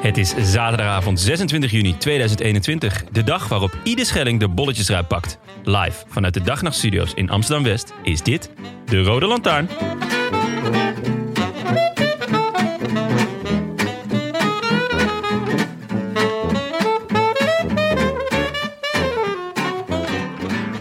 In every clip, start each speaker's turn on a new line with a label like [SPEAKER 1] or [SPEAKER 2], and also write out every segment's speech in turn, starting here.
[SPEAKER 1] Het is zaterdagavond 26 juni 2021, de dag waarop ieder schelling de bolletjes eruit pakt. Live vanuit de Dagnachtstudio's in Amsterdam-West is dit de Rode Lantaarn.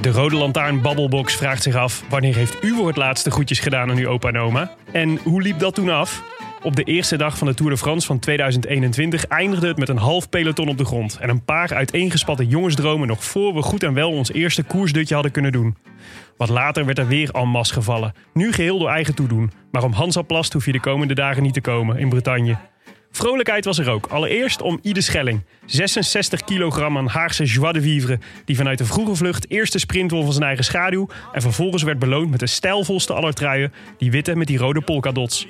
[SPEAKER 2] De Rode Lantaarn Babbelbox vraagt zich af... wanneer heeft u voor het laatst de groetjes gedaan aan uw opa en oma? En hoe liep dat toen af? Op de eerste dag van de Tour de France van 2021 eindigde het met een half peloton op de grond... en een paar uiteengespatte jongensdromen nog voor we goed en wel ons eerste koersdutje hadden kunnen doen. Wat later werd er weer en masse gevallen. Nu geheel door eigen toedoen. Maar om Hansaplast hoef je de komende dagen niet te komen in Bretagne. Vrolijkheid was er ook. Allereerst om Ide Schelling. 66 kilogram aan Haagse joie de vivre. Die vanuit de vroege vlucht eerste sprint won van zijn eigen schaduw. En vervolgens werd beloond met de stijlvolste aller truien. Die witte met die rode polkadots.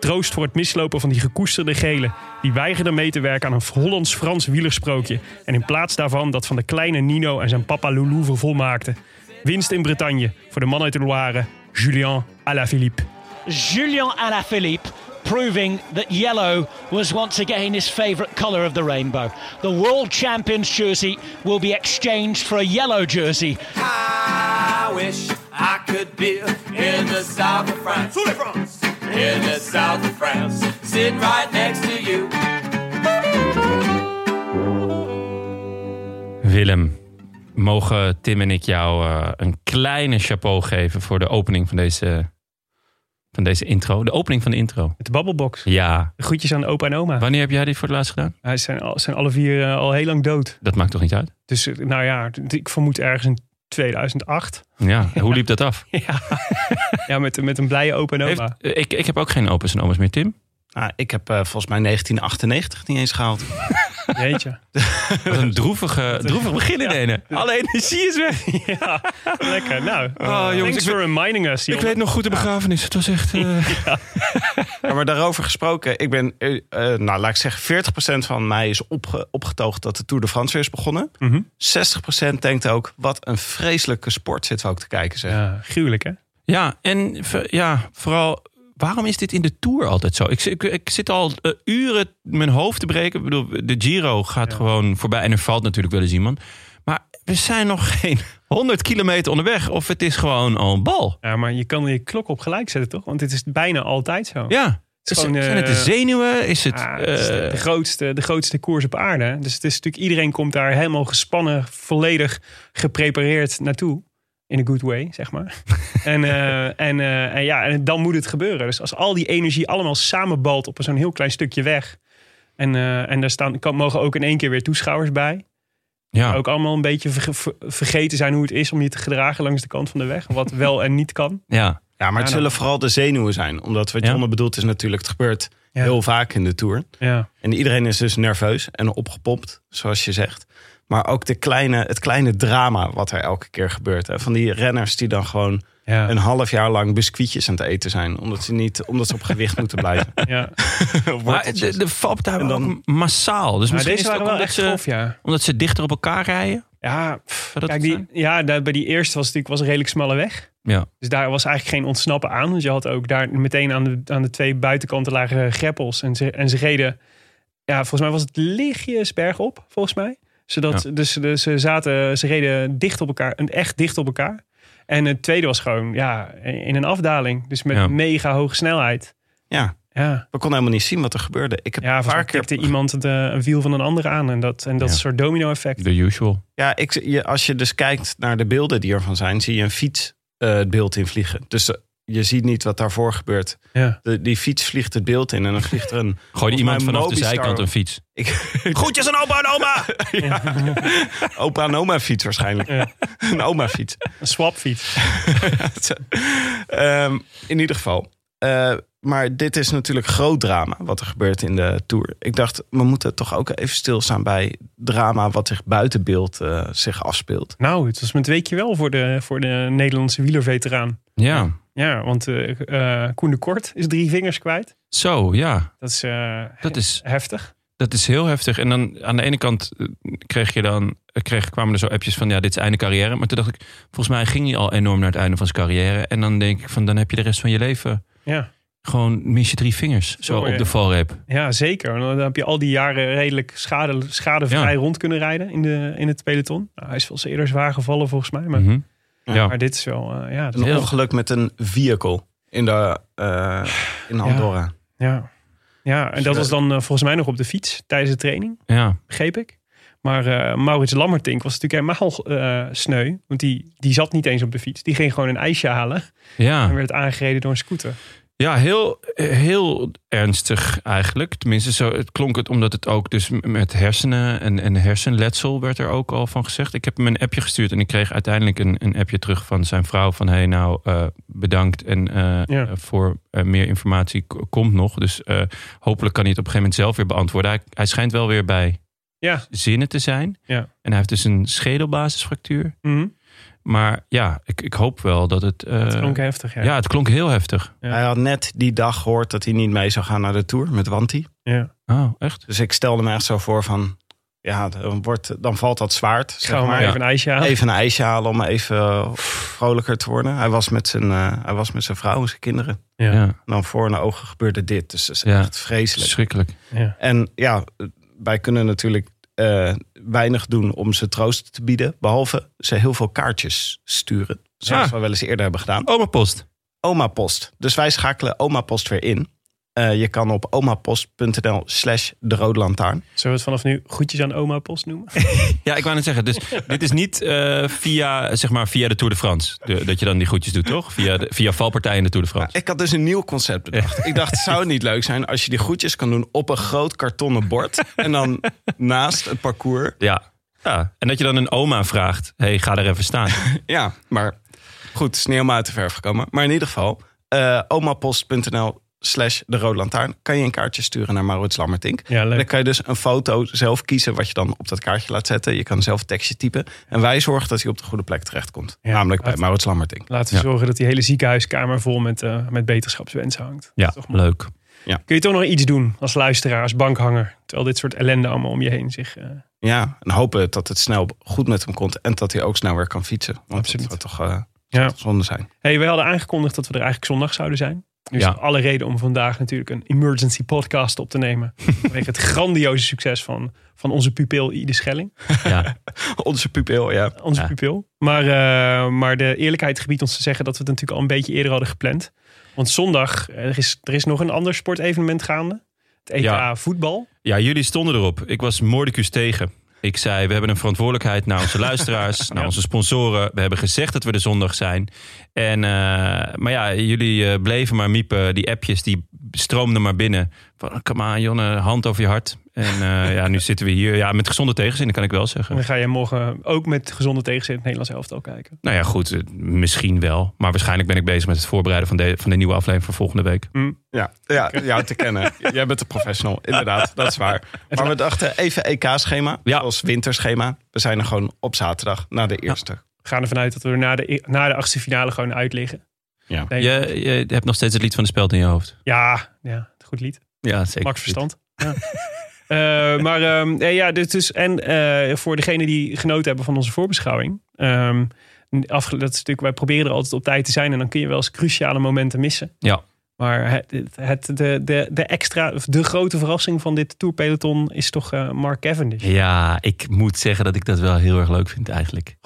[SPEAKER 2] Troost voor het mislopen van die gekoesterde gele. Die weigerden mee te werken aan een Hollands-Frans wielersprookje. En in plaats daarvan dat van de kleine Nino en zijn papa Loulou vervolmaakte. Winst in Bretagne voor de man uit de Loire, Julien Alaphilippe.
[SPEAKER 3] Julien Alaphilippe proving that yellow was once again his favourite colour of the rainbow. The world champion's jersey will be exchanged for a yellow jersey.
[SPEAKER 4] I wish I could be in the south of France. In the south of France. Sitting right next to you.
[SPEAKER 1] Willem, mogen Tim en ik jou eh, een kleine chapeau geven voor de opening van deze, van deze intro? De opening van de intro.
[SPEAKER 2] Met de babbelbox.
[SPEAKER 1] Ja.
[SPEAKER 2] De groetjes aan opa en oma.
[SPEAKER 1] Wanneer heb jij dit voor het laatst gedaan?
[SPEAKER 2] Hij zijn, al- zijn alle vier eh, al heel lang dood.
[SPEAKER 1] Dat maakt toch niet uit?
[SPEAKER 2] Dus eh, nou ja, d- ik vermoed ergens in 2008.
[SPEAKER 1] Ja, en hoe liep dat af?
[SPEAKER 2] Ja, met, met een blije opa en oma.
[SPEAKER 1] Heeft- eh, ik, ik heb ook geen opa's en oma's meer, Tim.
[SPEAKER 5] Ah, ik heb eh, volgens mij 1998 niet eens gehaald.
[SPEAKER 2] Jeetje.
[SPEAKER 1] Wat een droevige, droevig begin in ene. Alle energie is weg.
[SPEAKER 2] Ja, lekker. Nou,
[SPEAKER 1] Ah, jongens, ik
[SPEAKER 2] thanks for reminding us. Jon.
[SPEAKER 1] nog goed de begrafenis. Het was echt... eh,
[SPEAKER 5] Ja, maar daarover gesproken, ik ben, eh, eh, nou laat ik zeggen, 40% van mij is opge- opgetoogd dat de Tour de France weer is begonnen.
[SPEAKER 2] Mhm.
[SPEAKER 5] 60% denkt ook, wat een vreselijke sport zitten we ook te kijken. Zeg.
[SPEAKER 2] Ja, gruwelijk hè?
[SPEAKER 1] Ja, en ver- ja, vooral, waarom is dit in de Tour altijd zo? Ik, zi- ik, ik zit al eh, uren mijn hoofd te breken. Ik bedoel, de Giro gaat gewoon voorbij. En er valt natuurlijk wel eens iemand. Maar we zijn nog geen 100 kilometer onderweg. Of het is gewoon al een bal.
[SPEAKER 2] Ja, maar je kan je klok op gelijk zetten toch? Want dit is bijna altijd zo.
[SPEAKER 1] Ja. Is,
[SPEAKER 2] gewoon,
[SPEAKER 1] zijn het de
[SPEAKER 2] eh,
[SPEAKER 1] zenuwen? Is het...
[SPEAKER 2] Ja, het is de,
[SPEAKER 1] eh,
[SPEAKER 2] de grootste, de grootste koers op aarde. hè. Dus het is natuurlijk, iedereen komt daar helemaal gespannen, volledig geprepareerd naartoe. In a good way, zeg maar. en, eh, en, eh, en ja, en dan moet het gebeuren. Dus als al die energie allemaal samenbalt op zo'n heel klein stukje weg. En, eh, en daar staan, kan, mogen ook in één keer weer toeschouwers bij.
[SPEAKER 1] ja.
[SPEAKER 2] Ook allemaal een beetje ver- ver- vergeten zijn hoe het is om je te gedragen langs de kant van de weg. Wat wel en niet kan.
[SPEAKER 1] ja.
[SPEAKER 5] Ja, maar het
[SPEAKER 2] Ja,
[SPEAKER 5] zullen vooral de zenuwen zijn. Omdat wat
[SPEAKER 1] Ja.
[SPEAKER 5] Jonne bedoelt is natuurlijk, het gebeurt
[SPEAKER 2] Ja.
[SPEAKER 5] heel vaak in de Tour.
[SPEAKER 2] Ja.
[SPEAKER 5] En iedereen is dus nerveus en opgepompt, zoals je zegt. Maar ook de kleine, het kleine drama wat er elke keer gebeurt. Hè? Van die renners die dan gewoon
[SPEAKER 2] Ja.
[SPEAKER 5] een half jaar lang biscuitjes aan het eten zijn. Omdat ze, niet, omdat ze op gewicht moeten blijven.
[SPEAKER 2] ja.
[SPEAKER 1] Maar de, de valpartijen
[SPEAKER 5] En dan-
[SPEAKER 1] waren ook massaal. Dus
[SPEAKER 2] Maar
[SPEAKER 1] misschien
[SPEAKER 2] deze
[SPEAKER 1] is het
[SPEAKER 2] waren
[SPEAKER 1] ook
[SPEAKER 2] wel
[SPEAKER 1] omdat
[SPEAKER 2] echt
[SPEAKER 1] ze,
[SPEAKER 2] grof, ja.
[SPEAKER 1] omdat ze dichter op elkaar rijden.
[SPEAKER 2] Ja, pff,
[SPEAKER 1] Zou dat
[SPEAKER 2] kijk,
[SPEAKER 1] het
[SPEAKER 2] die, ja daar, bij die eerste was het natuurlijk was een redelijk smalle weg.
[SPEAKER 1] Ja.
[SPEAKER 2] Dus daar was eigenlijk geen ontsnappen aan. Want je had ook daar meteen aan de, aan de twee buitenkanten lagen greppels. En ze, en ze reden, ja, volgens mij was het lichtjes bergop, volgens mij. Zodat, dus, dus ze, zaten, ze reden dicht op elkaar, en echt dicht op elkaar. En het tweede was gewoon, ja, in een afdaling. Dus met
[SPEAKER 1] Ja.
[SPEAKER 2] mega hoge snelheid.
[SPEAKER 5] Ja,
[SPEAKER 2] Ja,
[SPEAKER 5] we konden helemaal niet zien wat er gebeurde. Ik heb
[SPEAKER 2] ja
[SPEAKER 5] een
[SPEAKER 2] volgens mij
[SPEAKER 5] paar
[SPEAKER 2] tikte
[SPEAKER 5] keer...
[SPEAKER 2] iemand de, een wiel van een ander aan. En dat, en dat
[SPEAKER 1] Ja.
[SPEAKER 2] is een soort domino effect.
[SPEAKER 1] The usual.
[SPEAKER 5] Ja, ik, je, als je dus kijkt naar de beelden die ervan zijn... zie je een fiets eh, het beeld invliegen. Dus eh, je ziet niet wat daarvoor gebeurt.
[SPEAKER 2] Ja.
[SPEAKER 5] De, die fiets vliegt het beeld in en dan vliegt er een...
[SPEAKER 1] Gooi
[SPEAKER 5] volgens
[SPEAKER 1] iemand
[SPEAKER 5] mij
[SPEAKER 1] vanaf de
[SPEAKER 5] Mobistar-
[SPEAKER 1] zijkant een fiets.
[SPEAKER 5] Ik,
[SPEAKER 1] Groetjes aan opa en oma!
[SPEAKER 5] opa en oma fiets waarschijnlijk. een oma fiets.
[SPEAKER 2] Een swapfiets.
[SPEAKER 5] Ehm, in ieder geval. Eh, maar dit is natuurlijk groot drama wat er gebeurt in de Tour. Ik dacht, we moeten toch ook even stilstaan bij drama wat zich buiten beeld eh, zich afspeelt.
[SPEAKER 2] Nou, het was met weekje wel voor de, voor de Nederlandse wielerveteraan.
[SPEAKER 1] Ja,
[SPEAKER 2] Ja, want eh, eh, Koen de Kort is drie vingers kwijt.
[SPEAKER 1] zo, ja.
[SPEAKER 2] Dat is, eh,
[SPEAKER 1] Dat is,
[SPEAKER 2] heftig.
[SPEAKER 1] dat is heel heftig. En dan aan de ene kant eh, kreeg je dan, eh, kreeg, kwamen er zo appjes van... ja, dit is einde carrière. Maar toen dacht ik, volgens mij ging hij al enorm naar het einde van zijn carrière. En dan denk ik van, dan heb je de rest van je leven...
[SPEAKER 2] Ja,
[SPEAKER 1] gewoon mis je drie vingers, zo
[SPEAKER 2] Sorry.
[SPEAKER 1] op de valreep.
[SPEAKER 2] ja zeker. Dan heb je al die jaren redelijk schade, schadevrij
[SPEAKER 1] Ja.
[SPEAKER 2] rond kunnen rijden in, de, in het peloton. Nou, hij is wel eens eerder zwaar gevallen volgens mij. Maar,
[SPEAKER 1] Mhm. Ja.
[SPEAKER 2] maar dit is wel... eh, ja, dat-
[SPEAKER 5] Een
[SPEAKER 1] Heel.
[SPEAKER 5] ongeluk met een vehicle in, de, eh, in Andorra.
[SPEAKER 2] ja. ja, en dat
[SPEAKER 5] eh,
[SPEAKER 2] was dan eh, volgens mij nog op de fiets tijdens de training.
[SPEAKER 1] Ja,
[SPEAKER 2] begreep ik. Maar eh, Maurits Lammertink was natuurlijk helemaal eh, sneu. Want die, die zat niet eens op de fiets. Die ging gewoon een ijsje halen.
[SPEAKER 1] ja.
[SPEAKER 2] En werd aangereden door een scooter.
[SPEAKER 1] Ja, heel, heel ernstig eigenlijk. Tenminste, zo het klonk het omdat het ook dus m- met hersenen en, en hersenletsel werd er ook al van gezegd. Ik heb hem een appje gestuurd en ik kreeg uiteindelijk een, een appje terug van zijn vrouw van hey nou eh, bedankt en eh,
[SPEAKER 2] Ja.
[SPEAKER 1] voor eh, meer informatie k- komt nog. Dus eh, hopelijk kan hij het op een gegeven moment zelf weer beantwoorden. Hij, hij schijnt wel weer bij
[SPEAKER 2] Ja.
[SPEAKER 1] zinnen te zijn.
[SPEAKER 2] Ja.
[SPEAKER 1] En hij heeft dus een schedelbasisfractuur.
[SPEAKER 2] Mhm.
[SPEAKER 1] Maar ja, ik, ik hoop wel dat het... eh,
[SPEAKER 2] Dat klonk heftig, ja.
[SPEAKER 1] ja, het klonk heel heftig.
[SPEAKER 2] Ja.
[SPEAKER 5] Hij had net die dag gehoord dat hij niet mee zou gaan naar de Tour met Wanti.
[SPEAKER 2] Ja.
[SPEAKER 1] Oh, echt?
[SPEAKER 5] Dus ik stelde me echt zo voor van... Ja, dan, wordt, dan valt dat zwaard.
[SPEAKER 2] Dus
[SPEAKER 5] Zeg
[SPEAKER 2] gaan we maar
[SPEAKER 1] ja.
[SPEAKER 2] even
[SPEAKER 5] maar.
[SPEAKER 2] een ijsje
[SPEAKER 1] Oh.
[SPEAKER 2] halen.
[SPEAKER 5] Even een ijsje halen om even eh, vrolijker te worden. Hij was met zijn, eh, hij was met zijn vrouw en zijn kinderen.
[SPEAKER 2] Ja.
[SPEAKER 1] ja.
[SPEAKER 5] En dan voor hun ogen gebeurde dit. Dus dat is
[SPEAKER 1] Ja.
[SPEAKER 5] echt vreselijk.
[SPEAKER 1] Verschrikkelijk.
[SPEAKER 2] Ja.
[SPEAKER 5] En ja, wij kunnen natuurlijk eh, weinig doen om ze troost te bieden. Behalve ze heel veel kaartjes sturen. Zoals
[SPEAKER 1] Ja.
[SPEAKER 5] we wel eens eerder hebben gedaan.
[SPEAKER 1] Oma Post.
[SPEAKER 5] Oma Post. Dus wij schakelen Oma Post weer in. Eh, je kan op omapost.nl slash de rode lantaarn.
[SPEAKER 2] Zullen we het vanaf nu goedjes aan oma post noemen?
[SPEAKER 1] Ja, ik wou net zeggen. Dus dit is niet eh, via, zeg maar, via de Tour de France. De- dat je dan die groetjes doet, toch? Via, de, via valpartijen in de Tour de France.
[SPEAKER 5] Ik had dus een nieuw concept bedacht. Ik dacht, zou het niet leuk zijn als je die groetjes kan doen op een groot kartonnen bord. En dan naast het parcours.
[SPEAKER 1] Ja. ja. En dat je dan een oma vraagt. hey, ga er even staan.
[SPEAKER 5] Ja, maar goed, het is niet helemaal uit de verf gekomen. Maar in ieder geval, eh, omapost.nl slash de rode lantaarn kan je een kaartje sturen naar Maurits Lammertink.
[SPEAKER 2] Ja, leuk.
[SPEAKER 5] En Dan kan je dus een foto zelf kiezen wat je dan op dat kaartje laat zetten. Je kan zelf tekstje typen. En wij zorgen dat hij op de goede plek terechtkomt.
[SPEAKER 2] Ja,
[SPEAKER 5] Namelijk bij
[SPEAKER 2] laat-
[SPEAKER 5] Maurits Lammertink.
[SPEAKER 2] Laten we zorgen dat die hele ziekenhuiskamer vol met, eh, met beterschapswensen hangt.
[SPEAKER 1] Ja, leuk.
[SPEAKER 2] Kun je toch nog iets doen als luisteraar, als bankhanger? Terwijl dit soort ellende allemaal om je heen zich... eh,
[SPEAKER 5] Ja, en hopen dat het snel goed met hem komt. En dat hij ook snel weer kan fietsen. Want
[SPEAKER 2] Absoluut.
[SPEAKER 5] dat zou toch eh,
[SPEAKER 2] ja.
[SPEAKER 5] zonde zijn.
[SPEAKER 2] Hey, we hadden aangekondigd dat we er eigenlijk zondag zouden zijn. Dus
[SPEAKER 1] Ja.
[SPEAKER 2] alle reden om vandaag natuurlijk een emergency podcast op te nemen. Vanwege het grandioze succes van, van onze pupil Ide Schelling.
[SPEAKER 1] Ja.
[SPEAKER 5] Onze pupil, ja.
[SPEAKER 2] Onze
[SPEAKER 1] Ja.
[SPEAKER 2] pupil. Maar, eh, maar de eerlijkheid gebiedt ons te zeggen dat we het natuurlijk al een beetje eerder hadden gepland. Want zondag, eh, er is, er is nog een ander sportevenement gaande. Het EK
[SPEAKER 1] Ja.
[SPEAKER 2] voetbal.
[SPEAKER 1] ja, jullie stonden erop. Ik was Mordicus tegen. Ik zei, we hebben een verantwoordelijkheid naar onze luisteraars, naar onze sponsoren. We hebben gezegd dat we er zondag zijn. En, eh, maar ja, jullie eh, bleven maar miepen. Die appjes, die stroomden maar binnen. Van, come on, Jonne, hand over je hart. En eh, ja, nu zitten we hier. Ja, met gezonde tegenzin, dat kan ik wel
[SPEAKER 2] En
[SPEAKER 1] zeggen.
[SPEAKER 2] dan ga je morgen ook met gezonde tegenzin het Nederlands elftal kijken.
[SPEAKER 1] Nou ja, goed, eh, misschien wel. Maar waarschijnlijk ben ik bezig met het voorbereiden van de, van de nieuwe aflevering voor volgende week.
[SPEAKER 5] Ja, ja jou te kennen. Jij bent een professional, inderdaad. Dat is waar. Maar we dachten even EK-schema,
[SPEAKER 1] Ja.
[SPEAKER 5] als winterschema. We zijn er gewoon op zaterdag na de eerste.
[SPEAKER 2] We gaan ervan uit dat we er na de, e- na de achtste finale gewoon uit liggen.
[SPEAKER 5] Ja.
[SPEAKER 2] Nee, ja.
[SPEAKER 1] Je, je hebt nog steeds het lied van de speld in je hoofd.
[SPEAKER 2] Ja, het goed lied.
[SPEAKER 1] Ja, zeker.
[SPEAKER 2] Max Verstand. Ja. Eh, maar ehm, nee, ja, dit is. En eh, voor degenen die genoten hebben van onze voorbeschouwing. ehm, afge- dat is natuurlijk, wij proberen er altijd op tijd te zijn. En dan kun je wel eens cruciale momenten missen.
[SPEAKER 1] Ja.
[SPEAKER 2] Maar het, het- het- de, de, de extra, of de grote verrassing van dit tourpeloton is toch eh, Mark Cavendish.
[SPEAKER 1] Ja, ik moet zeggen dat ik dat wel heel erg leuk vind eigenlijk.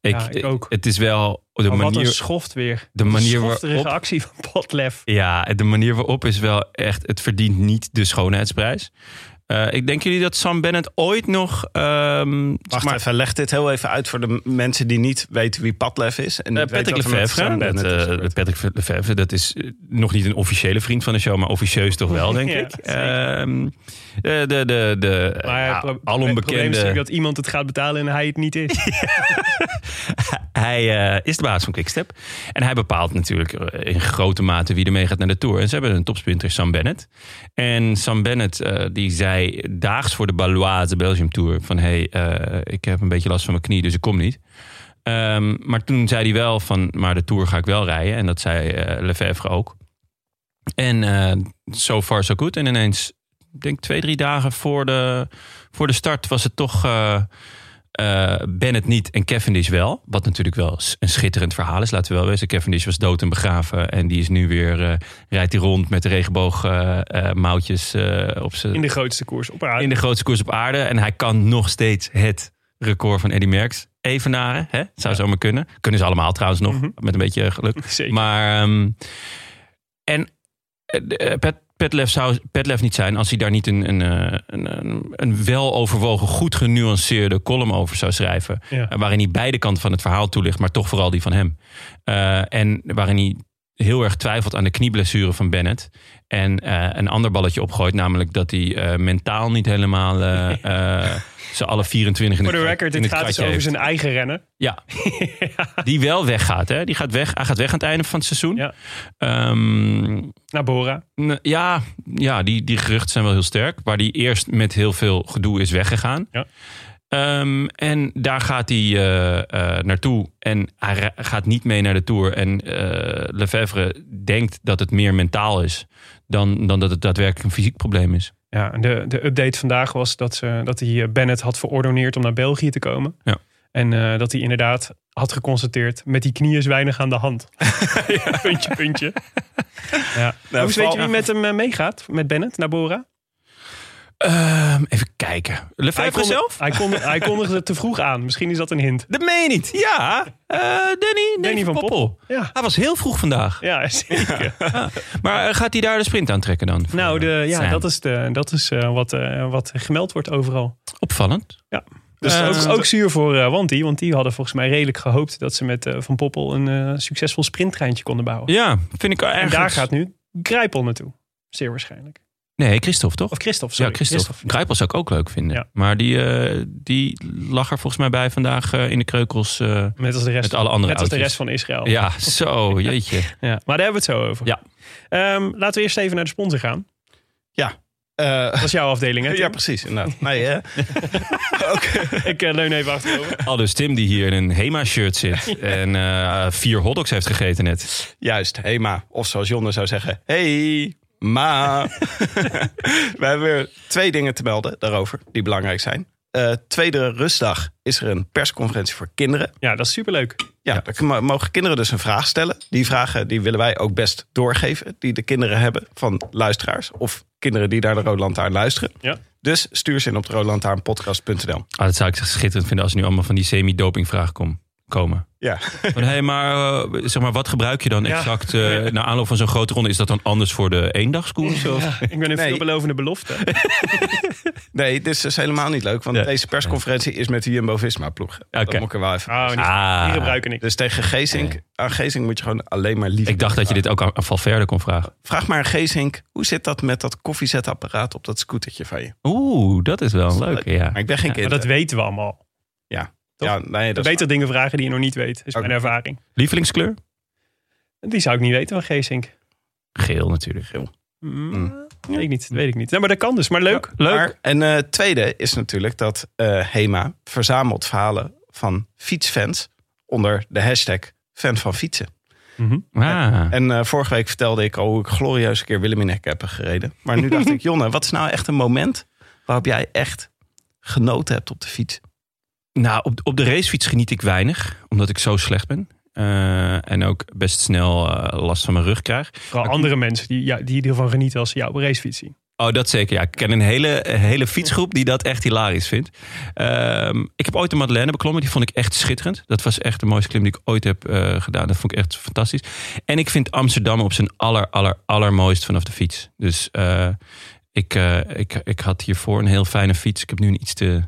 [SPEAKER 1] Ik,
[SPEAKER 2] Ja, ik ook.
[SPEAKER 1] Het is wel de
[SPEAKER 2] Maar Wat een
[SPEAKER 1] manier,
[SPEAKER 2] schoft weer.
[SPEAKER 1] de manier
[SPEAKER 2] schofterige
[SPEAKER 1] waarop.
[SPEAKER 2] actie van Potlev.
[SPEAKER 1] Ja, de manier waarop is wel echt. Het verdient niet de schoonheidsprijs. Eh, Eh, ik denk jullie dat Sam Bennett ooit nog. ehm, zeg
[SPEAKER 5] Wacht
[SPEAKER 1] maar,
[SPEAKER 5] even, leg dit heel even uit voor de m- mensen die niet weten wie Padlef is. En
[SPEAKER 1] eh,
[SPEAKER 5] niet weten
[SPEAKER 1] Patrick
[SPEAKER 5] wat er met
[SPEAKER 1] Lefevre, dat,
[SPEAKER 5] Sam Bennett is
[SPEAKER 1] eh,
[SPEAKER 5] gebeurd.
[SPEAKER 1] Patrick Lefevre, dat is eh, nog niet een officiële vriend van de show, maar officieus toch wel, denk
[SPEAKER 2] Ja,
[SPEAKER 1] ik.
[SPEAKER 2] zeker.
[SPEAKER 1] Ehm, de de, de, de
[SPEAKER 2] Maar
[SPEAKER 1] ja,
[SPEAKER 2] het pro- het probleem is
[SPEAKER 1] alombekende.
[SPEAKER 2] natuurlijk dat iemand het gaat betalen en hij het niet is.
[SPEAKER 1] Hij eh, is de baas van Quickstep. En hij bepaalt natuurlijk eh, in grote mate wie ermee gaat naar de Tour. En ze hebben een topsprinter, Sam Bennett. En Sam Bennett, eh, die zei daags voor de Baloise Belgium Tour... van, hé, hey, eh, ik heb een beetje last van mijn knie, dus ik kom niet. Ehm, maar toen zei hij wel van, maar de Tour ga ik wel rijden. En dat zei eh Lefebvre ook. En eh, so far so good. En ineens, ik denk twee, drie dagen voor de, voor de start was het toch... eh, eh Bennett niet en Cavendish wel. Wat natuurlijk wel s- een schitterend verhaal is, laten we wel wezen. Cavendish was dood en begraven. En die is nu weer, eh, rijdt hij rond met de eh, regenboogmouwtjes eh, op zijn
[SPEAKER 2] In de grootste koers op
[SPEAKER 1] in
[SPEAKER 2] aarde.
[SPEAKER 1] de grootste koers op aarde. En hij kan nog steeds het record van Eddy Merckx evenaren. Hè? Zou zomaar kunnen. Kunnen ze allemaal trouwens nog,
[SPEAKER 2] Mhm.
[SPEAKER 1] met een beetje geluk.
[SPEAKER 2] Zeker.
[SPEAKER 1] Maar, ehm, en eh, de- eh, Pet, Petlef zou Petlef niet zijn als hij daar niet een, een, eh, een, een, een weloverwogen, goed genuanceerde column over zou schrijven.
[SPEAKER 2] Ja.
[SPEAKER 1] Eh, Waarin hij beide kanten van het verhaal toelicht, maar toch vooral die van hem. Eh, en waarin hij heel erg twijfelt aan de knieblessure van Bennett. En eh, een ander balletje opgooit, namelijk dat hij eh, mentaal niet helemaal eh, eh, ze alle 24 in
[SPEAKER 2] Voor
[SPEAKER 1] het
[SPEAKER 2] de
[SPEAKER 1] krat-
[SPEAKER 2] record,
[SPEAKER 1] in
[SPEAKER 2] dit gaat
[SPEAKER 1] kratje
[SPEAKER 2] dus over
[SPEAKER 1] heeft.
[SPEAKER 2] zijn eigen rennen.
[SPEAKER 1] Ja. Die wel weggaat, hè? Die gaat weg. Hij gaat weg aan het einde van het seizoen.
[SPEAKER 2] Ja.
[SPEAKER 1] Ehm,
[SPEAKER 2] Naar Bora.
[SPEAKER 1] n- ja, ja die, die geruchten zijn wel heel sterk. Waar die eerst met heel veel gedoe is weggegaan.
[SPEAKER 2] Ja.
[SPEAKER 1] Ehm, en daar gaat hij eh, eh, naartoe. En hij ra- gaat niet mee naar de Tour. En eh Lefebvre denkt dat het meer mentaal is... dan, dan dat het daadwerkelijk een fysiek probleem is.
[SPEAKER 2] Ja, en de, de update vandaag was dat, ze, dat hij eh, Bennett had verordoneerd om naar België te komen.
[SPEAKER 1] Ja.
[SPEAKER 2] En eh, dat hij inderdaad had geconstateerd, met die knieën is weinig aan de hand. puntje, puntje. Ja.
[SPEAKER 5] Nou,
[SPEAKER 2] Hoe weet je wie met hem eh, meegaat? Met Bennett naar Bora?
[SPEAKER 1] Ehm, even kijken.
[SPEAKER 2] Hij,
[SPEAKER 1] Lefebvre
[SPEAKER 2] kon-
[SPEAKER 1] zelf?
[SPEAKER 2] hij, kon, hij kondigde het te vroeg aan. Misschien is dat een hint.
[SPEAKER 1] Dat meen je niet. Ja, Eh, Danny, Danny van
[SPEAKER 2] van
[SPEAKER 1] Poppel.
[SPEAKER 2] Ja,
[SPEAKER 1] Hij was heel vroeg vandaag.
[SPEAKER 2] ja zeker.
[SPEAKER 1] Maar eh, gaat hij daar de sprint aan trekken dan?
[SPEAKER 2] Nou, de, ja,
[SPEAKER 1] Sam.
[SPEAKER 2] dat is, de, dat is eh, wat, eh, wat gemeld wordt overal.
[SPEAKER 1] Opvallend.
[SPEAKER 2] Dus
[SPEAKER 1] Eh,
[SPEAKER 2] ook, ook zuur voor eh Wanty, want die hadden volgens mij redelijk gehoopt dat ze met eh, Van Poppel een eh, succesvol sprinttreintje konden bouwen.
[SPEAKER 1] Ja, vind ik
[SPEAKER 2] en
[SPEAKER 1] ergens...
[SPEAKER 2] daar gaat nu Grijpel naartoe, zeer waarschijnlijk.
[SPEAKER 1] Nee, Christophe toch?
[SPEAKER 2] Of Christophe, sorry.
[SPEAKER 1] ja, Christophe. Grijpel zou ik ook leuk vinden.
[SPEAKER 2] Ja.
[SPEAKER 1] Maar die, eh, die lag er volgens mij bij vandaag eh, in de kreukels eh,
[SPEAKER 2] Net als de rest,
[SPEAKER 1] met alle andere
[SPEAKER 2] net als de
[SPEAKER 1] oudjes.
[SPEAKER 2] rest van Israël.
[SPEAKER 1] Ja, zo, jeetje.
[SPEAKER 2] Ja, Maar daar hebben we het zo over.
[SPEAKER 1] Ja.
[SPEAKER 2] Ehm, laten we eerst even naar de sponsor gaan.
[SPEAKER 5] Eh,
[SPEAKER 2] Dat is jouw afdeling, hè?
[SPEAKER 5] ja,
[SPEAKER 2] Tim?
[SPEAKER 5] precies. Inderdaad. Nee, hè?
[SPEAKER 2] Ik eh, leun even achterover.
[SPEAKER 1] Al dus Tim die hier in een Hema-shirt zit en eh, vier hotdogs heeft gegeten net.
[SPEAKER 5] Juist, Hema. Of zoals Jonne zou zeggen, hey, ma. We hebben weer twee dingen te melden daarover, die belangrijk zijn. Eh, tweede rustdag is er een persconferentie voor kinderen.
[SPEAKER 2] Ja, dat is superleuk.
[SPEAKER 5] Ja, daar mo- mogen kinderen dus een vraag stellen. Die vragen die willen wij ook best doorgeven. Die de kinderen hebben van luisteraars. Of kinderen die naar de Rode Lantaarn luisteren.
[SPEAKER 2] Ja.
[SPEAKER 5] Dus stuur ze in op de roodlantaarnpodcast.nl.
[SPEAKER 1] Ah, dat zou ik echt schitterend vinden als er nu allemaal van die semi-dopingvragen kom, komen.
[SPEAKER 5] Ja.
[SPEAKER 1] Van, hey, maar, eh, zeg maar wat gebruik je dan
[SPEAKER 2] Ja.
[SPEAKER 1] exact eh naar aanloop van zo'n grote ronde? Is dat dan anders voor de eendagskoers? Of?
[SPEAKER 2] Ik ben een
[SPEAKER 5] Nee.
[SPEAKER 2] veelbelovende belofte. Oh,
[SPEAKER 5] Nee, dit is dus helemaal niet leuk. Want
[SPEAKER 1] Nee.
[SPEAKER 5] deze persconferentie is met de Jumbo-Visma-ploeg. Dat
[SPEAKER 1] Oké.
[SPEAKER 5] moet ik er wel even...
[SPEAKER 2] Oh, niet.
[SPEAKER 1] Ah.
[SPEAKER 2] Die gebruiken ik.
[SPEAKER 5] Dus tegen Geesink,
[SPEAKER 1] Nee.
[SPEAKER 5] aan Geesink moet je gewoon alleen maar lief.
[SPEAKER 1] Ik dacht dat je dit ook aan, aan Valverde kon vragen.
[SPEAKER 5] Vraag maar aan Geesink, hoe zit dat met dat koffiezetapparaat op dat scootertje van je?
[SPEAKER 1] Oeh, dat is wel leuk. Ja.
[SPEAKER 5] Maar ik ben geen
[SPEAKER 2] Maar
[SPEAKER 5] kind.
[SPEAKER 2] dat weten we allemaal. toch?
[SPEAKER 5] ja, nee, dat is
[SPEAKER 2] Beter dingen vragen die je nog niet weet, is
[SPEAKER 5] Oké.
[SPEAKER 2] mijn ervaring.
[SPEAKER 1] Lievelingskleur?
[SPEAKER 2] Die zou ik niet weten van Geesink.
[SPEAKER 1] Geel natuurlijk. Geel.
[SPEAKER 2] Mm. Weet ik niet, dat weet ik niet. Nee, maar dat kan dus, maar leuk.
[SPEAKER 1] Leuk.
[SPEAKER 5] Maar een eh, tweede is natuurlijk dat eh, HEMA verzamelt verhalen van fietsfans onder de hashtag fan van fietsen.
[SPEAKER 1] Ah,
[SPEAKER 5] En eh, vorige week vertelde ik al hoe ik glorieus een keer Willeminek heb gereden. Maar nu dacht ik, Jonne, wat is nou echt een moment waarop jij echt genoten hebt op de fiets?
[SPEAKER 1] nou, op, op de racefiets geniet ik weinig, omdat ik zo slecht ben. Eh, en ook best snel eh, last van mijn rug krijg.
[SPEAKER 2] Vooral andere mensen die, ja, die ervan genieten als ze jou op een racefiets zien.
[SPEAKER 1] Oh, dat zeker. Ja, ik ken een hele, een hele fietsgroep die dat echt hilarisch vindt. Ehm, ik heb ooit de Madeleine beklommen. Die vond ik echt schitterend. Dat was echt de mooiste klim die ik ooit heb eh, gedaan. Dat vond ik echt fantastisch. En ik vind Amsterdam op zijn aller, aller, allermooist vanaf de fiets. Dus eh, Ik, eh, ik, ik had hiervoor een heel fijne fiets. Ik heb nu een iets te,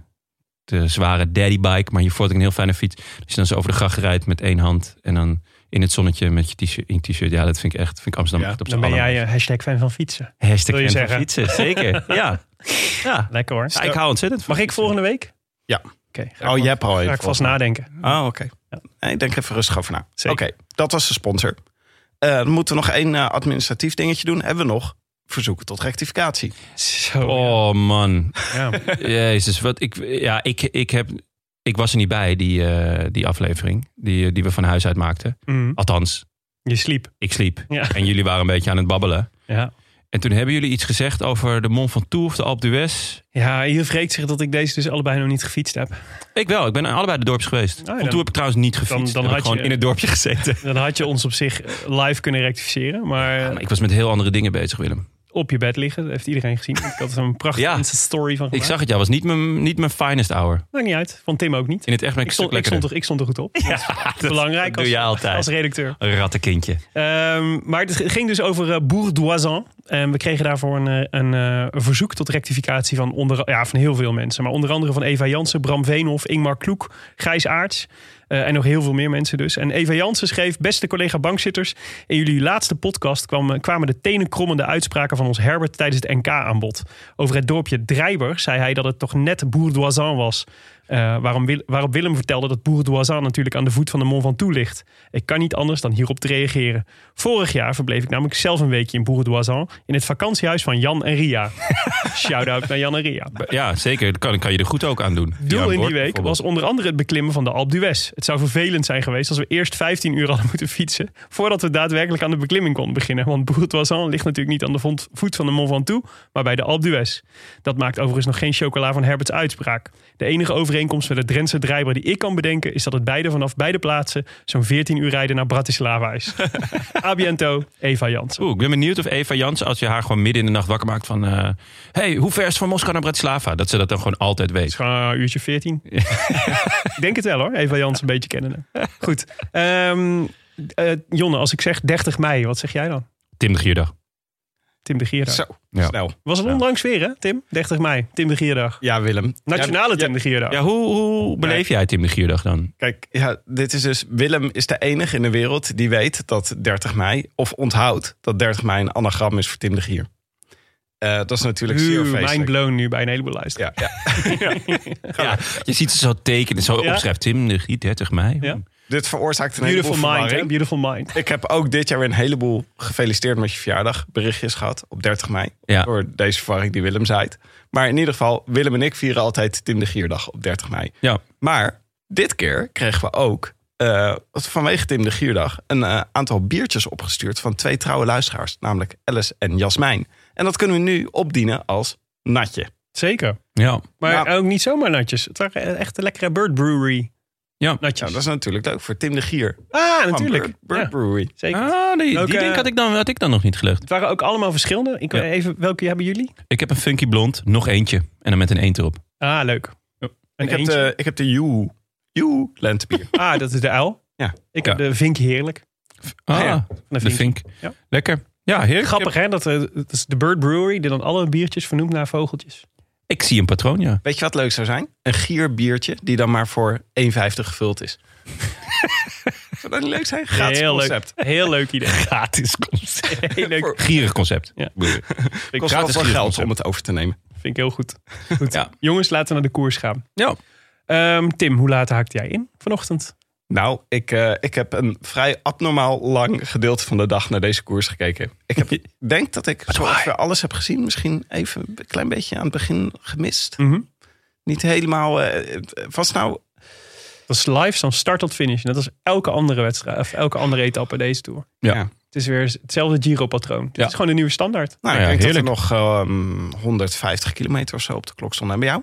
[SPEAKER 1] te zware daddybike. Maar hiervoor had ik een heel fijne fiets. Als je dan zo over de gracht rijdt met één hand. En dan in het zonnetje met je t-shirt. In t-shirt. Ja, dat vind ik echt. Vind ik Amsterdam
[SPEAKER 5] Ja,
[SPEAKER 1] echt op
[SPEAKER 2] Dan
[SPEAKER 1] zijn
[SPEAKER 2] ben
[SPEAKER 1] aller.
[SPEAKER 2] jij eh, hashtag fan van fietsen.
[SPEAKER 1] Hashtag
[SPEAKER 2] wil je
[SPEAKER 1] fan van
[SPEAKER 2] zeggen.
[SPEAKER 1] fietsen. Zeker. ja. Ja.
[SPEAKER 2] Lekker hoor.
[SPEAKER 1] ja. Dus Ik hou ontzettend van
[SPEAKER 2] Mag ik volgende week?
[SPEAKER 5] Ja.
[SPEAKER 2] Oké. ga ik
[SPEAKER 5] Oh, je hebt al
[SPEAKER 2] Ga
[SPEAKER 5] even.
[SPEAKER 2] ik vast nadenken.
[SPEAKER 5] Oh,
[SPEAKER 1] Ah,
[SPEAKER 5] oké. Nee, Ik denk even rustig over na. Oké,
[SPEAKER 2] Zeker.
[SPEAKER 5] dat was de sponsor. Eh, dan moeten we nog één eh, administratief dingetje doen. Hebben we nog verzoeken tot rectificatie.
[SPEAKER 2] Zo.
[SPEAKER 1] Oh man,
[SPEAKER 2] Ja.
[SPEAKER 1] Jezus, wat ik, ja, ik, ik, heb, ik was er niet bij, die, eh, die aflevering die, eh, die we van huis uit maakten.
[SPEAKER 2] Mm.
[SPEAKER 1] Althans,
[SPEAKER 2] Je sliep.
[SPEAKER 1] ik sliep.
[SPEAKER 2] Ja.
[SPEAKER 1] En jullie waren een beetje aan het babbelen.
[SPEAKER 2] Ja.
[SPEAKER 1] En toen hebben jullie iets gezegd over de Mont Ventoux of de Alpe d'Huez.
[SPEAKER 2] Ja, hier vreekt zich dat ik deze dus allebei nog niet gefietst heb. Ik
[SPEAKER 1] Ik wel, ik ben aan allebei de dorps geweest.
[SPEAKER 2] Oh, dan-
[SPEAKER 1] Ventoux heb ik trouwens niet gefietst.
[SPEAKER 2] dan
[SPEAKER 1] Dan, heb
[SPEAKER 2] had
[SPEAKER 1] ik gewoon
[SPEAKER 2] je-
[SPEAKER 1] in het dorpje gezeten.
[SPEAKER 2] Dan had je ons op zich eh, live kunnen rectificeren. Maar
[SPEAKER 1] Maar ik was met heel andere dingen bezig, Willem.
[SPEAKER 2] op je bed liggen, dat heeft iedereen gezien. Ik had er een prachtige
[SPEAKER 1] Ja.
[SPEAKER 2] Insta-story van
[SPEAKER 1] Ik
[SPEAKER 2] gemaakt.
[SPEAKER 1] zag het, ja, was niet mijn, niet mijn finest hour.
[SPEAKER 2] Maakt niet uit. Van Tim ook niet.
[SPEAKER 1] In het echt ben ik,
[SPEAKER 2] Ik
[SPEAKER 1] een
[SPEAKER 2] stond,
[SPEAKER 1] stuk
[SPEAKER 2] ik, stond er,
[SPEAKER 1] lekkerder.
[SPEAKER 2] ik stond er goed op. Dat is
[SPEAKER 1] dat- dat
[SPEAKER 2] belangrijk
[SPEAKER 1] doe
[SPEAKER 2] als,
[SPEAKER 1] je altijd.
[SPEAKER 2] als redacteur.
[SPEAKER 1] Een rattenkindje.
[SPEAKER 2] Ehm, maar het ging dus over eh, Bourdoisan. En we kregen daarvoor een, eh, een, eh, een verzoek tot rectificatie van, onder, ja, van heel veel mensen. Maar onder andere van Eva Jansen, Bram Veenhoff, Ingmar Kloek, Gijs Aarts. eh, en nog heel veel meer mensen dus. En Eva Jansen schreef, beste collega bankzitters. In jullie laatste podcast kwam, kwamen de tenenkrommende uitspraken van ons Herbert tijdens het NK aan bod. Over het dorpje Drijber zei hij dat het toch net Bourdoisan was. Eh, waarom Wil- waarop Willem vertelde dat Bourdoisan natuurlijk aan de voet van de Mont Ventoux ligt. Ik kan niet anders dan hierop te reageren. Vorig jaar verbleef ik namelijk zelf een weekje in Bourdoisan in het vakantiehuis van Jan en Ria. Shout-out naar Jan en Ria.
[SPEAKER 1] Ja, zeker. Dat kan, kan je er goed ook aan doen. Ja,
[SPEAKER 2] Doel in
[SPEAKER 1] Bort
[SPEAKER 2] die week
[SPEAKER 1] bijvoorbeeld.
[SPEAKER 2] was onder andere het beklimmen van de Alpe d'Huez. Het zou vervelend zijn geweest als we eerst 15 uur hadden moeten fietsen... voordat we daadwerkelijk aan de beklimming konden beginnen. Want Bourdoisan ligt natuurlijk niet aan de vond- voet van de Mont Ventoux... maar bij de Alpe d'Huez. Dat maakt overigens nog geen chocola van Herberts uitspraak. De enige overeenkomst met de Drentse drijver die ik kan bedenken... is dat het beide vanaf beide plaatsen zo'n 14 uur rijden naar Bratislava is. Abiento, Eva Jansen.
[SPEAKER 1] Oeh, ik ben benieuwd of Eva Jansen, als je haar gewoon midden in de nacht wakker maakt van... eh, hey, hoe ver is het van Moskou naar Bratislava? Dat ze dat dan gewoon altijd
[SPEAKER 2] Het
[SPEAKER 1] weet.
[SPEAKER 2] is gewoon eh, een uurtje 14. ik denk het wel hoor. Eva Jans een beetje kennen. hem. Goed. Ehm, eh, Jonne, als ik zeg 30 mei, wat zeg jij dan?
[SPEAKER 1] Tim de Gierdag.
[SPEAKER 2] Tim de Gierdag.
[SPEAKER 5] Zo,
[SPEAKER 1] Ja.
[SPEAKER 5] snel.
[SPEAKER 2] Was het onlangs weer hè, Tim? 30 mei, Tim de Gierdag.
[SPEAKER 5] Ja, Willem.
[SPEAKER 2] Nationale
[SPEAKER 5] Ja,
[SPEAKER 2] Tim de Gierdag.
[SPEAKER 1] Ja, hoe, hoe beleef jij Tim de Gierdag dan?
[SPEAKER 5] Kijk, ja, dit is dus. Willem is de enige in de wereld die weet dat 30 mei. of onthoudt dat 30 mei een anagram is voor Tim de Gier. Eh, dat is natuurlijk zeer
[SPEAKER 2] Uw, mind
[SPEAKER 5] feestelijk.
[SPEAKER 2] blown nu bij een heleboel luisteraars.
[SPEAKER 5] Ja, ja.
[SPEAKER 1] Ja, je ziet ze zo tekenen, zo
[SPEAKER 2] Ja.
[SPEAKER 1] opschrijft. Tim de Gier, 30 mei.
[SPEAKER 2] Ja.
[SPEAKER 5] Dit veroorzaakt een
[SPEAKER 2] Beautiful
[SPEAKER 5] heleboel
[SPEAKER 2] mind, hè?
[SPEAKER 5] verwarring.
[SPEAKER 2] Beautiful mind.
[SPEAKER 5] Ik heb ook dit jaar weer een heleboel gefeliciteerd met je verjaardag berichtjes gehad op 30 mei.
[SPEAKER 1] Ja.
[SPEAKER 5] Door deze verwarring die Willem zaait. Maar in ieder geval, Willem en ik vieren altijd Tim de Gierdag op 30 mei.
[SPEAKER 1] Ja.
[SPEAKER 5] Maar dit keer kregen we ook eh, vanwege Tim de Gierdag een eh, aantal biertjes opgestuurd van twee trouwe luisteraars, namelijk Alice en Jasmijn. En dat kunnen we nu opdienen als natje.
[SPEAKER 2] Zeker.
[SPEAKER 1] ja.
[SPEAKER 2] Maar
[SPEAKER 5] Nou.
[SPEAKER 2] ook niet zomaar natjes. Het waren e-, echt een lekkere Bird Brewery
[SPEAKER 1] Ja.
[SPEAKER 2] natjes.
[SPEAKER 5] Nou, dat is natuurlijk leuk voor Tim de Gier. van
[SPEAKER 2] Ah, natuurlijk.
[SPEAKER 5] Bird, Bird
[SPEAKER 2] Ja,
[SPEAKER 5] Brewery.
[SPEAKER 2] zeker.
[SPEAKER 1] Ah, die, die
[SPEAKER 2] Ook, eh,
[SPEAKER 1] link had ik, dan, had ik dan nog niet gelegd.
[SPEAKER 2] Het waren ook allemaal verschillende. Ik,
[SPEAKER 1] Ja.
[SPEAKER 2] even, welke hebben jullie?
[SPEAKER 1] Ik heb een funky blond, nog eentje. En dan met een eend erop.
[SPEAKER 2] Ah, leuk. Een
[SPEAKER 5] Ik heb, eh,
[SPEAKER 2] eentje.
[SPEAKER 5] de, ik heb de Joe. Joe lentebier.
[SPEAKER 2] Ah, dat is de uil.
[SPEAKER 5] Ja.
[SPEAKER 2] Ik heb de vink heerlijk.
[SPEAKER 1] Ah,
[SPEAKER 2] Ah, ja.
[SPEAKER 1] de
[SPEAKER 2] vink.
[SPEAKER 1] vink.
[SPEAKER 2] Ja.
[SPEAKER 1] Lekker. Ja, heerlijk.
[SPEAKER 2] Grappig hè, dat, eh, dat is de Bird Brewery, die dan alle biertjes vernoemt naar vogeltjes.
[SPEAKER 1] Ik zie een patroon, ja.
[SPEAKER 5] Weet je wat leuk zou zijn? Een gierbiertje die dan maar voor 1,50 gevuld is. zou dat niet leuk zijn? Gratis
[SPEAKER 2] Heel
[SPEAKER 5] concept.
[SPEAKER 2] leuk. Heel leuk idee.
[SPEAKER 1] Gratis concept.
[SPEAKER 2] Heel leuk.
[SPEAKER 1] Gierig concept.
[SPEAKER 2] Ja.
[SPEAKER 5] Ik
[SPEAKER 2] Ik
[SPEAKER 5] kost wel
[SPEAKER 1] gratis
[SPEAKER 5] veel
[SPEAKER 1] gierig
[SPEAKER 5] geld
[SPEAKER 1] concept.
[SPEAKER 5] om het over te nemen.
[SPEAKER 2] Vind ik heel goed. goed.
[SPEAKER 1] Ja.
[SPEAKER 2] Jongens, laten we naar de koers gaan.
[SPEAKER 1] Ja.
[SPEAKER 2] Ehm, Tim, hoe laat haakte jij in vanochtend?
[SPEAKER 5] Nou, ik, eh, ik heb een vrij abnormaal lang gedeelte van de dag naar deze koers gekeken. Ik heb, denk dat ik zo ongeveer alles heb gezien. Misschien even een klein beetje aan het begin gemist.
[SPEAKER 2] Mhm.
[SPEAKER 5] Niet helemaal. eh, was nou
[SPEAKER 2] Dat is live van start tot finish. Net als elke andere wedstrijd, of elke andere etappe deze Tour.
[SPEAKER 1] Ja.
[SPEAKER 5] Ja.
[SPEAKER 2] Het is weer hetzelfde Giro-patroon. Het
[SPEAKER 1] Ja.
[SPEAKER 2] is gewoon de nieuwe standaard.
[SPEAKER 5] Nou,
[SPEAKER 1] Ja,
[SPEAKER 5] ik denk
[SPEAKER 1] heerlijk.
[SPEAKER 5] dat er nog ehm, 150 kilometer of zo op de klok stond. En bij jou?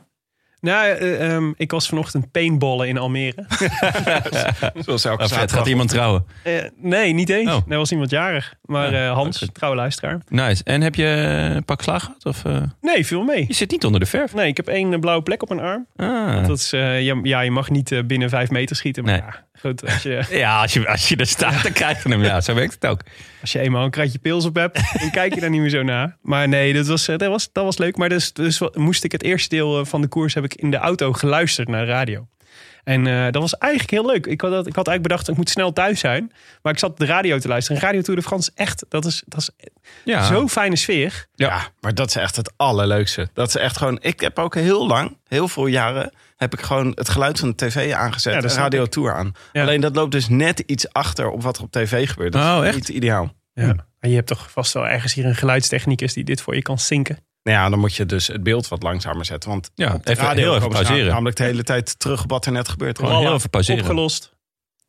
[SPEAKER 2] Nou, eh, ehm, ik was vanochtend paintballen in Almere.
[SPEAKER 5] Zoals elke
[SPEAKER 1] Ah, vet,
[SPEAKER 5] zaterdag.
[SPEAKER 1] gaat iemand trouwen.
[SPEAKER 2] Eh, nee, niet eens.
[SPEAKER 1] Oh.
[SPEAKER 2] Er was iemand jarig. Maar
[SPEAKER 1] Ja,
[SPEAKER 2] eh, Hans,
[SPEAKER 1] oké.
[SPEAKER 2] trouwe luisteraar.
[SPEAKER 1] Nice. En heb je een pak slaag gehad? Of, eh?
[SPEAKER 2] Nee, viel mee.
[SPEAKER 1] Je zit niet onder de verf.
[SPEAKER 2] Nee, ik heb één eh, blauwe plek op mijn arm.
[SPEAKER 1] Ah.
[SPEAKER 2] Dat is, eh, ja, ja, je mag niet eh, binnen vijf meter schieten. Maar
[SPEAKER 1] Nee.
[SPEAKER 2] ja, Goed, als je,
[SPEAKER 1] Ja, als je, als je er staat, dan krijg je hem. Ja, zo werkt het ook.
[SPEAKER 2] als je eenmaal een kratje pils op hebt, dan kijk je daar niet meer zo naar. Maar nee, dat was, eh, dat was, dat was leuk. Maar dus, dus wa- moest ik het eerste deel eh, van de koers heb ik in de auto geluisterd naar de radio. En eh, dat was eigenlijk heel leuk. Ik had, dat, ik had eigenlijk bedacht, ik moet snel thuis zijn. Maar ik zat de radio te luisteren. En Radio Tour de France, echt, dat is, dat is
[SPEAKER 1] Ja.
[SPEAKER 2] zo'n fijne sfeer.
[SPEAKER 5] Ja. maar dat is echt het allerleukste. Dat is echt gewoon. Ik heb ook heel lang, heel veel jaren, heb ik gewoon het geluid van de tv aangezet.
[SPEAKER 2] Ja,
[SPEAKER 5] Ja,
[SPEAKER 2] dat
[SPEAKER 5] de
[SPEAKER 2] snap
[SPEAKER 5] radio
[SPEAKER 2] ik.
[SPEAKER 5] tour aan.
[SPEAKER 2] Ja.
[SPEAKER 5] Alleen dat loopt dus net iets achter op wat er op tv gebeurt. Dat
[SPEAKER 1] Oh,
[SPEAKER 5] is
[SPEAKER 1] echt?
[SPEAKER 5] niet ideaal.
[SPEAKER 2] Ja. Maar je hebt toch vast wel ergens hier een geluidstechnicus die dit voor je kan zinken.
[SPEAKER 5] Nou ja, dan moet je dus het beeld wat langzamer zetten. Want
[SPEAKER 1] Ja,
[SPEAKER 5] op de
[SPEAKER 1] even-
[SPEAKER 5] radio
[SPEAKER 1] heel even
[SPEAKER 5] komen ze
[SPEAKER 1] pauzeren.
[SPEAKER 5] Namelijk de hele tijd terug op wat er net gebeurt.
[SPEAKER 1] Gewoon
[SPEAKER 5] Gewoon
[SPEAKER 1] heel even pauzeren.
[SPEAKER 2] Opgelost.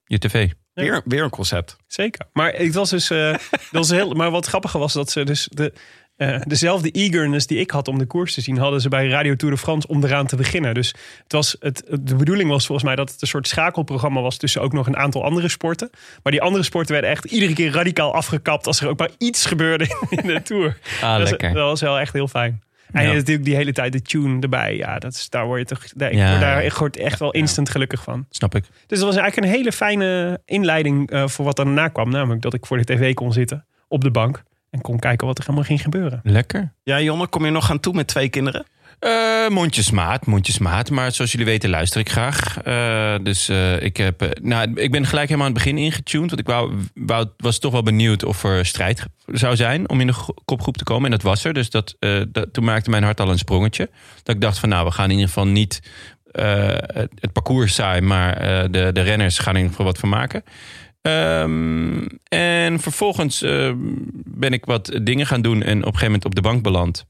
[SPEAKER 1] Je tv.
[SPEAKER 5] weer, weer een concept.
[SPEAKER 2] Zeker. Maar het was dus. eh, dat was heel, maar wat grappiger was dat ze dus de, eh, dezelfde eagerness die ik had om de koers te zien, hadden ze bij Radio Tour de France om eraan te beginnen. Dus het was het, het- de bedoeling was volgens mij dat het een soort schakelprogramma was tussen ook nog een aantal andere sporten. Maar die andere sporten werden echt iedere keer radicaal afgekapt als er ook maar iets gebeurde in de Tour.
[SPEAKER 1] Ah,
[SPEAKER 2] dat,
[SPEAKER 1] lekker.
[SPEAKER 2] Was, dat was wel echt heel fijn. En
[SPEAKER 1] Ja.
[SPEAKER 2] natuurlijk die hele tijd de tune erbij. Ja, dat is, daar word je toch daar, ik
[SPEAKER 1] Ja.
[SPEAKER 2] word daar echt- word echt wel instant gelukkig van.
[SPEAKER 1] Snap ik.
[SPEAKER 2] Dus dat was eigenlijk een hele fijne inleiding eh, voor wat daarna kwam. Namelijk dat ik voor de tv kon zitten op de bank en kon kijken wat er helemaal ging gebeuren.
[SPEAKER 1] Lekker.
[SPEAKER 5] Ja, Jonne, kom je nog aan toe met twee kinderen?
[SPEAKER 1] Eh, mondjesmaat, mondjesmaat. Maar zoals jullie weten luister ik graag. Eh, dus eh, ik, heb, eh, nou, ik ben gelijk helemaal aan het begin ingetuned. Want ik wou, wou- was toch wel benieuwd of er strijd zou zijn om in de gro- kopgroep te komen. En dat was er. Dus dat, eh, dat, toen maakte mijn hart al een sprongetje. Dat ik dacht van nou, we gaan in ieder geval niet eh, het, het parcours saai. Maar eh, de, de renners gaan er in ieder geval wat van maken. Ehm, en vervolgens eh, ben ik wat dingen gaan doen. En op een gegeven moment op de bank beland.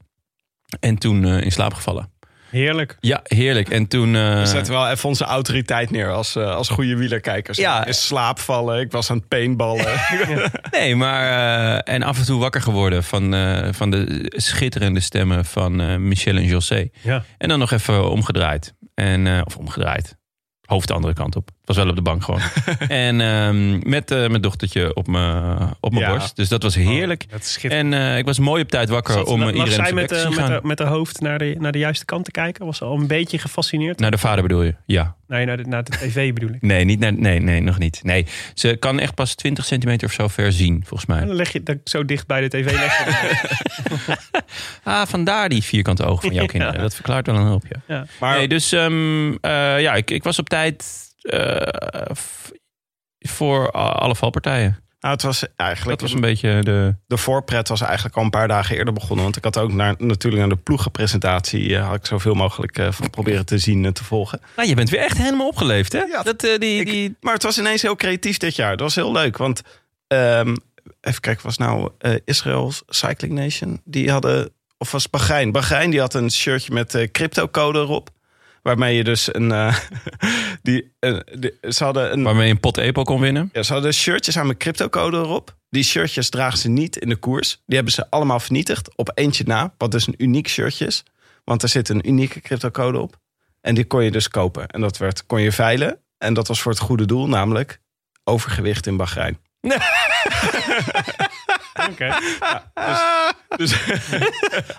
[SPEAKER 1] En toen eh, in slaap gevallen.
[SPEAKER 2] Heerlijk.
[SPEAKER 1] Ja, heerlijk. En toen. eh,
[SPEAKER 5] We zetten wel even onze autoriteit neer als, eh, als goede wielerkijkers.
[SPEAKER 1] Ja.
[SPEAKER 5] In slaap vallen, ik was aan het paintballen.
[SPEAKER 1] nee, maar. eh, en af en toe wakker geworden van, eh, van de schitterende stemmen van eh, Michel en José.
[SPEAKER 2] Ja.
[SPEAKER 1] En dan nog even omgedraaid. En, eh, of omgedraaid. Hoofd de andere kant op. Het was wel op de bank gewoon. en ehm, met eh, mijn dochtertje op mijn op mijn
[SPEAKER 5] Ja.
[SPEAKER 1] borst. Dus dat was heerlijk.
[SPEAKER 2] Dat is schitterend.
[SPEAKER 1] En eh, ik was mooi op tijd wakker om eh,
[SPEAKER 2] Oh. Zat- lag
[SPEAKER 1] iedereen
[SPEAKER 2] zij
[SPEAKER 1] te bek
[SPEAKER 2] met,
[SPEAKER 1] te
[SPEAKER 2] de,
[SPEAKER 1] zien
[SPEAKER 2] met,
[SPEAKER 1] gaan.
[SPEAKER 2] de, met de hoofd naar de, naar de juiste kant te kijken? Was ze al een beetje gefascineerd?
[SPEAKER 1] Naar de vader bedoel je? Ja.
[SPEAKER 2] Nee, naar de, naar de tv bedoel ik.
[SPEAKER 1] Nee, niet naar, nee, nee, nog niet. Nee, ze kan echt pas 20 centimeter of zo ver zien, volgens mij.
[SPEAKER 2] En dan leg je dat zo dicht bij de tv. Leg je dat.
[SPEAKER 1] Ah, vandaar die vierkante ogen van jouw
[SPEAKER 2] Ja.
[SPEAKER 1] kinderen. Dat verklaart wel een hoop, ja.
[SPEAKER 2] ja.
[SPEAKER 5] Maar
[SPEAKER 1] Nee, dus ehm, eh, ja, ik, ik was op tijd eh, f- voor a- alle valpartijen.
[SPEAKER 5] nou, het was eigenlijk
[SPEAKER 1] Dat was een beetje de...
[SPEAKER 5] de voorpret was eigenlijk al een paar dagen eerder begonnen. Want ik had ook naar, natuurlijk naar de ploegenpresentatie... eh, had ik zoveel mogelijk eh, van proberen te zien en te volgen.
[SPEAKER 1] Nou, je bent weer echt helemaal opgeleefd, hè?
[SPEAKER 5] Ja,
[SPEAKER 1] dat, eh, die,
[SPEAKER 5] ik-
[SPEAKER 1] die...
[SPEAKER 5] Maar het was ineens heel creatief dit jaar. Dat was heel leuk, want... ehm, even kijken, was nou eh Israël's Cycling Nation? Die hadden... Of was het Bahrein? Bahrein die had een shirtje met eh, cryptocode erop. Waarmee je dus een... eh, die, eh, die- ze hadden een
[SPEAKER 1] Waarmee je een pot Epo kon winnen.
[SPEAKER 5] Ja, ze hadden shirtjes aan mijn cryptocode erop. Die shirtjes dragen ze niet in de koers. Die hebben ze allemaal vernietigd op eentje na. Wat dus een uniek shirtje is. Want er zit een unieke cryptocode op. En die kon je dus kopen. En dat werd, kon je veilen. En dat was voor het goede doel, namelijk overgewicht in Bahrein.
[SPEAKER 2] Oké.
[SPEAKER 5] Dus,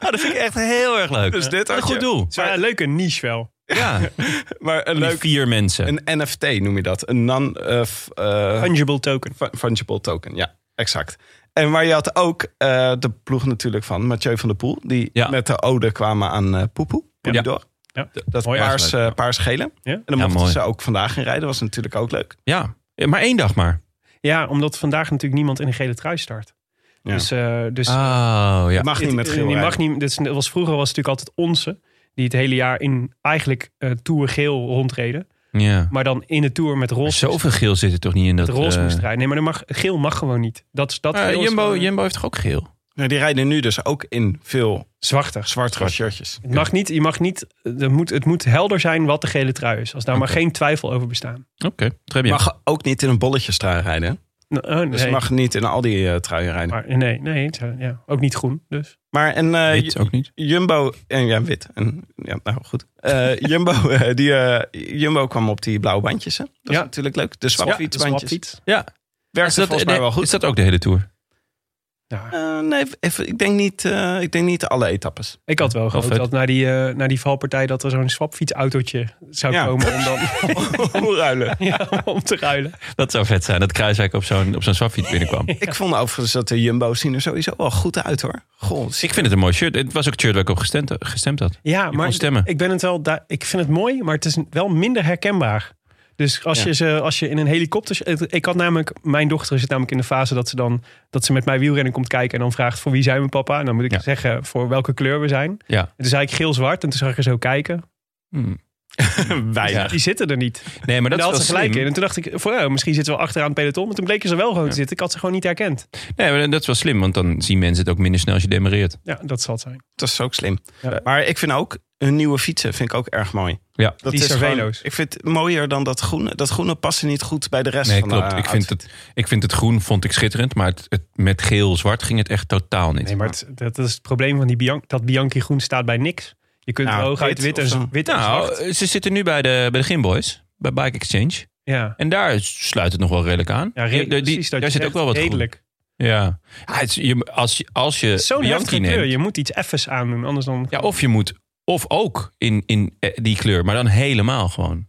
[SPEAKER 1] Oh, dat vind ik echt heel erg leuk.
[SPEAKER 5] dus
[SPEAKER 1] Wat
[SPEAKER 5] dit had
[SPEAKER 1] een goed
[SPEAKER 5] je.
[SPEAKER 1] doel.
[SPEAKER 2] Maar een leuke niche wel.
[SPEAKER 1] Ja,
[SPEAKER 5] Maar een
[SPEAKER 1] die
[SPEAKER 5] leuk...
[SPEAKER 1] vier mensen.
[SPEAKER 5] Een NFT noem je dat. Een non... eh, f- eh,
[SPEAKER 2] Fungible token.
[SPEAKER 5] Fun- fungible token, ja, exact. En maar je had ook eh, de ploeg natuurlijk van Mathieu van der Poel, die
[SPEAKER 1] Ja.
[SPEAKER 5] met de ode kwamen aan eh Poepoe. Poelidor.
[SPEAKER 2] Ja.
[SPEAKER 5] Dat
[SPEAKER 2] Mooi
[SPEAKER 5] paars,
[SPEAKER 1] leuk.
[SPEAKER 5] eh, paars-gele.
[SPEAKER 2] Ja.
[SPEAKER 5] En dan
[SPEAKER 1] Ja,
[SPEAKER 5] mochten
[SPEAKER 1] mooi.
[SPEAKER 5] ze ook vandaag in rijden. was natuurlijk ook leuk.
[SPEAKER 1] Ja, maar één dag maar.
[SPEAKER 2] Ja, omdat vandaag natuurlijk niemand in een gele trui start.
[SPEAKER 5] Ja.
[SPEAKER 2] Dus, eh, dus
[SPEAKER 1] Oh, ja.
[SPEAKER 5] Je mag niet met geel
[SPEAKER 2] Die
[SPEAKER 5] rijden.
[SPEAKER 2] mag niet, dus was, vroeger was het natuurlijk altijd onze. Die het hele jaar in eigenlijk eh Tour geel rondreden.
[SPEAKER 1] ja.
[SPEAKER 2] Maar dan in de Tour met
[SPEAKER 1] Maar
[SPEAKER 2] roze.
[SPEAKER 1] Zoveel geel zit er toch niet in dat...
[SPEAKER 2] met roze
[SPEAKER 1] eh,
[SPEAKER 2] moest rijden. Nee, maar dan mag, geel mag gewoon niet. Dat, is- dat
[SPEAKER 1] eh,
[SPEAKER 2] geel is
[SPEAKER 1] Jumbo,
[SPEAKER 2] gewoon-
[SPEAKER 1] Jumbo heeft toch ook geel?
[SPEAKER 5] Nou, die rijden nu dus ook in veel
[SPEAKER 2] Zwarter.
[SPEAKER 5] zwartere shirtjes.
[SPEAKER 2] Het mag niet, je mag niet, eh, er moet, het moet helder zijn wat de gele trui is. Als daar maar geen twijfel over bestaan.
[SPEAKER 1] Oké, très
[SPEAKER 5] Je
[SPEAKER 1] bien.
[SPEAKER 5] mag ook niet in een bolletjestrui rijden. hè?
[SPEAKER 2] N- oh, nee.
[SPEAKER 5] Dus je mag niet in al die eh, truien rijden. Maar,
[SPEAKER 2] maar, nee, nee, het- eh, ja, ook niet groen. Dus.
[SPEAKER 5] en eh,
[SPEAKER 1] Wit ook niet.
[SPEAKER 5] Jumbo en ja, wit. En, ja, nou goed. Eh, Jumbo, eh, die, eh, Jumbo kwam op die blauwe bandjes. Hè? Dat is
[SPEAKER 2] Ja.
[SPEAKER 5] natuurlijk leuk. De
[SPEAKER 2] Ja, de
[SPEAKER 5] swapfietsbandjes.
[SPEAKER 2] swapfiets.
[SPEAKER 1] Ja,
[SPEAKER 5] Werkt
[SPEAKER 1] is dat,
[SPEAKER 5] volgens mij
[SPEAKER 1] nee,
[SPEAKER 5] wel goed.
[SPEAKER 1] is dat ook de hele tour?
[SPEAKER 5] Eh, nee, even, ik, denk niet, eh, ik denk niet alle etappes.
[SPEAKER 2] Ik had wel gehoopt
[SPEAKER 1] vet.
[SPEAKER 2] dat na die, eh, na die valpartij dat er zo'n swapfietsautootje zou
[SPEAKER 5] Ja.
[SPEAKER 2] komen om, dan,
[SPEAKER 5] Ruilen.
[SPEAKER 2] ja, om te ruilen.
[SPEAKER 1] Dat zou vet zijn, dat Kruiswijk op zo'n, op zo'n swapfiets binnenkwam.
[SPEAKER 5] Ik vond overigens dat de Jumbo's zien er sowieso wel goed uit hoor. Goh,
[SPEAKER 1] Dus Ik vind het een mooi shirt. Het was ook het shirt waar ik op gestemd, gestemd had.
[SPEAKER 2] Ja,
[SPEAKER 1] kon
[SPEAKER 2] maar
[SPEAKER 1] stemmen.
[SPEAKER 2] ik ben het wel. daar- Ik vind het mooi, maar het is wel minder herkenbaar. Dus als, je ze, als je in een helikopter. Ik had namelijk. Mijn dochter zit namelijk in de fase dat ze dan. dat ze met mij wielrennen komt kijken. en dan vraagt: voor wie zijn we, papa? En dan moet ik
[SPEAKER 1] Ja.
[SPEAKER 2] zeggen voor welke kleur we zijn.
[SPEAKER 1] Ja. Hmm.
[SPEAKER 2] En toen zei ik geel-zwart. En toen zag ik er zo kijken.
[SPEAKER 5] weinig.
[SPEAKER 2] Die zitten er niet. En
[SPEAKER 1] Nee, maar dat
[SPEAKER 2] daar
[SPEAKER 1] is wel
[SPEAKER 2] had ze gelijk
[SPEAKER 1] slim.
[SPEAKER 2] in. En toen dacht ik: voor, oh, misschien zitten we achteraan het peloton. Maar toen bleken ze wel gewoon te zitten. Ik had ze gewoon niet herkend.
[SPEAKER 1] Nee, maar dat is wel slim, want dan zien mensen het ook minder snel als je demareert.
[SPEAKER 2] Ja, dat zal het zijn.
[SPEAKER 5] Dat is ook slim. Eh,
[SPEAKER 2] Ja.
[SPEAKER 5] Maar ik vind ook hun nieuwe fietsen vind ik ook erg mooi.
[SPEAKER 1] Ja.
[SPEAKER 5] Dat
[SPEAKER 2] Die
[SPEAKER 5] is gewoon-
[SPEAKER 2] Cervelo's.
[SPEAKER 5] ik vind het mooier dan dat groene. Dat groene past niet goed bij de rest
[SPEAKER 1] Nee,
[SPEAKER 5] van eh,
[SPEAKER 1] klopt.
[SPEAKER 5] de
[SPEAKER 1] Ik vind,
[SPEAKER 5] outfit.
[SPEAKER 1] het, ik vind het groen vond ik schitterend, maar het, het- met geel-zwart ging het echt totaal niet.
[SPEAKER 2] Nee, maar het- dat is het probleem van die Bian dat Bianchi groen staat bij niks. Je kunt
[SPEAKER 5] Nou,
[SPEAKER 2] hooguit
[SPEAKER 5] wit
[SPEAKER 2] wit
[SPEAKER 5] of zo.
[SPEAKER 2] en, wit en
[SPEAKER 1] nou,
[SPEAKER 2] zwart.
[SPEAKER 1] ze zitten nu bij de, bij de Gymboys, bij Bike Exchange.
[SPEAKER 2] Ja.
[SPEAKER 1] En daar sluit het nog wel redelijk aan.
[SPEAKER 2] Ja,
[SPEAKER 1] Die-
[SPEAKER 2] re-
[SPEAKER 1] die-
[SPEAKER 2] precies dat
[SPEAKER 1] daar
[SPEAKER 2] je
[SPEAKER 1] zit ook wel
[SPEAKER 2] zegt,
[SPEAKER 1] wat
[SPEAKER 2] redelijk.
[SPEAKER 1] groen. Ja. Ja, het is- je, als je, als je
[SPEAKER 2] Zo'n
[SPEAKER 1] Bianchi
[SPEAKER 2] heftige
[SPEAKER 1] neemt-
[SPEAKER 2] kleur. Je moet iets effens aandoen, anders dan...
[SPEAKER 1] Ja, of je moet, of ook in, in eh, die kleur, maar dan helemaal gewoon.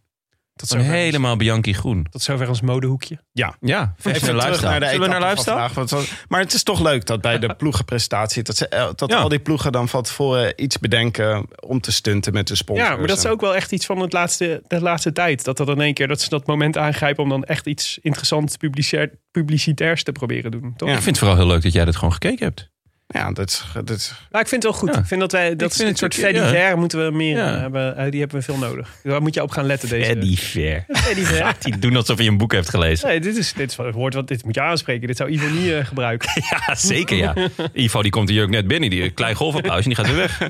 [SPEAKER 2] tot,
[SPEAKER 1] Gewoon
[SPEAKER 2] zover
[SPEAKER 1] helemaal Bianchi groen.
[SPEAKER 2] Ons, tot zover ons modehoekje.
[SPEAKER 1] Ja, fashion en lifestyle. Zullen we naar
[SPEAKER 5] etappe
[SPEAKER 1] lifestyle?
[SPEAKER 5] van vandaag, want het was- maar het is toch leuk dat bij de ploegenpresentatie... dat, ze, eh, dat
[SPEAKER 1] Ja.
[SPEAKER 5] al die ploegen dan van tevoren iets bedenken... om te stunten met de sponsors.
[SPEAKER 2] Ja, maar dat is
[SPEAKER 5] en-
[SPEAKER 2] ook wel echt iets van het laatste, de laatste tijd. Dat dat in één keer, dat ze dat moment aangrijpen om dan echt iets interessants publicitair, publicitairs te proberen doen. Toch?
[SPEAKER 5] Ja.
[SPEAKER 1] Ik vind het vooral heel leuk dat jij dat gewoon gekeken hebt.
[SPEAKER 5] Ja, dat is, dat is-
[SPEAKER 2] Maar ik vind het wel goed.
[SPEAKER 1] Ja.
[SPEAKER 2] Ik vind dat wij, dat is
[SPEAKER 1] vind
[SPEAKER 2] een
[SPEAKER 1] het
[SPEAKER 2] soort
[SPEAKER 1] ook- ja.
[SPEAKER 2] Freddy moeten we meer
[SPEAKER 1] Ja.
[SPEAKER 2] hebben. Eh, die hebben we veel nodig. Daar moet je op gaan letten deze.
[SPEAKER 1] Fair.
[SPEAKER 2] Freddy Ver.
[SPEAKER 1] Die doen alsof je een boek hebt gelezen.
[SPEAKER 2] Nee, dit is, dit is wel het woord wat dit moet je aanspreken. Dit zou Ivo niet eh, gebruiken.
[SPEAKER 1] Ja, zeker ja. Ivo die komt hier ook net binnen. Die een klein golfapplaus en die gaat weer weg.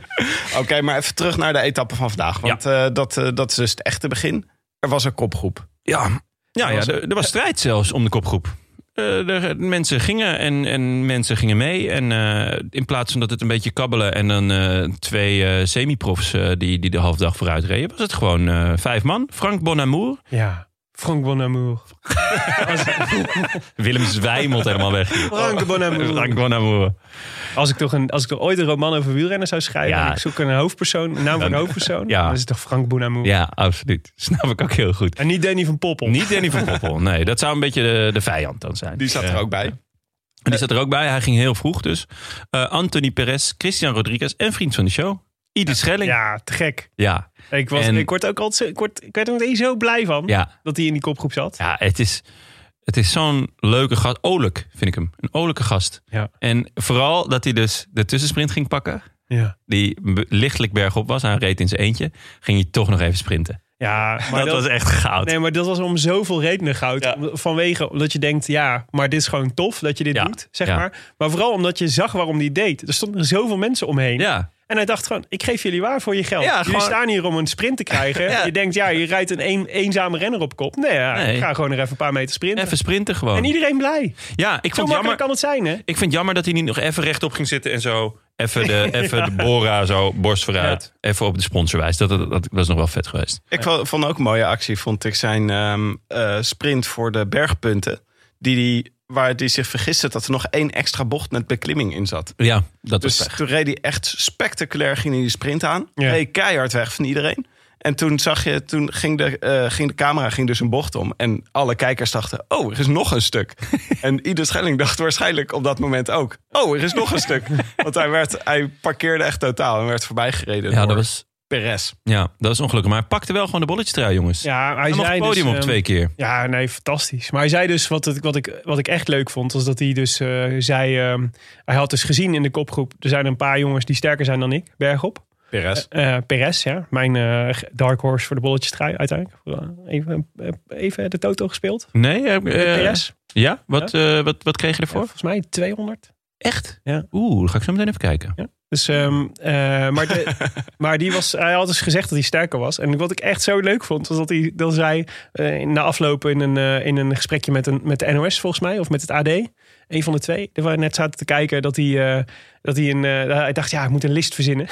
[SPEAKER 5] Oké, maar even terug naar de etappe van vandaag. Want eh, dat, eh, dat is dus het echte begin. Er was een kopgroep.
[SPEAKER 1] Ja, ja, ja er, er was strijd zelfs om de kopgroep. Eh, er- mensen gingen en, en mensen gingen mee. En eh, in plaats van dat het een beetje kabbelen en dan eh, twee eh, semi-profs eh, die, die de halfdag vooruit reden, was het gewoon eh, vijf man. Frank Bonamour.
[SPEAKER 2] Ja. Frank Bonamour.
[SPEAKER 1] Willem zwijmelt helemaal weg.
[SPEAKER 2] Frank Bonamour.
[SPEAKER 1] Frank Bonamour.
[SPEAKER 2] Oh. Als ik, toch een, als ik toch ooit een roman over wielrennen zou schrijven...
[SPEAKER 1] Ja.
[SPEAKER 2] en ik zoek een hoofdpersoon, een naam van een
[SPEAKER 1] Dan-
[SPEAKER 2] hoofdpersoon...
[SPEAKER 1] ja.
[SPEAKER 2] dan is het toch Frank Bonamour.
[SPEAKER 1] Ja, absoluut. Snap ik ook heel goed.
[SPEAKER 2] En niet Danny van Poppel.
[SPEAKER 1] Niet Danny van Poppel. Nee, dat zou een beetje de, de vijand dan zijn.
[SPEAKER 5] Die zat
[SPEAKER 1] Eh,
[SPEAKER 5] er ook bij.
[SPEAKER 1] En die zat er ook bij. Hij ging heel vroeg dus. Eh, Anthony Perez, Christian Rodriguez en vriend van de show. Ieder Schelling. Ja.
[SPEAKER 2] Ja, te gek.
[SPEAKER 1] Ja.
[SPEAKER 2] Ik, was,
[SPEAKER 1] En-
[SPEAKER 2] ik, word ook altijd, zo- ik, word, ik werd er meteen zo blij van
[SPEAKER 1] ja.
[SPEAKER 2] dat hij in die kopgroep zat.
[SPEAKER 1] het is, het is zo'n leuke gast. Olijk vind ik hem. Een olijke gast.
[SPEAKER 2] Ja.
[SPEAKER 1] En vooral dat hij dus de tussensprint ging pakken.
[SPEAKER 2] Ja,
[SPEAKER 1] Die b- lichtelijk bergop was. Hij reed in zijn eentje. Ging hij toch nog even sprinten.
[SPEAKER 2] ja maar
[SPEAKER 1] dat, was echt goud.
[SPEAKER 2] Nee, maar dat was om zoveel redenen goud.
[SPEAKER 1] Ja.
[SPEAKER 2] Om- Vanwege omdat je denkt, ja, maar dit is gewoon tof dat je dit
[SPEAKER 1] Ja.
[SPEAKER 2] doet, zeg
[SPEAKER 1] Ja.
[SPEAKER 2] maar. Maar vooral omdat je zag waarom die deed. Er stonden zoveel mensen omheen.
[SPEAKER 1] Ja.
[SPEAKER 2] En hij dacht gewoon, ik geef jullie waar voor je geld.
[SPEAKER 1] Ja,
[SPEAKER 2] jullie
[SPEAKER 1] gewoon-
[SPEAKER 2] staan hier om een sprint te krijgen.
[SPEAKER 1] Ja.
[SPEAKER 2] Je denkt, ja, je rijdt een, een- eenzame renner op kop. Nee, ja,
[SPEAKER 1] Nee.
[SPEAKER 2] ik ga gewoon er even een paar meter sprinten.
[SPEAKER 1] Even sprinten gewoon.
[SPEAKER 2] En iedereen blij. Zo
[SPEAKER 1] ja, ik vond
[SPEAKER 2] makkelijk
[SPEAKER 1] het jammer.
[SPEAKER 2] kan het zijn, hè?
[SPEAKER 1] Ik vind het jammer dat hij niet nog even rechtop ging zitten en zo. Even de, even de Bora zo, borst vooruit. Even op de sponsor wijst. Dat, dat, dat was nog wel vet geweest.
[SPEAKER 5] Ik vo- vond ook een mooie actie, vond ik zijn ehm, eh, sprint voor de bergpunten. Die die, waar hij zich vergiste dat er nog één extra bocht met beklimming in zat.
[SPEAKER 1] Ja, dat
[SPEAKER 5] Dus
[SPEAKER 1] was pech.
[SPEAKER 5] toen reed hij echt spectaculair ging hij die sprint aan.
[SPEAKER 2] Ja.
[SPEAKER 5] Reed keihard weg van iedereen. En toen zag je, toen ging de, eh, ging de camera ging dus een bocht om. En alle kijkers dachten, oh, er is nog een stuk. en ieder Schelling dacht waarschijnlijk op dat moment ook, oh, er is nog een stuk. Want hij, werd, hij parkeerde echt totaal en werd voorbijgereden
[SPEAKER 1] Ja,
[SPEAKER 5] door
[SPEAKER 1] dat was,
[SPEAKER 5] Perez.
[SPEAKER 1] ja, dat was ongelukkig. Maar hij pakte wel gewoon de bolletjestrui, jongens.
[SPEAKER 2] Ja, hij
[SPEAKER 1] hij mocht
[SPEAKER 2] zei
[SPEAKER 1] het podium
[SPEAKER 2] dus,
[SPEAKER 1] op
[SPEAKER 2] ehm,
[SPEAKER 1] twee keer.
[SPEAKER 2] Ja, nee, fantastisch. Maar hij zei dus, wat, het, wat, ik, wat ik echt leuk vond, was dat hij dus eh, zei... ehm, hij had dus gezien in de kopgroep, er zijn een paar jongens die sterker zijn dan ik, bergop.
[SPEAKER 5] Perez.
[SPEAKER 2] Eh Perez, ja, mijn eh, dark horse voor de bolletjes trui uiteindelijk. Even, eh, even de toto gespeeld.
[SPEAKER 1] Nee, eh, eh,
[SPEAKER 2] Perez,
[SPEAKER 1] Ja, wat, eh, wat, wat kreeg je ervoor?
[SPEAKER 2] volgens mij 200.
[SPEAKER 1] Echt?
[SPEAKER 2] Ja.
[SPEAKER 1] Oeh, dan ga ik zo meteen even kijken.
[SPEAKER 2] Dus, ehm, eh, maar, de, maar die was, hij had dus gezegd dat hij sterker was. En wat ik echt zo leuk vond, was dat hij dan zei eh, na afloop in een, eh, in een gesprekje met, een, met de NOS volgens mij, of met het AD. Een van de twee. Daar waar we net zaten te kijken dat hij, eh, dat hij een. eh, hij dacht, ja, ik moet een list verzinnen.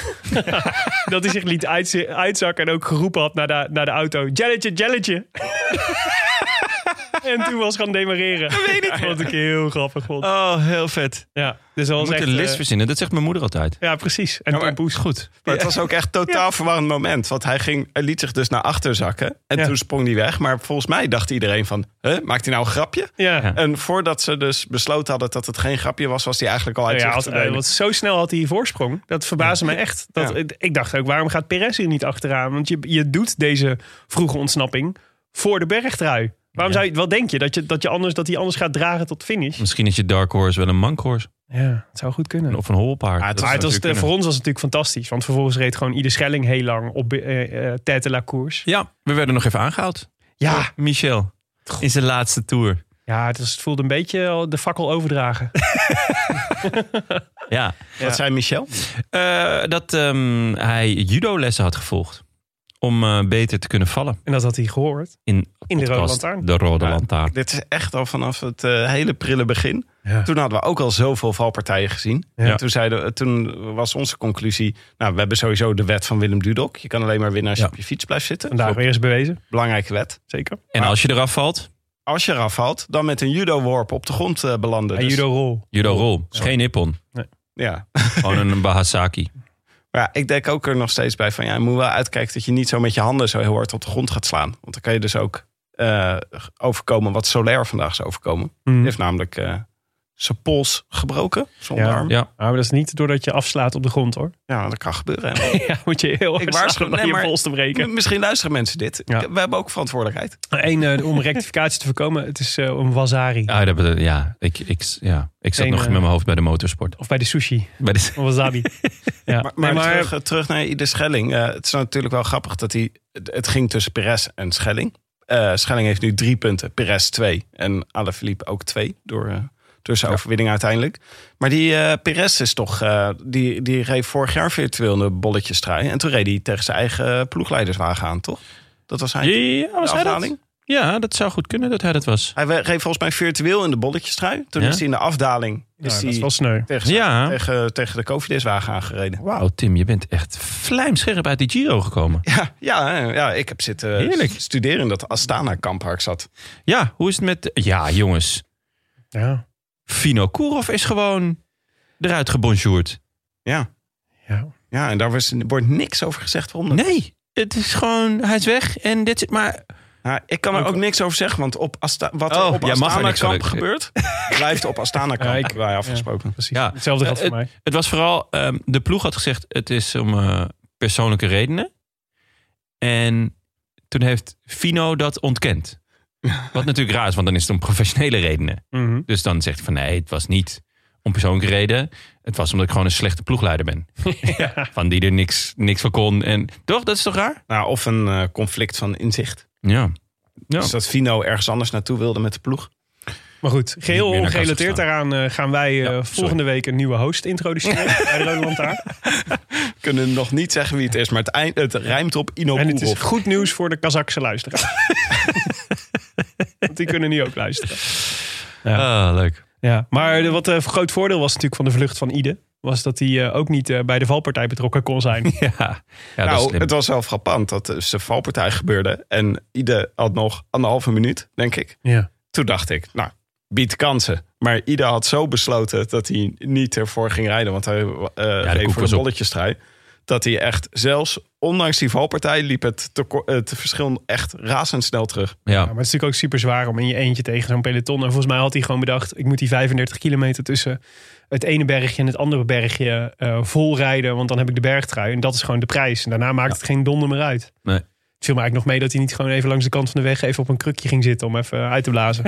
[SPEAKER 2] dat hij zich liet uitzi- uitzakken en ook geroepen had naar de, naar de auto: Jelletje, Jelletje. En toen was gaan demareren. Dat weet ik. Wat ik heel grappig vond.
[SPEAKER 1] Oh, heel vet.
[SPEAKER 2] Ja, dus dat
[SPEAKER 1] We
[SPEAKER 2] was echt...
[SPEAKER 1] moeten een list
[SPEAKER 2] eh,
[SPEAKER 1] verzinnen. Dat zegt mijn moeder altijd.
[SPEAKER 2] ja, precies. En Tom Poes. Goed.
[SPEAKER 5] Maar het was ook echt totaal verwarrend moment. Want hij, ging, hij liet zich dus naar achter zakken. En
[SPEAKER 2] Ja.
[SPEAKER 5] toen sprong hij weg. Maar volgens mij dacht iedereen van... Huh, maakt hij nou een grapje?
[SPEAKER 2] Ja. Eh,
[SPEAKER 1] Ja.
[SPEAKER 5] En voordat ze dus besloten hadden dat het geen grapje was... was hij eigenlijk al uit
[SPEAKER 2] Nou ja,
[SPEAKER 5] zich
[SPEAKER 2] had,
[SPEAKER 5] te
[SPEAKER 2] eh,
[SPEAKER 5] delen.
[SPEAKER 2] want zo snel had hij die voorsprong. Dat verbaasde me echt. Dat,
[SPEAKER 5] Ja.
[SPEAKER 2] Ik dacht ook, waarom gaat Perez hier niet achteraan? Want je, je doet deze vroege ontsnapping voor de bergtrui. Waarom zou je, wat denk je? Dat je, dat je anders, dat hij anders gaat dragen tot finish?
[SPEAKER 1] Misschien is je Dark Horse wel een Mank Horse.
[SPEAKER 2] Ja, het zou goed kunnen.
[SPEAKER 1] Of een holpaard.
[SPEAKER 5] Maar het
[SPEAKER 1] Dat zou
[SPEAKER 2] Maar het was,
[SPEAKER 1] natuurlijk
[SPEAKER 2] eh, voor
[SPEAKER 1] kunnen.
[SPEAKER 2] ons was het natuurlijk fantastisch. Want vervolgens reed gewoon ieder Schelling heel lang op eh eh tête de la course.
[SPEAKER 1] Ja, we werden nog even aangehaald. Ah.
[SPEAKER 2] Ja,
[SPEAKER 1] Michel. In zijn laatste tour.
[SPEAKER 2] ja het, was, het voelde een beetje al de fakkel overdragen.
[SPEAKER 1] Ja.
[SPEAKER 5] Wat zei Michel?
[SPEAKER 1] Eh, dat ehm, hij judo-lessen had gevolgd. Om eh, beter te kunnen vallen.
[SPEAKER 2] En dat had hij gehoord.
[SPEAKER 1] In,
[SPEAKER 2] In de Rode
[SPEAKER 1] podcast
[SPEAKER 2] Lantaarn.
[SPEAKER 1] De Rode
[SPEAKER 5] Ja.
[SPEAKER 1] Lantaarn.
[SPEAKER 5] Dit is echt al vanaf het eh, hele prille begin.
[SPEAKER 2] Ja.
[SPEAKER 5] Toen hadden we ook al zoveel valpartijen gezien. En Toen, zeiden, toen was onze conclusie... Nou, we hebben sowieso de wet van Willem Dudok. Je kan alleen maar winnen als
[SPEAKER 1] Ja.
[SPEAKER 5] je op je fiets blijft zitten.
[SPEAKER 2] Vandaag
[SPEAKER 5] Dat is
[SPEAKER 2] weer eens bewezen.
[SPEAKER 5] een belangrijke wet.
[SPEAKER 2] Zeker.
[SPEAKER 1] En als je eraf valt,
[SPEAKER 5] Als je eraf valt, dan met een judo-worp op de grond eh, belanden.
[SPEAKER 2] En
[SPEAKER 5] Dus-
[SPEAKER 2] judo rol.
[SPEAKER 1] judo-rol. Is Geen nippon.
[SPEAKER 5] Ja.
[SPEAKER 1] Gewoon een Bahasaki.
[SPEAKER 5] Maar ja, ik denk ook er nog steeds bij van... Ja, je moet wel uitkijken dat je niet zo met je handen zo heel hard op de grond gaat slaan. Want dan kan je dus ook eh, overkomen wat Solaire vandaag is overkomen.
[SPEAKER 2] Mhm.
[SPEAKER 5] Die heeft namelijk eh, zijn pols gebroken, zijn
[SPEAKER 2] Ja.
[SPEAKER 5] onderarm.
[SPEAKER 1] Ja.
[SPEAKER 5] Ja.
[SPEAKER 2] Ah, maar dat is niet doordat je afslaat op de grond hoor.
[SPEAKER 5] dat kan gebeuren. hè.
[SPEAKER 2] Ja, moet je heel
[SPEAKER 5] Ik
[SPEAKER 2] erg
[SPEAKER 5] waarschuw-
[SPEAKER 2] zagen om
[SPEAKER 5] nee,
[SPEAKER 2] je
[SPEAKER 5] maar-
[SPEAKER 2] pols te breken.
[SPEAKER 5] M- Misschien luisteren mensen dit.
[SPEAKER 2] Ja.
[SPEAKER 5] Ik- We hebben ook verantwoordelijkheid.
[SPEAKER 2] Eén, eh, om rectificatie te voorkomen, het is eh, een wazari.
[SPEAKER 1] Ah, dat bedo- ja, ik, ik, ja, ik zat
[SPEAKER 2] Geen,
[SPEAKER 1] nog
[SPEAKER 2] eh,
[SPEAKER 1] met mijn hoofd bij de motorsport.
[SPEAKER 2] Of bij de sushi.
[SPEAKER 1] Bij de,
[SPEAKER 2] Een wasabi. ja.
[SPEAKER 5] Maar,
[SPEAKER 2] Nee,
[SPEAKER 5] maar Terug, eh, terug naar Ieder Schelling. Eh, het is natuurlijk wel grappig dat hij... Het het ging tussen Perez en Schelling. Eh, Schelling heeft nu drie punten. Perez twee. En Alaphilippe ook twee. Door, eh, door zijn overwinning uiteindelijk. Maar die eh, Perez is toch... eh, die, die reed vorig jaar virtueel in de bolletjes En toen reed hij tegen zijn eigen ploegleiderswagen aan, toch? Dat was hij.
[SPEAKER 1] ja, was
[SPEAKER 5] de
[SPEAKER 1] hij dat?
[SPEAKER 5] afdaling?
[SPEAKER 1] Ja, dat zou goed kunnen dat hij dat was.
[SPEAKER 5] Hij we- reed volgens mij virtueel in de bolletjes Toen
[SPEAKER 1] Ja?
[SPEAKER 5] is hij in de afdaling...
[SPEAKER 2] Ja,
[SPEAKER 5] Is
[SPEAKER 2] dat
[SPEAKER 5] hij
[SPEAKER 2] is wel sneu.
[SPEAKER 5] tegen, zijn-
[SPEAKER 1] Ja.
[SPEAKER 5] tegen, tegen de Cofidis-wagen aangereden.
[SPEAKER 1] Wauw, Tim, je bent echt vlijmscherp uit die Giro gekomen.
[SPEAKER 5] Ja, ja, hè, ja, ik heb zitten
[SPEAKER 1] Heerlijk.
[SPEAKER 5] st- studeren in dat Astana-kamp waar ik zat.
[SPEAKER 1] Ja, hoe is het met... Ja, jongens.
[SPEAKER 2] Ja.
[SPEAKER 1] Fino Kurov is gewoon eruit gebonjourd.
[SPEAKER 5] Ja,
[SPEAKER 2] ja.
[SPEAKER 5] ja en daar was, wordt niks over gezegd. Waarom dat-
[SPEAKER 1] Nee, het is gewoon... Hij is weg en dit is... Maar
[SPEAKER 5] Nou, ik kan er ook niks over zeggen, want op Asta, wat er
[SPEAKER 1] Oh,
[SPEAKER 5] op
[SPEAKER 1] jij mag er niks
[SPEAKER 5] Astana-kamp
[SPEAKER 1] over-
[SPEAKER 5] gebeurt, blijft op Astana-kamp.
[SPEAKER 2] Ja,
[SPEAKER 5] Ja,
[SPEAKER 2] ik-
[SPEAKER 5] wij afgesproken.
[SPEAKER 2] Precies.
[SPEAKER 1] Ja.
[SPEAKER 2] Hetzelfde geldt voor
[SPEAKER 1] Eh,
[SPEAKER 2] mij.
[SPEAKER 1] het was vooral... ehm, de ploeg had gezegd, het is om eh, persoonlijke redenen. En toen heeft Fino dat ontkend. Wat natuurlijk raar is, want dan is het om professionele redenen.
[SPEAKER 2] Mhm.
[SPEAKER 1] Dus dan zegt hij van nee, het was niet om persoonlijke reden. Het was omdat ik gewoon een slechte ploegleider ben. Ja, Van die er niks, niks van kon. En toch, dat is toch raar?
[SPEAKER 5] Nou, of een eh, conflict van inzicht.
[SPEAKER 1] Ja. Ja.
[SPEAKER 5] Dus dat Vino ergens anders naartoe wilde met de ploeg.
[SPEAKER 2] Maar goed, geheel
[SPEAKER 1] Niet meer naar kast
[SPEAKER 2] ongerelateerd
[SPEAKER 1] gestaan.
[SPEAKER 2] daaraan eh, gaan wij eh, volgende week een nieuwe host introduceren bij de Rode Lantaarn.
[SPEAKER 5] We kunnen nog niet zeggen wie het is, maar het, eind, het rijmt op Ino
[SPEAKER 2] En het is
[SPEAKER 5] Koerhoff.
[SPEAKER 2] goed nieuws voor de Kazakse luisteraars. Want die kunnen nu ook luisteren.
[SPEAKER 1] Ah, leuk.
[SPEAKER 2] Ja. Maar de- wat een groot voordeel was natuurlijk van de vlucht van Ide... was dat hij eh, ook niet eh, bij de valpartij betrokken kon zijn.
[SPEAKER 1] Ja, ja dat is
[SPEAKER 5] nou,
[SPEAKER 1] slim.
[SPEAKER 5] het was wel frappant dat de zijn valpartij gebeurde. En ieder had nog anderhalve minuut, denk ik.
[SPEAKER 2] Ja.
[SPEAKER 5] toen dacht ik, nou, biedt kansen. Maar Ida had zo besloten dat hij niet ervoor ging rijden. Want hij eh reed
[SPEAKER 1] koek
[SPEAKER 5] voor
[SPEAKER 1] was
[SPEAKER 5] de
[SPEAKER 1] op.
[SPEAKER 5] bolletjestrui. Dat hij echt, zelfs ondanks die valpartij, liep het, teko- het verschil echt razendsnel terug.
[SPEAKER 2] Ja,
[SPEAKER 1] Ja.
[SPEAKER 2] maar het is natuurlijk ook super zwaar om in je eentje tegen zo'n peloton. En volgens mij had hij gewoon bedacht: ik moet die 35 kilometer tussen het ene bergje en het andere bergje eh vol rijden. Want dan heb ik de bergtrui. En dat is gewoon de prijs. En daarna maakt het geen donder meer uit.
[SPEAKER 1] Nee.
[SPEAKER 2] Het viel me eigenlijk nog mee dat hij niet gewoon even langs de kant van de weg even op een krukje ging zitten om even uit te blazen.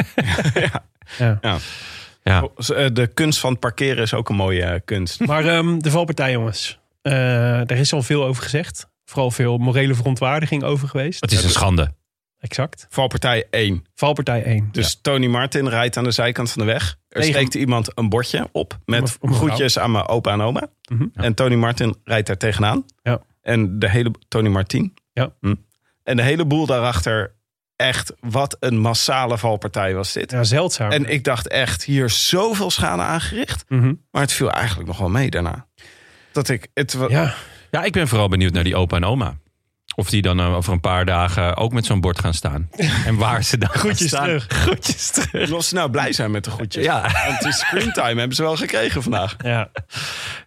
[SPEAKER 1] Ja.
[SPEAKER 5] Z- eh, De kunst van parkeren is ook een mooie eh, kunst.
[SPEAKER 2] Maar ehm, de valpartij, jongens. Eh, daar is al veel over gezegd. Vooral veel morele verontwaardiging over geweest.
[SPEAKER 1] Het is een schande.
[SPEAKER 2] Exact.
[SPEAKER 5] Valpartij 1.
[SPEAKER 2] Valpartij 1.
[SPEAKER 5] Dus Tony Martin rijdt aan de zijkant van de weg. Er
[SPEAKER 2] Tegen-
[SPEAKER 5] steekt iemand een bordje op
[SPEAKER 2] Om een-
[SPEAKER 5] met
[SPEAKER 2] om een
[SPEAKER 5] groetjes aan mijn opa en oma.
[SPEAKER 2] Mhm.
[SPEAKER 5] En Tony Martin rijdt daar tegenaan.
[SPEAKER 2] Ja.
[SPEAKER 5] En de hele Tony Martin.
[SPEAKER 2] Ja.
[SPEAKER 5] Hm. En de hele boel daarachter. Echt, wat een massale valpartij was dit.
[SPEAKER 2] Ja, zeldzaam.
[SPEAKER 5] En ik dacht echt, hier zoveel schade aangericht.
[SPEAKER 2] Mhm.
[SPEAKER 5] Maar het viel eigenlijk nog wel mee daarna. Dat ik, het, wa-
[SPEAKER 2] Ja.
[SPEAKER 1] Ja, ik ben vooral benieuwd naar die opa en oma. Of die dan eh, over een paar dagen ook met zo'n bord gaan staan. En waar ze dan
[SPEAKER 2] Groetjes
[SPEAKER 1] gaan staan.
[SPEAKER 2] terug.
[SPEAKER 1] Groetjes terug.
[SPEAKER 5] Of ze nou blij zijn met de goedjes.
[SPEAKER 1] Ja.
[SPEAKER 5] Want die screentime hebben ze wel gekregen vandaag.
[SPEAKER 2] Ja.